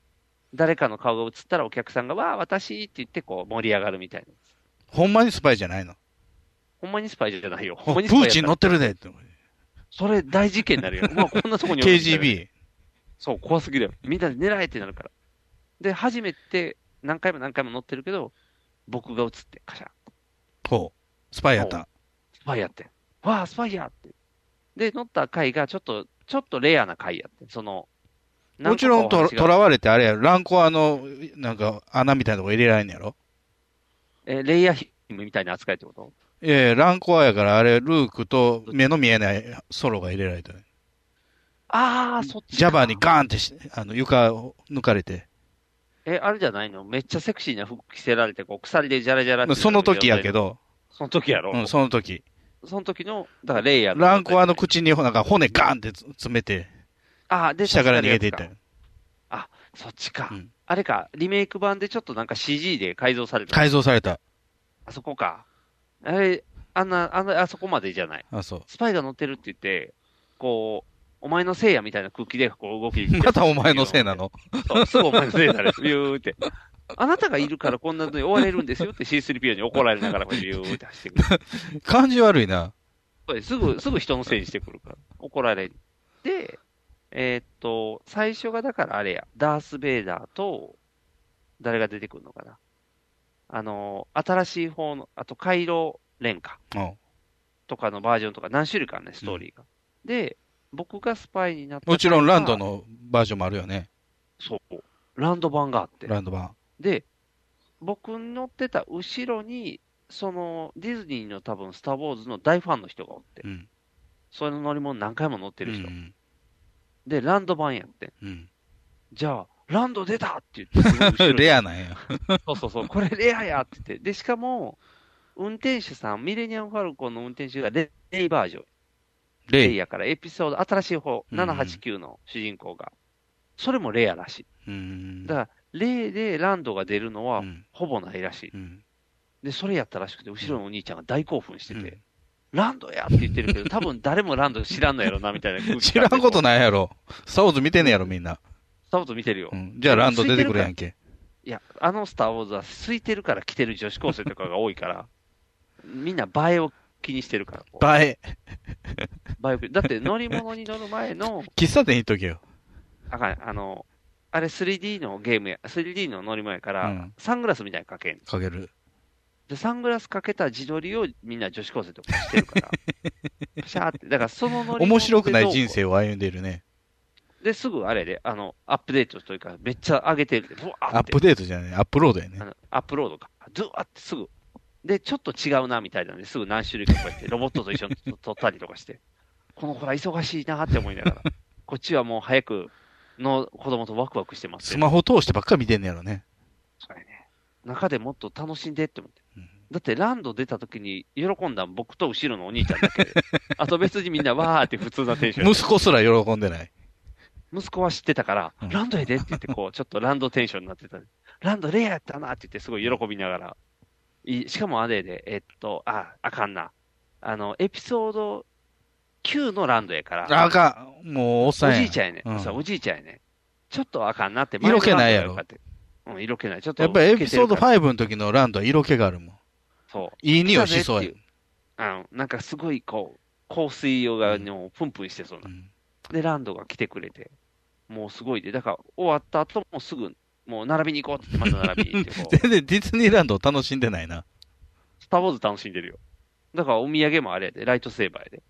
S2: 誰かの顔が映ったらお客さんが、わあ、私って言ってこう盛り上がるみたいな。
S3: ほんまにスパイじゃないの
S2: ほんまにスパイじゃないよ。
S3: プ
S2: ほんまにスパイや
S3: ー
S2: ったら
S3: チン乗ってるでって。
S2: そ [LAUGHS] れ大事件になるよ。まあこんなとこに置いてきたら。
S3: KGB。
S2: そう、怖すぎるよ。みんなで狙えってなるから。で、初めて何回も何回も乗ってるけど、僕が映って、カシャン。
S3: ほう。スパイやった。
S2: スパイやって。わあ、スパイやって。で、乗った回がちょっと、ちょっとレアな回やって。その、
S3: もちろんと、
S2: 何個かお話
S3: と
S2: が
S3: らわれてあれやろ。ランコはあの、なんか穴みたいなとこ入れられんのやろ
S2: えーレイヤー姫みたいな扱いってこと
S3: いやいや、ランコアやから、あれ、ルークと目の見えないソロが入れられた
S2: [LAUGHS]
S3: ね。
S2: ああ、そっちか。
S3: ジャバーにガーンってしあの、床を抜かれて。
S2: え、あれじゃないのめっちゃセクシーな服着せられて、こう、鎖でジャラジャラって
S3: まあその時やけ
S2: ど。
S3: ど、
S2: その時やろ。
S3: うん、その時。
S2: その時の、だからレイヤーが
S3: ランコアの口に、なんか骨ガーンってつ詰めて、
S2: ああ、で、
S3: 下から逃げていった
S2: そっち
S3: よ
S2: そっちか、
S3: うん
S2: あれか、リメイク版でちょっとなんか CG で改造された。
S3: 改造された。
S2: あそこか。あれ、あんな、あんな、あそこまでじゃない。
S3: あ、そう。
S2: スパイが乗ってるって言って、こう、お前のせいやみたいな空気でこう動き。
S3: [LAUGHS] またお前のせいなの
S2: そうすぐお前のせいだね。ビューって。あなたがいるからこんなのに追われるんですよって C3PO に怒られながらビューって走ってくる
S3: 感じ悪い
S2: [LAUGHS]
S3: な。
S2: そうです。すぐ、すぐ人のせいにしてくるから。怒られる。で、えーっと、最初がだからあれや、ダース・ベイダーと、誰が出てくるのかな。あの、新しい方の、あと、カイロ・レンか、
S3: うん。
S2: とかのバージョンとか何種類かあるね、ストーリーが。で、僕がスパイになった。
S3: もちろんランド。のバージョンもあるよね。
S2: そう。ランド版があって。
S3: ランド版。
S2: で、僕に乗ってた後ろに、その、ディズニーの多分、スター・ウォーズの大ファンの人がおって、
S3: うん。
S2: それの乗り物何回も乗って
S3: う
S2: る人。
S3: ん。
S2: で、ランド版やって。
S3: うん。、
S2: じゃあ、ランド出たって言って
S3: [LAUGHS] レ
S2: ア。
S3: アなんや。
S2: そうそうそう、これレアやって言って。で、しかも、運転手さん、ミレニアム・ファルコンの運転手がレイバージョン。レ
S3: レ
S2: イ
S3: イ。
S2: やから、エピソード、新しい方、
S3: うん
S2: 789の主人公が。それもレアらし
S3: うん
S2: い。だから、レイでランドが出るのは
S3: う、ん
S2: ほぼないらしい。
S3: うん。
S2: で、それやったらしくて、後ろのお兄ちゃんが大興奮して
S3: う
S2: て
S3: ん、
S2: ランドやって言ってるけど、多分誰もランド知らんのやろな、みたいな空気
S3: [LAUGHS] 知らんこと
S2: い。
S3: ないやろ。スターウォーズ見てんねやろ、みんな。
S2: スターウォーズ見てるよ
S3: う。ん。じゃあランド出てくるやんけ。
S2: いや、あのスター・ウォーズは空いてるから来てる女子高生とかが多いから、 [LAUGHS] みんな映えを気にしてるから。こう
S3: 映え。
S2: 映えを気にだって乗り物に乗る前の、
S3: 喫茶店行っとけよ。
S2: あかんあの、あれ 3D のゲームや、3D の乗り物やから、
S3: うん
S2: サングラスみたいにかけん。
S3: かける。
S2: で、サングラスかけた自撮りをみんな女子高生とかしてる
S3: [LAUGHS]
S2: から。シャーって、だからその乗り物で
S3: 面白くない
S2: どうこう
S3: 人生を歩んでいるね。
S2: で、すぐあれで、あの、アップデートというか、めっちゃ上げてる。ブワーって
S3: アップデートじゃない、アップロードやね
S2: あ。のアップロードか。ズワーってすぐ。で、ちょっと違うなみたいなんで、すぐ何種類かこうやって、ロボットと一緒に撮撮ったりとかして、この子ら忙しいなって思いな
S3: [LAUGHS]
S2: がら、こっちはもう早くの子供とワクワクしてます
S3: ス
S2: よ
S3: マホ通してばっか見てんねやろね。
S2: そうやね中でもっと楽しんでって思って
S3: うん。
S2: だってランド出た時に喜んだん僕と後ろのお兄ちゃん
S3: [LAUGHS]
S2: だけで。あと別にみんなわーって普通なテンション。
S3: 息子すら喜んでない。
S2: 息子は知ってたから、
S3: うん
S2: ランドへでって言っ
S3: [LAUGHS]
S2: て、こう、ちょっとランドテンションになってた。ランドレアやったなって言って、すごい喜びながら。いいしかもあれで、えっと、あ、あかんな。あの、エピソード9のランドやから、
S3: あかん。もう、おっさん
S2: お
S3: や。
S2: じいちゃんやね、
S3: うん
S2: そうおじいちゃんやね。ちょっとあかんなって、
S3: 色気ないやろ
S2: 前のランドが良かったうん、色気ない。ちょっと
S3: やっぱりエピソード
S2: 受けてるか
S3: 5の時のランドは色気があるもん。
S2: らそう。
S3: いい匂いしそうや
S2: 来たぜってい。あの、なんかすごい、こう、香水をが、
S3: うん
S2: もうプンプンしてそうな
S3: う。ん
S2: で、ランドが来てくれて、もうすごいで、だから終わった後もすぐ、もう並びに行こうって言って、また並びに行ってこう、
S3: 全然ディズニーランドを楽しんでないな。
S2: スター・ウォーズ楽しんでるよ。だからお土産もあれやで、ライトセーバーやで。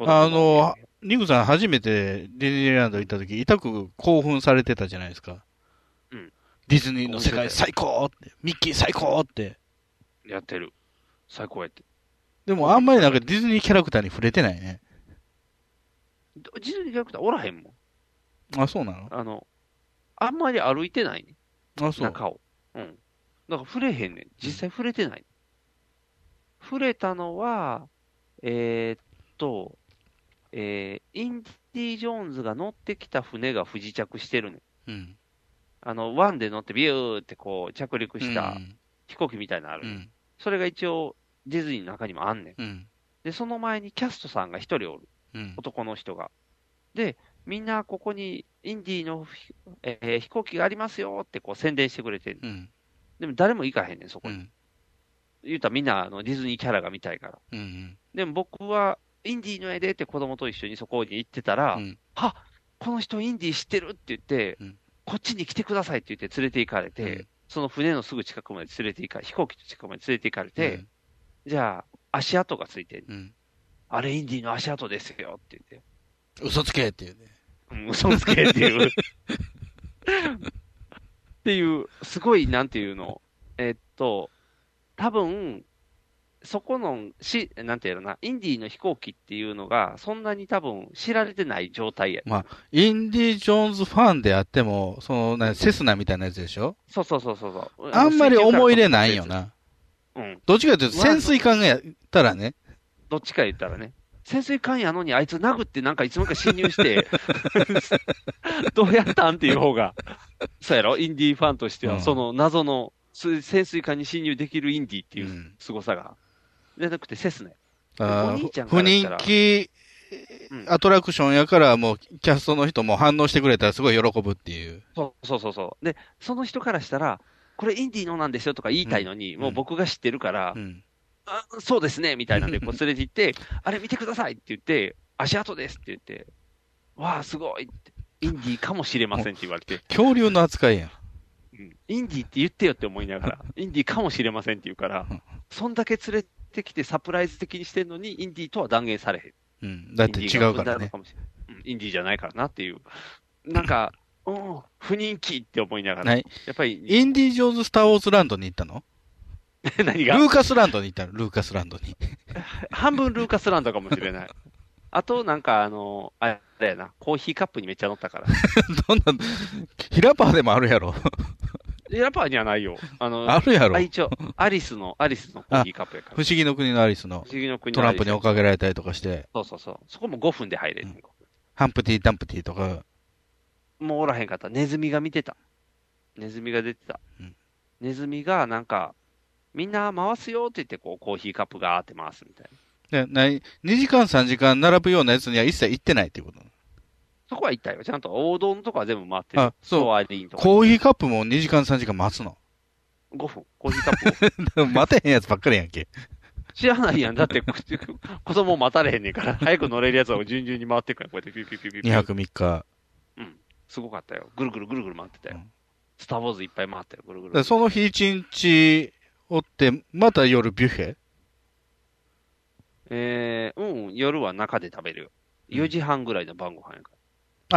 S3: あの
S2: 子供
S3: リングさん初めてディズニーランド行った時、痛く興奮されてたじゃないですか。
S2: うん。
S3: ディズニーの世界最高って、ミッキー最高って。
S2: やってる。最高やって。
S3: でもあんまりなんかディズニーキャラクターに触れてないね。
S2: ディズニーキャラクターおらへんもん。
S3: あ、そうなの
S2: あの、あんまり歩いてないね。
S3: あ、そう。
S2: 中を。うん。だから触れへんねん。実際触れてない。触れたのは、えーっと、えーインディ・ジョーンズが乗ってきた船が不時着してるねん。
S3: うん。
S2: あの、ワンで乗ってビューってこう着陸した
S3: うん
S2: 飛行機みたいなのある、
S3: うん。
S2: それが一応ディズニーの中にもあんねん。
S3: うん。
S2: で、その前にキャストさんが一人おる。
S3: うん。
S2: 男の人が。で、みんなここにインディのひ、えー飛行機がありますよってこう宣伝してくれてん
S3: うん。
S2: でも誰も行かへんねん、そこ
S3: う
S2: に。
S3: ん。
S2: 言うたらみんなあのディズニーキャラが見たいから。
S3: うん。
S2: でも僕は、インディの絵でって子供と一緒にそこに行ってたら、
S3: うん
S2: あこの人インディ知ってるって言って、
S3: うん
S2: こっちに来てくださいって言って連れて行かれて、
S3: うん
S2: その船のすぐ近くまで連れて行か飛行機の近くまで連れて行かれて、じゃあ、足跡がついてる、
S3: うん。
S2: あれインディの足跡ですよって言って、
S3: 嘘つけっていうね。
S2: うん嘘つけっていう。っていう、すごい、なんていうの、えっと、多分そこのし、なんていうのな、インディーの飛行機っていうのが、そんなに多分知られてない状態や。
S3: インディ・ジョーンズファンであっても、その、なセスナみたいなやつでしょ
S2: そうそうそうそうそう。
S3: あんまり思い入れないよ。な。
S2: うん、
S3: どっちかというと、潜水艦がやったらね、
S2: どっちか言ったらね。潜水艦やのに、あいつ殴ってなんかいつもか侵入して、 [LAUGHS] どうやったんっていう方が、そうやろインディーファンとしては、
S3: うん
S2: その謎の、す潜水艦に侵入できるインディーっていううん凄さが。じゃなくて、セスナや
S3: あ
S2: お兄ちゃ
S3: ー
S2: ん
S3: 不
S2: からやっ
S3: 人
S2: たら
S3: 気
S2: うん
S3: アトラクションやから、もう、キャストの人も反応してくれたらすごい喜ぶっていう。
S2: そうそうそうそう。で、その人からしたら、これインディーのなんですよとか言いたいのに、
S3: ん
S2: もう僕が知ってるから、
S3: うん。
S2: あそうですね、みたいなんで、こう連れて行って、 [LAUGHS] あれ見てくださいって言って、足跡ですって言って、わあ、すごいって、インディーかもしれませんって言われて、
S3: 恐竜の扱いやん。
S2: うんインディーって言ってよって思いなが
S3: [LAUGHS]
S2: ら、インディーかもしれませんって言うから
S3: うん、
S2: そんだけ連れてきてサプライズ的にしてんのに、インディーとは断言されへ
S3: う
S2: ん。
S3: ん。だって違うからね。
S2: インディーが分断なのかもしれないうんインディーじゃないからなっていう。な
S3: [LAUGHS]
S2: んか、うん、不人気って思いながら、
S3: は
S2: や
S3: い
S2: っぱり、
S3: インディ・ジョーンズ・スター・ウォーズ・ランドに行ったの
S2: [LAUGHS] 何
S3: ル
S2: が
S3: ーカスランドに行ったのルーカスランドに。 [LAUGHS]
S2: 半分ルーカスランドかもしれない。あと、なんか、あの、あれやな、コーヒーカップにめっちゃ乗ったから。
S3: [LAUGHS] どんな、ヒラパーでもあるやろ。
S2: やっぱにはないよ。あの、
S3: あるやろ
S2: あ。一応、アリスの、アリスのコーヒーカップやか
S3: [LAUGHS] 不
S2: ら。
S3: 思議の国のアリスの
S2: 不思議の国
S3: ト
S2: の
S3: ラ
S2: ア
S3: ン
S2: リ
S3: プ
S2: ス
S3: に追っかけられたりとかして、
S2: そうそうそう。そこも5分で入れる、
S3: ハンプティ・ダンプティとか、
S2: もうおらへんかった。ネズミが見てた。ネズミが出てた。
S3: うん
S2: ネズミが、なんか、みんな回すよって言って、こう、コーヒーカップがーって回すみたい
S3: ね、
S2: な。
S3: ない2時間3時間並ぶようなやつには一切行ってないっていうことなの
S2: そこは行ったよ。ちゃんと王道のとこは全部回ってる。
S3: あそう
S2: ストアリンとか。
S3: コーヒーカップも2時間3時間待つ
S2: [LAUGHS]
S3: の。
S2: 5分。コーヒーカップを
S3: 待てへんやつばっかりやんけ。
S2: 知らないやん。だって、こ子供待たれへんねんから、早く乗れるやつは順々に回っていくやん。こうやってピュピュピュピュピ
S3: 2
S2: ュ。
S3: 泊3日。
S2: すごかったよ。ぐるぐるぐるぐる回ってたよ。
S3: うん
S2: スター・ウォーズいっぱい回ったよ。ぐるぐ
S3: だ
S2: る
S3: からその日1日おって、また夜ビュッフェ
S2: えー、うん、夜は中で食べるよ。
S3: うん
S2: 4時半ぐらいの晩ご飯や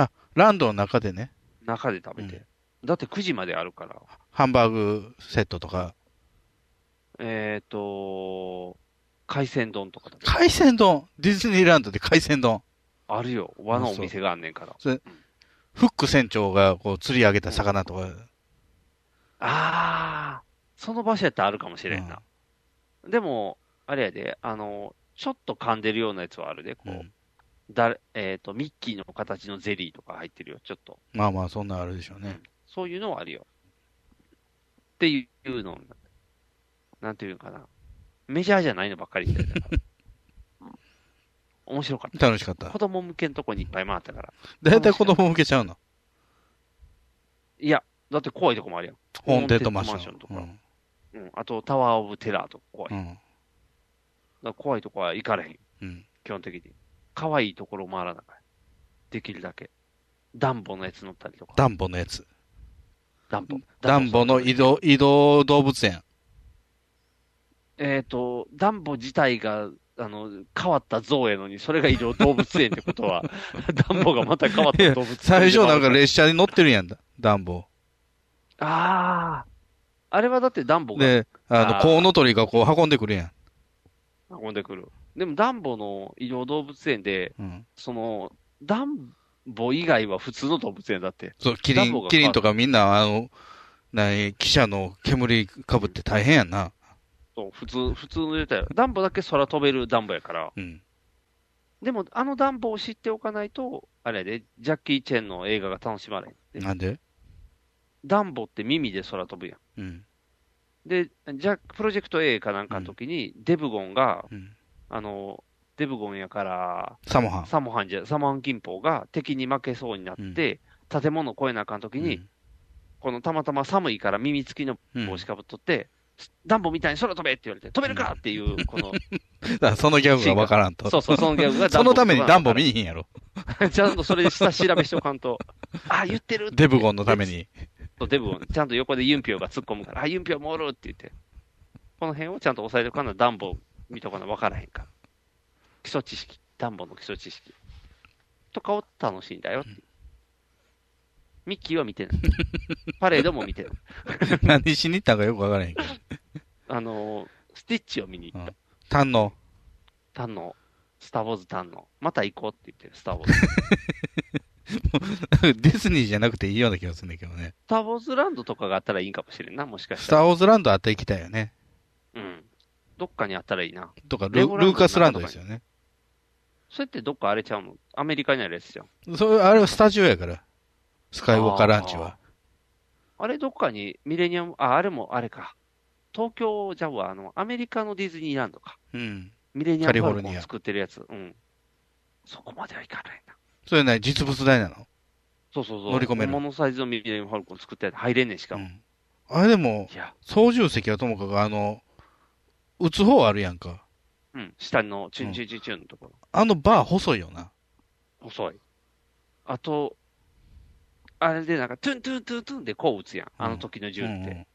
S2: か
S3: ランドの中でね、
S2: ら。中で食べて。だって9時まであるから。
S3: ハンバーグセットとか、
S2: えーと、海鮮丼とかだけど
S3: 海鮮丼ディズニーランドで海鮮丼
S2: あるよ。和のお店があんねんから。
S3: フック船長がこう釣り上げた魚とか、
S2: あー、その場所やったらあるかもしれんな。でも、あれやで、あの、ちょっと噛んでるようなやつはあるで、こう。
S3: うん
S2: だれえっ、と、ミッキーの形のゼリーとか入ってるよ、ちょっと。
S3: まあまあそんなんあるでしょうね。
S2: そういうのはあるよ。っていうのをなんていうのかな。メジャーじゃないのばっかりみたい [LAUGHS] な。面白かっ。
S3: 楽しかったた
S2: 子。供向けのとこにいっぱい回ったから。
S3: だいたい子供向けちゃうの。
S2: いや、だって怖いとこもあるよ。
S3: ホーンテッドマンション
S2: ホ
S3: と
S2: ーンテッドマ
S3: か
S2: ン。うん。あと、タワーオブテラーとか怖い。
S3: う
S2: だか
S3: ん。
S2: ら怖いとこは行かれへん。
S3: うん。
S2: 基本的に。可愛いところ回らなかい。できるだけ。ダンボのやつ乗ったりとか。
S3: ダンボのやつ。
S2: ダンボ。
S3: ダンボの移動、移動動物園。
S2: えっ、と、ダンボ自体が、あの、変わった像やのに、それが異常動物園ってこ
S3: [LAUGHS]
S2: とは、ダンボがまた変わった動物園。
S3: 最初なんか列車に乗ってるやんだ、ダンボ。
S2: ああ。あれはだってダンボが
S3: で、あの、コウノトリがこう運んでくるやん。
S2: 運んでくる。でも、ダンボの移動動物園で、
S3: うん
S2: その、ダンボ以外は普通の動物園だって。
S3: そう、キリ
S2: ダンボが
S3: ン、キリンとかみんな、あの、何、汽車の煙かぶって大変やんな。
S2: そう普通、普通の言うたら、ダンボだけ空飛べるダンボやから。
S3: うん。
S2: でも、あのダンボを知っておかないと、あれやで、ジャッキー・チェンの映画が楽しまない。
S3: なんで
S2: ダンボって耳で空飛ぶやん。
S3: うん。
S2: で、ジャプロジェクト A かなんかの時に、デブゴンが、
S3: うん
S2: あの、デブゴンやから、
S3: サモハン。
S2: サモハンじゃ、サモハン銀宝が敵に負けそうになって、建物を越えなあかん時に、このたまたま寒いから耳付きの帽子かぶっとって、ダンボみたいに空飛べって言われて、飛べるかっていう、この、
S3: だからそのギャグがわからんと。
S2: そうそうそのギャグがダ
S3: そ
S2: ンボ
S3: のためにダンボ見にひんやろ。
S2: ちゃんとそれで下調べしておかんと、あ、言ってるって
S3: デブゴンのため
S2: [LAUGHS]
S3: に。
S2: そうデブをちゃんと横でユンピョウが突っ込むから、あ、ユンピョウもおるって言って、この辺をちゃんと押さえておかな、ダンボ見とかな分からへんから。基礎知識、ダンボの基礎知識とかを楽しいんだよっていう。ミッキーは
S3: [LAUGHS]
S2: 見てない。パレードも見てない。
S3: 何しに行ったんかよくわからへんけど。
S2: あのースティッチを見に行った。
S3: 堪能。
S2: タンの、スター・ウォーズタンの、また行こうって言ってる、スター・
S3: [LAUGHS]
S2: ウォーズ。ス
S3: [LAUGHS] ディズニーじゃなくていいような気がするんだけど
S2: [LAUGHS]
S3: ね。
S2: ター・ウォーズランドとかがあったらいいんかもしれんな、もしかし
S3: スタ
S2: たら。
S3: ー・ウォーズランドあって行きたいよね。
S2: うん。どっかにあったらいいな。
S3: とかル、
S2: レ
S3: ル
S2: ゴランド
S3: ーカスランドですよね。
S2: それってどっかあれちゃうのアメリカにあるやつじゃん。
S3: それ、あれはスタジオやから。スカイウォーカーランチは。
S2: あれどっかにミレニアム、あ、あれもあれか。東京じゃうわ、あの、アメリカのディズニーランドか。
S3: うん。
S2: ミレニア
S3: カ
S2: ム
S3: リフ
S2: パ
S3: ォ
S2: ル
S3: ル
S2: コ
S3: ニ
S2: を
S3: ア
S2: 作ってるやつ。うん。そこまではいかないな。
S3: それね、実物大なの
S2: そうそうそう。
S3: 乗り込める
S2: 本物サイズのミレニアムパルコン作ってやつ入れんねんしかも。
S3: あれでも
S2: いや、
S3: 操縦席はともかく、あの、打つ方あるやんか。
S2: うん。下のチュンチュンチュンチュンのところ。
S3: あのバー細いよな。
S2: 細い。あと、あれでなんか、トゥントゥントゥントゥンでこう打つやん。あの時の銃って。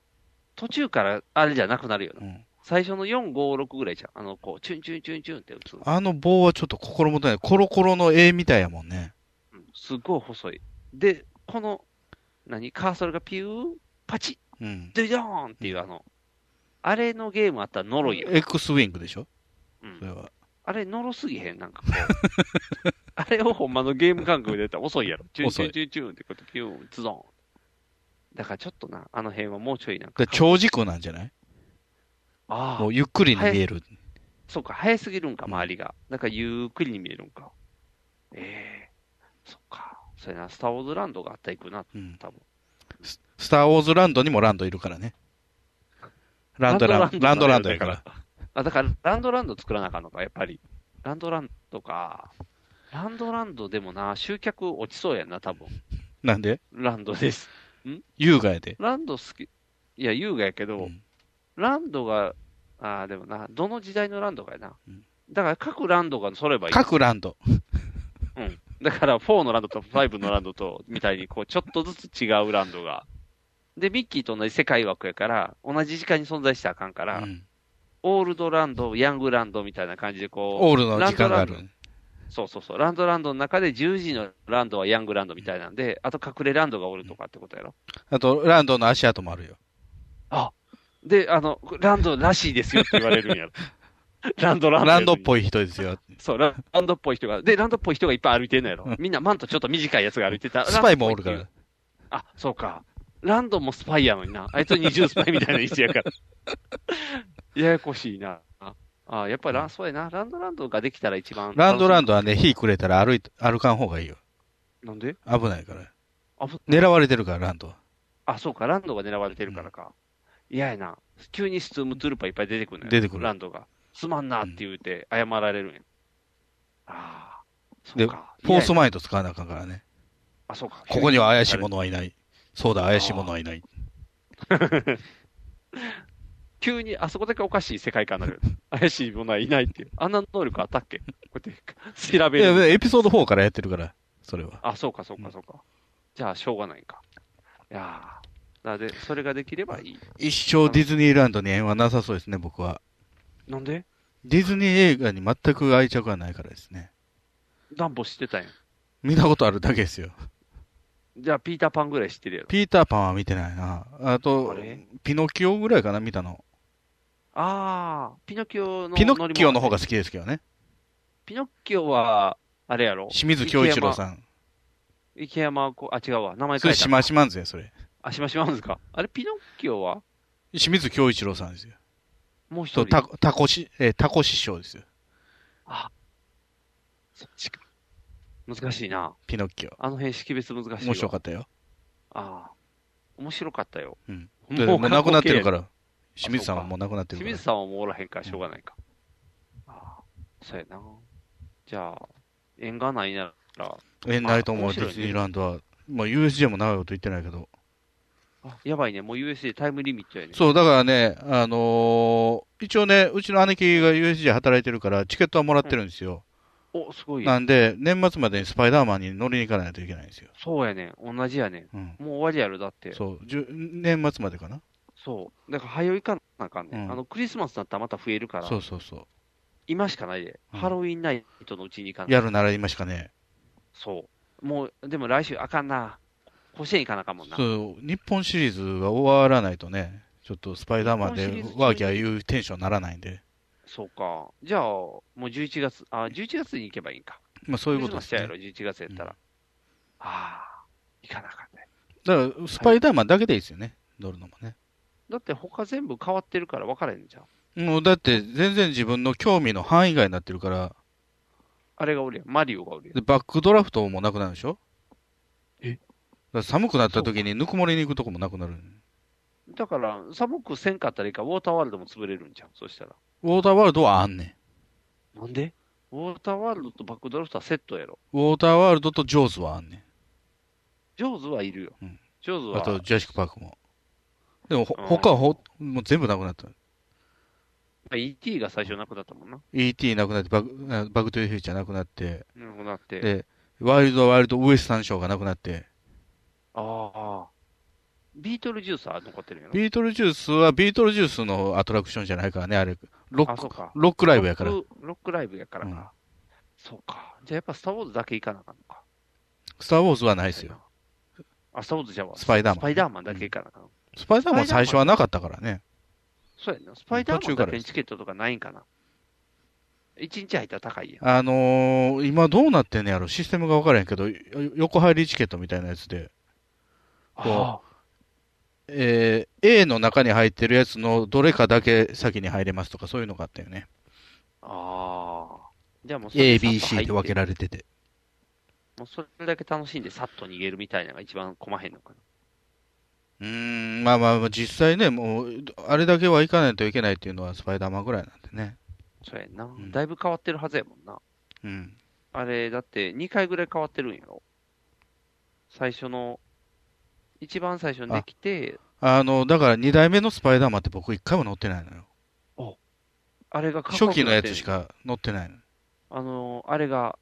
S2: 途中からあれじゃなくなるよな。最初の4、5、6ぐらいじゃん。あの、こう、チュンチュンチュンチュンって打つ。
S3: あの棒はちょっと心もとない。コロコロの絵みたいやもんね。
S2: すごい細い。で、この、何カーソルがピュー、パチッ、
S3: うん。
S2: ドゥドーンっていうあの、あれのゲームあったら呪いよ。
S3: X ウィングでしょ
S2: うん
S3: それは。
S2: あれ、のろすぎへんなんかこう。 [LAUGHS] あれをほんまのゲーム感覚でやったら遅いやろ。チュンチュンチュンチュンってこと、ピューン、ズドン。だからちょっとな、あの辺はもうちょいなんか。
S3: で長軸なんじゃない
S2: あ
S3: も
S2: あ、
S3: うゆっくりに見える。
S2: そうか、早すぎるんか、周りが。だからゆっくりに見えるんか。ええそっか。それな、スター・ウォーズランドがあったら行くな、
S3: うん
S2: 多分。
S3: スター・ウォーズランドにもランドいるからね。ランドラン、ランドランドやから。。
S2: あ、だから、ランドランド作らなあかんのか、やっぱり。ランドランドか。ランドランドでもな、集客落ちそうやんな、多分。
S3: なんで
S2: ランドです。
S3: 優雅やで。
S2: ランド好き、いや、優雅やけど、
S3: うん
S2: ランドが、あーでもな、どの時代のランドかやな。だから、各ランドがそればいい。
S3: 各ランド。
S2: うん。だから、4のランドと5のランドと、みたいに、こう、ちょっとずつ違うランドが。で、ミッキーと同じ世界枠やから、同じ時間に存在したらあかんから、
S3: うん
S2: オールドランド、ヤングランドみたいな感じで、こう、
S3: オールの時間があ
S2: ランドラン
S3: る。
S2: ドそうそうそう、ランドランドの中で10時のランドはヤングランドみたいなんで、あと隠れランドがおるとかってことやろ。
S3: あと、ランドの足跡もあるよ。
S2: で、あの、ランドらしいですよって言われる
S3: [LAUGHS]
S2: んやろ。ランドランド。
S3: ランドっぽい人ですよ。
S2: そう、ラランドっぽい人が、で、ランドっぽい人がいっぱい歩いてんのやろ。みんなマントちょっと短いやつが歩いてた。
S3: スパイもおるか
S2: ランド
S3: ら
S2: っ。ぽいっていう。あ、そうか。ランドもスパイやのにな。あいつ二重スパイみたいな位
S3: [LAUGHS]
S2: 置やから。ややこしいな。ああ、やっぱりラン、そうやな。ランドランドができたら一番。
S3: ランドラン
S2: ン
S3: ドはね、火くれたら歩いて、歩かん方がいいよ。
S2: ド。なんで
S3: 危ないから。
S2: あ、ぶ
S3: 狙われてるから、ランドは。
S2: あ、そうか、ランドが狙われてるからか。嫌ややな。急にスツームトゥルパいっぱい出てくるのよ。
S3: 出てくる
S2: ランドが。すまんなって言うて、謝られるんや。ああ、そ
S3: で、
S2: う
S3: フ
S2: か。
S3: ォース
S2: マン。
S3: マイト使わなあかんからね。
S2: あ、そうか。
S3: ここには怪しい
S2: も
S3: 者はいない。そうだ、怪しい者はいない。
S2: 急にあそこだけおかしい世界観
S3: [LAUGHS]
S2: になる。怪しいものはいないっていう。あんな能力あったっけこうやって調
S3: い
S2: べ
S3: や、
S2: る。
S3: エピソード4からやってるから、それは。
S2: あ、そうか、そうか、そうか。じゃあ、しょうがないか。いやーなので、それができればいい。
S3: 一生ディズニーランドに縁はなさそうですね、僕は。
S2: なんで
S3: ディズニー映画に全く愛着がないからですね。
S2: ダンボ知ってたんや。
S3: 見たことあるだけですよ。
S2: じゃあ、ピーターパンぐらい知ってるやろ。
S3: ピーターパンは見てないな。あと
S2: あれ、
S3: ピノキオぐらいかな、見たの。
S2: ああ、ピノキオの。
S3: ピノッキオの方が好。きですけどね。
S2: ピノッキオは、あれやろ。
S3: 清水京一郎さん。
S2: 池山、こあ、違うわ。名前
S3: そ
S2: 変え
S3: れ、
S2: た。
S3: しましまんぜ、それ。
S2: あ、しましまんですか。あれ、ピノッキオは
S3: 清水京一郎さんですよ。
S2: もう
S3: そ
S2: 一
S3: う、タ
S2: 人。
S3: コ、タコし、えータコ師匠ですよ。
S2: そっちか難しいな。
S3: ピノッキオ。
S2: あの辺識別難しいわ。
S3: 面白かったよ。
S2: ああ。面白かったよ。
S3: うん。
S2: も
S3: も
S2: う
S3: う亡くなってるか
S2: あ
S3: ら。清水さんはもう亡くなってるか
S2: 清
S3: ら。
S2: 水さんはもうおらへんからしょうがないか。ああ、そうやな。じゃあ、縁がないなら、
S3: え、ないと思
S2: 面
S3: う、ディ
S2: 白いね
S3: ズニーランドは。まあ、USJ も長いこと言ってないけど。
S2: あやばいね。もう USA タイムリミットやね。
S3: そう、だからね、あのー一応ね、うちの姉貴が USJ 働いてるから、チケットはもらってるんですよ。
S2: お、すごい。
S3: なんで、年末までにスパイダーマンに乗りに行かないといけないんですよ。
S2: そうやね。同じやね。
S3: うん
S2: もう終わりやろ、だって。そう。
S3: そう、じゅ年末までかな。
S2: だから、早いかなあかんね、
S3: うん
S2: あの、クリスマスになったらまた増えるから、
S3: そうそうそ
S2: 今しかないで、
S3: うん
S2: ハロウィンナイトのうちに行か
S3: う。
S2: ない。
S3: やるなら今しかね。
S2: そう。もう、でも来週あかんな。甲子園行かなあかんもんな。
S3: そう、日本シリーズが終わらないとね、ちょっとスパイダーマンで
S2: 日本シリーズ中に
S3: ワーキャーいうテンションにならないんで。
S2: そうか。じゃあ、もう11月、あ、11月に行けばいいんか。
S3: まあそういうことで
S2: クリス
S3: す
S2: マスちゃう
S3: ね
S2: や。ろ、11月やったら。ああ、行かなあかんね。
S3: だから、スパイダーマンだけでいいですよね。乗るのもね。
S2: だって他全部変わってるから分からへんじゃん。
S3: もうだって、全然自分の興味の範囲外になってるから、
S2: あれがおるやん。マリオがおるやん。
S3: でバックドラフトもなくなるでしょ
S2: え
S3: だから寒くなった時にぬくもりに行くとこもなくなる。
S2: だから、寒くせんかったらいいか、ウォーターワールドも潰れるんじゃん。そしたら。
S3: ウォーターワールドはあんねん。
S2: なんでウォーターワールドとバックドラフトはセットやろ。
S3: ウォーターワールドとジョーズはあんね
S2: ジョーズはいるよ。
S3: うん
S2: ジョーズ
S3: ん。あ
S2: は。
S3: と、ジュラシックパークも。でも、ほ、
S2: うん
S3: 他はほ、もう全部なくなった。
S2: ET が最初なくなったもんな。
S3: E.T. なくなって、バグ、あバグトゥーフューチャーなくなって、
S2: なくなって。
S3: で、ワイルドワイルドウエスタンショーがなくなって、
S2: ああ。ビートルジュースは残ってるんやろ。
S3: ビートルジュースはビートルジュースのアトラクションじゃないからね、あれ。ロッ
S2: あ、そう
S3: ク、
S2: か。
S3: ロックライブやから
S2: ロ。ック。ロックライブやからか。
S3: うん
S2: そうか。じゃあやっぱスター・ウォーズだけ行かなあかんのか。
S3: スターウォーズはないですよ。
S2: あ、スター・ウォーズじゃあ
S3: スパイダーマン
S2: スパイダーマンだけ行かなあかんの。
S3: スパイダーマン最初はなかったからね。
S2: そうやな。スパイダーマン
S3: 途中から
S2: だけ
S3: で
S2: に
S3: す
S2: チケットとかないんかな。一日入ったら高いやん。
S3: あのー、今どうなってんねやろシステムがわからへんけど、よ横入りチケットみたいなやつで、
S2: あ
S3: えー A の中に入ってるやつのどれかだけ先に入れますとかそういうのがあったよね。
S2: あー。じゃあもうそれ
S3: A、
S2: さっと
S3: B、C
S2: 入っ
S3: で分けられてて。
S2: もうそれだけ楽しんでさっと逃げるみたいなのが一番困へんのかな。
S3: うーん、まあまあまあ、実際ね、もう、あれだけは行かないといけないっていうのはスパイダーマンぐらいなんでね。
S2: そうやんな。
S3: ん
S2: だいぶ変わってるはずやもんな。
S3: うん。
S2: あれ、だって2回ぐらい変わってるんやろ。最初の、一番最初にできて、
S3: あの、だから2代目のスパイダーマンって僕一回も乗ってないのよ。
S2: あれがかっこよ
S3: 初期
S2: く
S3: の
S2: なっ
S3: や
S2: てん
S3: つし。か乗ってないの。
S2: あの、あれが、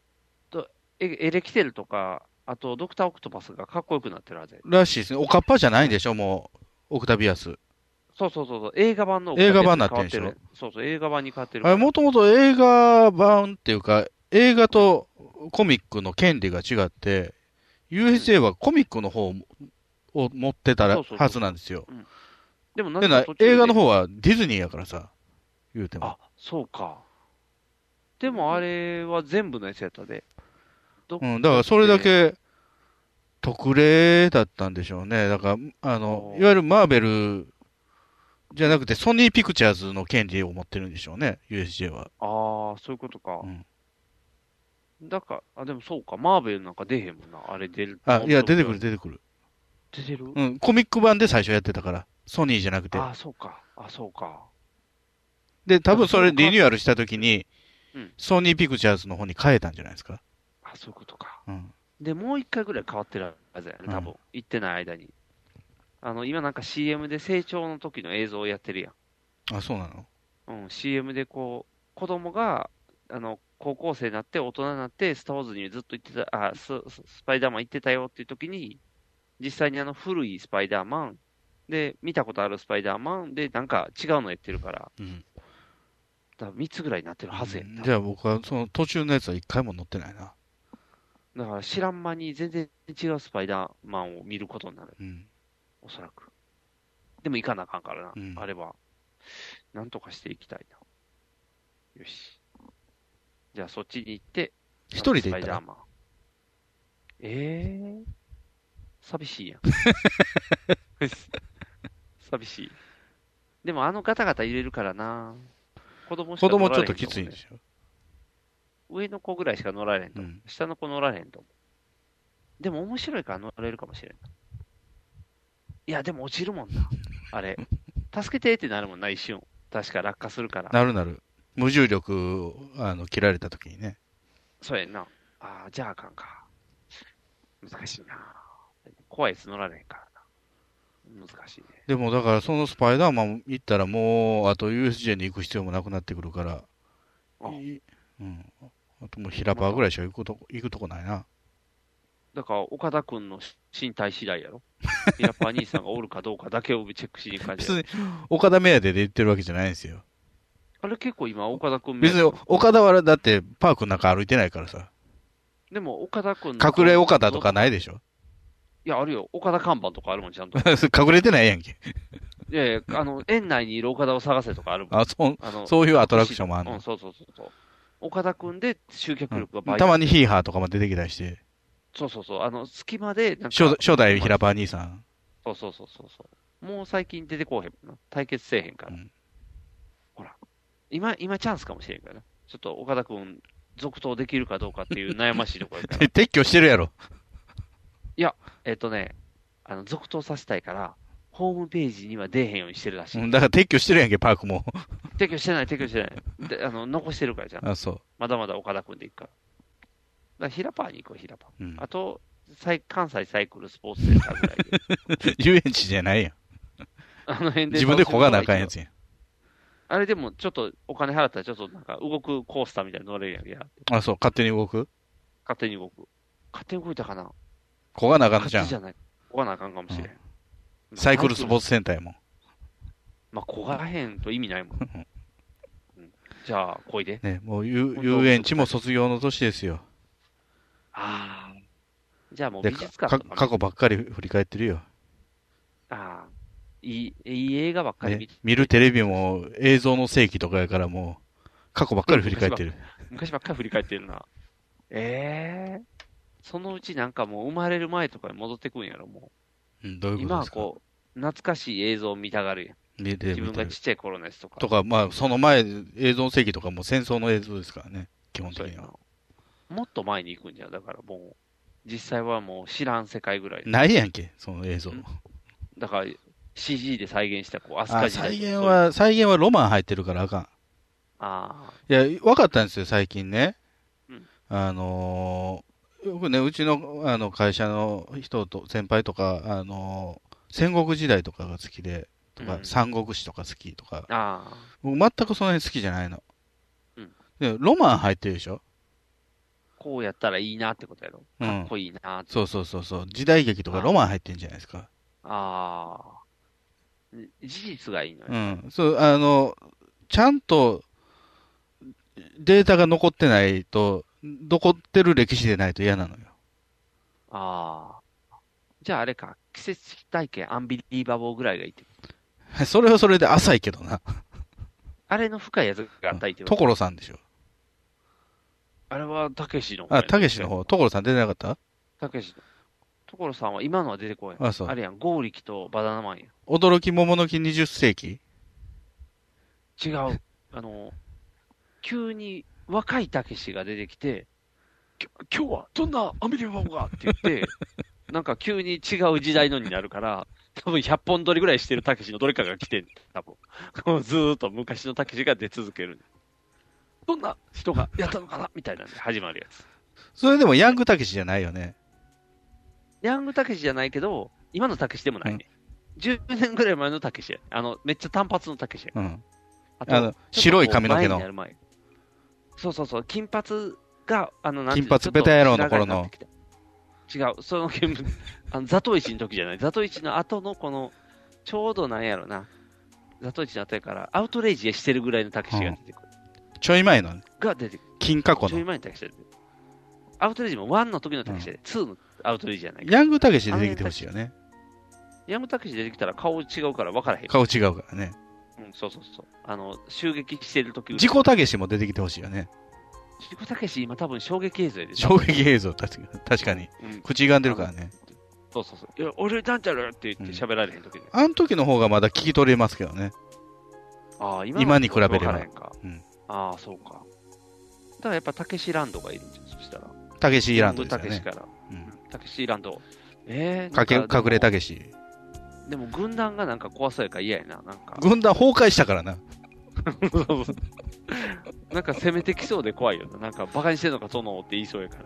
S2: とエエレキテルとか、あとドクター・オクトパスがかっこよくなってるはずや
S3: らしいですね。おかっぱじゃないんでしょもう、オクタビアス。
S2: そうそうそうそう、映画版の
S3: 映画版になってんでしょ
S2: 変わっるそうそう、映画版に変わってる
S3: あれ、もともと映画版っていうか、映画とコミックの権利が違って、USA はコミックの方を持ってた
S2: そ
S3: ら
S2: うそうそう
S3: はずなんですよ。
S2: でもな
S3: で
S2: ん
S3: な
S2: か途、中で
S3: 映画の方はディズニーやからさ、言うても
S2: あ。、そうか。でもあれは全部のやつやったで。ど
S3: うん、だからそれだけ特例だったんでしょうね。だから、あの
S2: お、ー
S3: いわゆるマーベルじゃなくてソニーピクチャーズの権利を持ってるんでしょうね、USJ は。
S2: ああ、そういうことか。
S3: うん
S2: だから、あ、でもそうか、マーベルなんか出へんもんな、あれ出る。
S3: あ、いや、出てくる、。出てくる。
S2: 出てる
S3: うん、コミック版で最初やってたから、ソニーじゃなくて。
S2: ああ、そうか。あそうか。
S3: で、多分それリニューアルしたときに
S2: うん、
S3: ソニーピクチャーズの方に変えたんじゃないですか。
S2: あそういうことか。
S3: うん。
S2: で、もう一回ぐらい変わってるはずやね、多分。行ってない間に。あの、今なんか CM で成長の時の映像をやってるやん。
S3: あ、そうなの
S2: うん、CM でこう、子供が、あの、高校生になって、大人になって、スター・ウォーズにずっと行ってた、あ、スススパイダーマン行ってたよっていう時に、実際にあの古いスパイダーマン、で、見たことあるスパイダーマンで、なんか違うのやってるから、
S3: うん。
S2: 多分3つぐらいになってるはずやんな
S3: じゃあ僕はその途中のやつは一回も乗ってないな。
S2: だから知らん間に全然違うスパイダーマンを見ることになる。
S3: うん
S2: おそらく。でも行かなあかんからな。
S3: うん
S2: あれば、なんとかしていきたいな。よし。じゃあそっちに行って、
S3: 一人で
S2: ス
S3: 行
S2: パ
S3: っ
S2: イ
S3: た
S2: ダー
S3: の
S2: マン。ええー、寂しい
S3: [LAUGHS]
S2: やん。寂しい。でもあのガタガタ入れるからな。子供しか
S3: 子供
S2: 乗
S3: ち
S2: られ
S3: ょっと
S2: へん思う
S3: きついん
S2: ね
S3: でしょ。
S2: 上の子ぐらいしか乗られへんと思う、
S3: うん
S2: 下の子乗られへんと思う。でも面白いから乗れるかもしれんない。いや、でも落ちるもんな。あ
S3: [LAUGHS]
S2: れ。助けてってなるもんな、一瞬。確か落下するから。
S3: なるなる。無重力をあの切られた時にね。
S2: そうやんな。ああ、じゃああかんか。難しいな。怖いやつ乗られへんからな。難しいね。
S3: でもだからそのスパイダーマン行ったらもう、あと USJ に行く必要もなくなってくるから、いうん。あともう平場ぐらいしか行くとこ、行くとこないな。
S2: だから、岡田君の身体次第や
S3: [LAUGHS]
S2: ろ。やっぱ兄さんがおるかどうかだけをチェックしに行く感じ
S3: 別
S2: や
S3: に、岡田目当てで行ってるわけじゃないんですよ。
S2: あれ結構今、岡田君目
S3: 別に、岡田はだってパークの中歩いてないからさ。
S2: でも岡田君の
S3: 隠れ岡田とかないでしょ [LAUGHS]
S2: いや、あるよ。岡田看板とかあるもん、ちゃんと。
S3: 隠れてないやんけ。
S2: いやいや、あの、園内にいる岡田を探せとかあるもん。
S3: あ、そう
S2: あ、の
S3: そういうアトラクションもある
S2: う
S3: の
S2: ん、。そうそうそうそう。岡田くんで集客力が倍、
S3: たまにヒーハーとかも出てきたりして、
S2: そうそうそう。あの、隙間で、なんか、
S3: 初初代平場兄さん。
S2: そうそうそうそうそう。もう最近出てこうへんもんな。対決せえへんから。ほら。今、今チャンスかもしれんからな。ちょっと岡田くん、続投できるかどうかっていう悩ましいところやか
S3: [LAUGHS] え
S2: ら。
S3: 撤去してるやろ。
S2: いや、えっ、とね、あの、続投させたいから、ホームページには出えへんようにしてるらしい。
S3: うんだから撤去してるやんけ、パークも。
S2: 撤去してない、撤去してない。であの残してるからじゃん。
S3: あ、そう。
S2: まだまだ岡田君で行くから。だから平パーに行こう、平パー。
S3: うん
S2: あと、最関西サイクルスポーツセンターぐらい
S3: [LAUGHS]
S2: で。
S3: 遊園地じゃないやん。
S2: あの辺で。
S3: 自分で焦がなあかんやつ
S2: や。
S3: やん。
S2: あれでも、ちょっとお金払ったら、ちょっとなんか動くコースターみたいに乗れるやん。いや、
S3: あ、そう。勝手に動く
S2: 勝手に動く。勝手に動いたかな
S3: 焦がなあかん
S2: 勝
S3: じゃ
S2: 手
S3: ん
S2: じ。ゃない。焦がなあかんかもしれん。
S3: サイクルスポーツセンターやもん。
S2: まあ、焦がへんと意味ないもん。うんじゃあ、こいで。
S3: ね、もう遊遊園地も卒業の年ですよ。
S2: ああ。じゃあもう
S3: で、
S2: 美
S3: か
S2: 術館とか
S3: 過去ばっかり振り返ってるよ。
S2: ああ。いい、いい映画ばっかり見
S3: ね
S2: て、
S3: 見るテレビも映像の世紀とかやからもう、過去ばっかり振り返ってる。
S2: 昔ばっかり振り返ってるな。ええそのうちなんかもう生まれる前とかに戻ってくんやろ、も
S3: うん、どう
S2: う。
S3: いうこと
S2: 今
S3: で
S2: は
S3: すか
S2: こう、懐かしい映像を見たがるやん。
S3: 見て
S2: 自
S3: 見
S2: 分が
S3: て
S2: ちっちゃい頃のやつとか。
S3: とか、まあ、その前、映像の世紀とかも戦争の映像ですからね、基本的
S2: そう
S3: に
S2: や
S3: は
S2: な。もっと前に行くんじゃん。だからもう、実際はもう知らん世界ぐらい。
S3: ないやんけ、その映像。
S2: だから、CG で再現した、こう、アスカ
S3: あ
S2: 時代
S3: 再
S2: と
S3: 現。
S2: か
S3: は、再現はロマン入ってるからあかん。
S2: ああ。
S3: いや、分かったんですよ、最近ね
S2: うん。
S3: あのーよくね、うちのあの会社の人と、先輩とか、あのー戦国時代とかが好きで、とか、
S2: うん
S3: 三国志とか好きとか、
S2: ああ。
S3: 僕全くその辺好きじゃないの。
S2: うん
S3: でロマン入ってるでしょ
S2: こうやったらいいなってことやろ。
S3: うん
S2: かっこいいなって。
S3: そうそうそうそう。時代劇とかロマン入ってるんじゃないですか。
S2: ああ。事実がいいのよ。
S3: うん。そう、あの、ちゃんとデータが残ってないと、残ってる歴史でないと嫌なのよ。
S2: ああ。じゃああれか、季節体験アンビリーバボーぐらいがいいって。
S3: [LAUGHS] それはそれで浅いけどな。
S2: あれの深いやつがあったりってこと。
S3: 所さんでしょ。
S2: あれはたけしの方や
S3: あ、
S2: ね
S3: たけしの。方、所さん出てなかった
S2: たけしの。所さんは今のは出てこない。
S3: あそう
S2: れやん、ゴーリキとバナナマンや。
S3: 驚き桃の木20世紀
S2: 違う。あの、急に若いたけしが出てきて、きょ今日はどんなアンビリーバボーがって言って、なんか急に違う時代のになるから、多分100本撮りぐらいしてるたけしのどれかが来てん、多分。 [LAUGHS] もうずーっと昔のたけしが出続ける。どんな人がやったのかなみたいなんで始まるやつ。
S3: それでもヤングたけしじゃないよね。
S2: ヤングたけしじゃないけど、今のたけしでもないね。10年ぐらい前のたけしや。あの、めっちゃ単発のたけしや。
S3: うん。
S2: あ
S3: あの白い髪の毛の
S2: ちょっとこう前になる前そうそうそう、金髪が、あの、なんていう
S3: 金髪ベタ野郎の頃。
S2: ちょ
S3: の
S2: っと白髪になってきた違う、その [LAUGHS] 金髪、あの、ザトイチの時じゃない。ザトイチの後のこの、ちょうどなんやろな。ザトイチの後やから、アウトレイジしてるぐらいのたけしが出てくる。
S3: ちょい前の、
S2: が出てくる。
S3: 金過去
S2: ちょい
S3: の。
S2: 前にタケシだってアウトレイジも1の時のタケシで、2のアウトレイジじゃないから。
S3: ヤングたけし出てきてほしいよね。
S2: ヤングタケシ出てきたら顔違うから分からへん。
S3: 顔違うからね。
S2: うん、そうそうそう。あの、襲撃してる時
S3: 自己たけしも出てきてほしいよね。
S2: 自己タケシ今多分衝撃映像やで。
S3: 衝撃映像、確か確かに。
S2: うん
S3: 口がんでるからね。
S2: そうそうそう。いや、俺なんちゃらって言って喋られへん時で。
S3: あの時の方がまだ聞き取れますけどね。
S2: ああ、
S3: 今に比べれば
S2: 分からへんか。
S3: うん
S2: ああ、そうか。だからやっぱタケシランドがいるんじゃん、そしたら。
S3: たけしランドですよ
S2: ヤングタケシ
S3: ね
S2: か。ら。
S3: うん
S2: タケシランド。えー、
S3: かけ、
S2: なんでも
S3: 隠れたけし。
S2: でも軍団がなんか怖そうやから嫌やな、なんか。
S3: 軍団崩壊したからな。
S2: [LAUGHS] なんか攻めてきそうで怖いよな。なんかバカにしてんのか、殿って言いそうやから。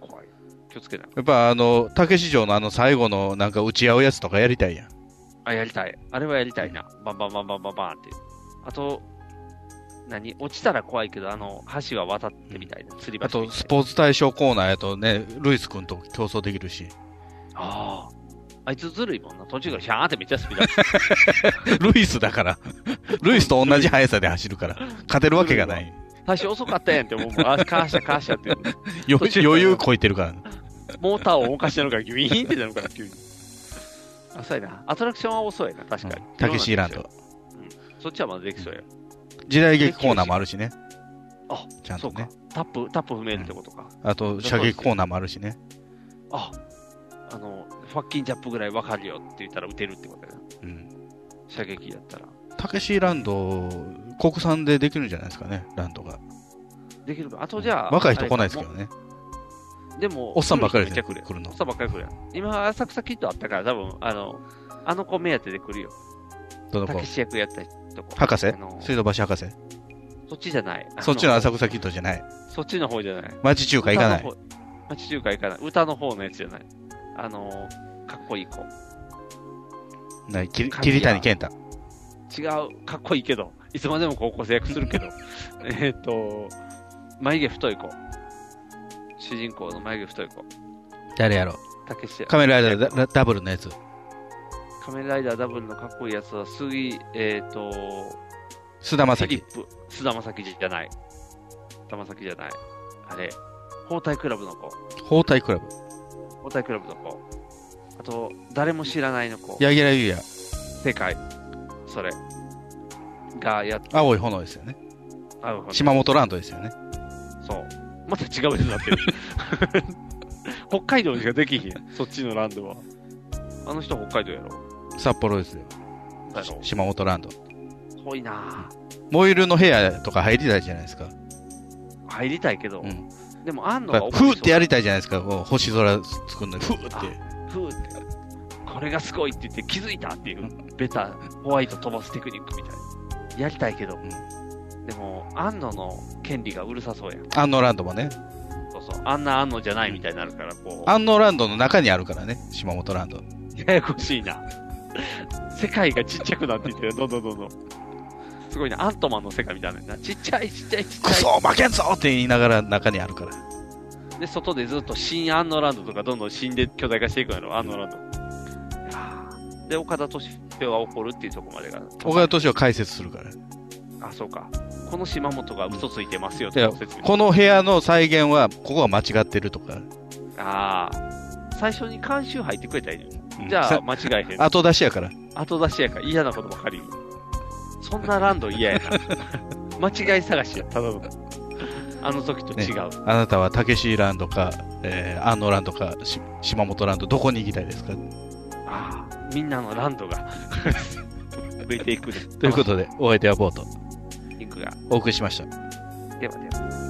S2: 怖い。気をつけな。
S3: やっぱあの、たけし城のあの最後のなんか打ち合うやつとかやりたいやん。
S2: あ、やりたい。あれはやりたいな。バンバンバンバンバンバンって。あと、何落ちたら怖いけど、あの、橋は渡ってみたいな。釣り橋
S3: あと、
S2: みたいな
S3: スポーツ対象コーナーやとね、ルイス君と競争できるし。 [LAUGHS]
S2: ああ。あいつずるいもんな。途中からシャーンってめっちゃスピード上
S3: ルイスだから。 [LAUGHS] ルイスと同じ速さで走るから。勝てるわけがない。
S2: 最初遅かったやんって思うもん。あ、かーしゃかーしゃって。
S3: よ
S2: 途中から
S3: 余裕超えてるから、
S2: モーターを動かしてるからギュイーンってなるから、急に。遅いな。アトラクションは遅いな、確かに。
S3: たけしランド。
S2: そっちはまだできそうや。
S3: 時代劇コーナーもあるしね。
S2: あ、
S3: ちゃん
S2: そ
S3: と
S2: うか
S3: ね。。
S2: タップ、タップ踏めるってことか。
S3: あと、射撃コーナーもあるしね。
S2: あ、あの、ファッキンジャップぐらいわかるよって言ったら撃てるってことやな。
S3: うん。
S2: 射撃やったら。
S3: たけしランド、国産でできるんじゃないですかね、ランドが。
S2: できるか。あとじゃあ。
S3: 若い人来ないですけど
S2: あ
S3: ね。
S2: れか。もでも、
S3: おっさんばっかり
S2: 来
S3: で
S2: る
S3: すね
S2: 人め
S3: 来る
S2: っちゃ来る。
S3: の
S2: おっさんばっかり来るやん。今、浅草キットあったから、多分、あの、あの子目当てで来るよ。
S3: どの
S2: た
S3: 子
S2: けし役やったとこ。
S3: 博士
S2: あの
S3: 水道橋博士
S2: そっちじゃない。
S3: そっちの浅
S2: 草。
S3: 草キッドじゃない。
S2: そっちの方じゃない。
S3: 町中華行かな
S2: 歌
S3: い。
S2: の方。町中華行かない。歌の方のやつじゃない。あの、かっこいい子。
S3: ないき
S2: 神
S3: 桐谷健太。
S2: 違う、かっこいいけど、いつまでも高校生役す
S3: [LAUGHS]
S2: るけど、えーっと、眉毛太い子。主人公の眉毛太い子。
S3: 誰やろ
S2: たけし
S3: う。、仮面ライダーダダブルのやつ。
S2: 仮面ライダーダブルのかっこいいやつは、杉、えーっと、
S3: 菅田将
S2: フィリ
S3: 暉。
S2: ップ、須田正樹じゃない。須田正樹じゃない。あれ、包帯クラブの子。
S3: 包帯クラブ。
S2: 包帯クラブの子。あと、誰も知らないの子。
S3: 柳楽優弥。
S2: 世界。それ。がやっ
S3: 青い炎ですよね。
S2: 合うほど
S3: 島本ランドですよね。
S2: そう。また違うやつになってる。 [LAUGHS] 北海道にしかできひん。そっちのランドは。あの人北海道やろ。
S3: 札幌ですよ。
S2: だろ。
S3: 島本ランド。
S2: 遠いなぁ
S3: モイルの部屋とか入りたいじゃないですか。
S2: 入りたいけど。
S3: うん。
S2: でも、あんの
S3: だか
S2: が
S3: ら
S2: お
S3: ふーってやりたいじゃないですか。こう星空作るのに。ふーって。
S2: ふーって。これがすごいって言って気づいたっていう、ベタ、ホワイト飛ばすテクニックみたいな。やりたいけど。でも、安野の権利がうるさそうやん。
S3: 安納ランドもね。
S2: そうそう。あんな安野じゃないみたいになるから、こう。
S3: 安納ランドの中にあるからね。島本ランド。
S2: ややこしいな。世界がちっちゃくなっていってる、どんどんどんどん。すごいな、アントマンの世界みたいなやつな。ちっちゃい、ちっちゃい、ちっ
S3: ク
S2: ちゃ
S3: ソ負けんぞって言いながら中にあるから。
S2: い。で、外でずっと新アンノランドとかどんどん死んで巨大化していくんやろ、アンノランド。いやーで、岡田敏夫は怒るっていうとこまでが。
S3: 岡田敏夫は解説するから。
S2: あ、そうか。この島本が嘘ついてますよって
S3: で
S2: 説明。
S3: この部屋の再現は、ここは間違ってるとか。
S2: ああ。最初に監修入ってくれたらいいのにじゃ
S3: さ
S2: あ、間違えへん。
S3: 後出しやから。
S2: 後出しやから嫌なことばかり言う。そんなランド嫌やな。間違い探しや、ただの。あの時と違う。
S3: あなたはたけしランドか、えー、安納ランドか、し島本ランド、どこに行きたいですか
S2: ああ、みんなのランドが [LAUGHS] 増えていくね。
S3: ということで、お相手はボート、
S2: いくが。
S3: お送りしました。
S2: ではでは。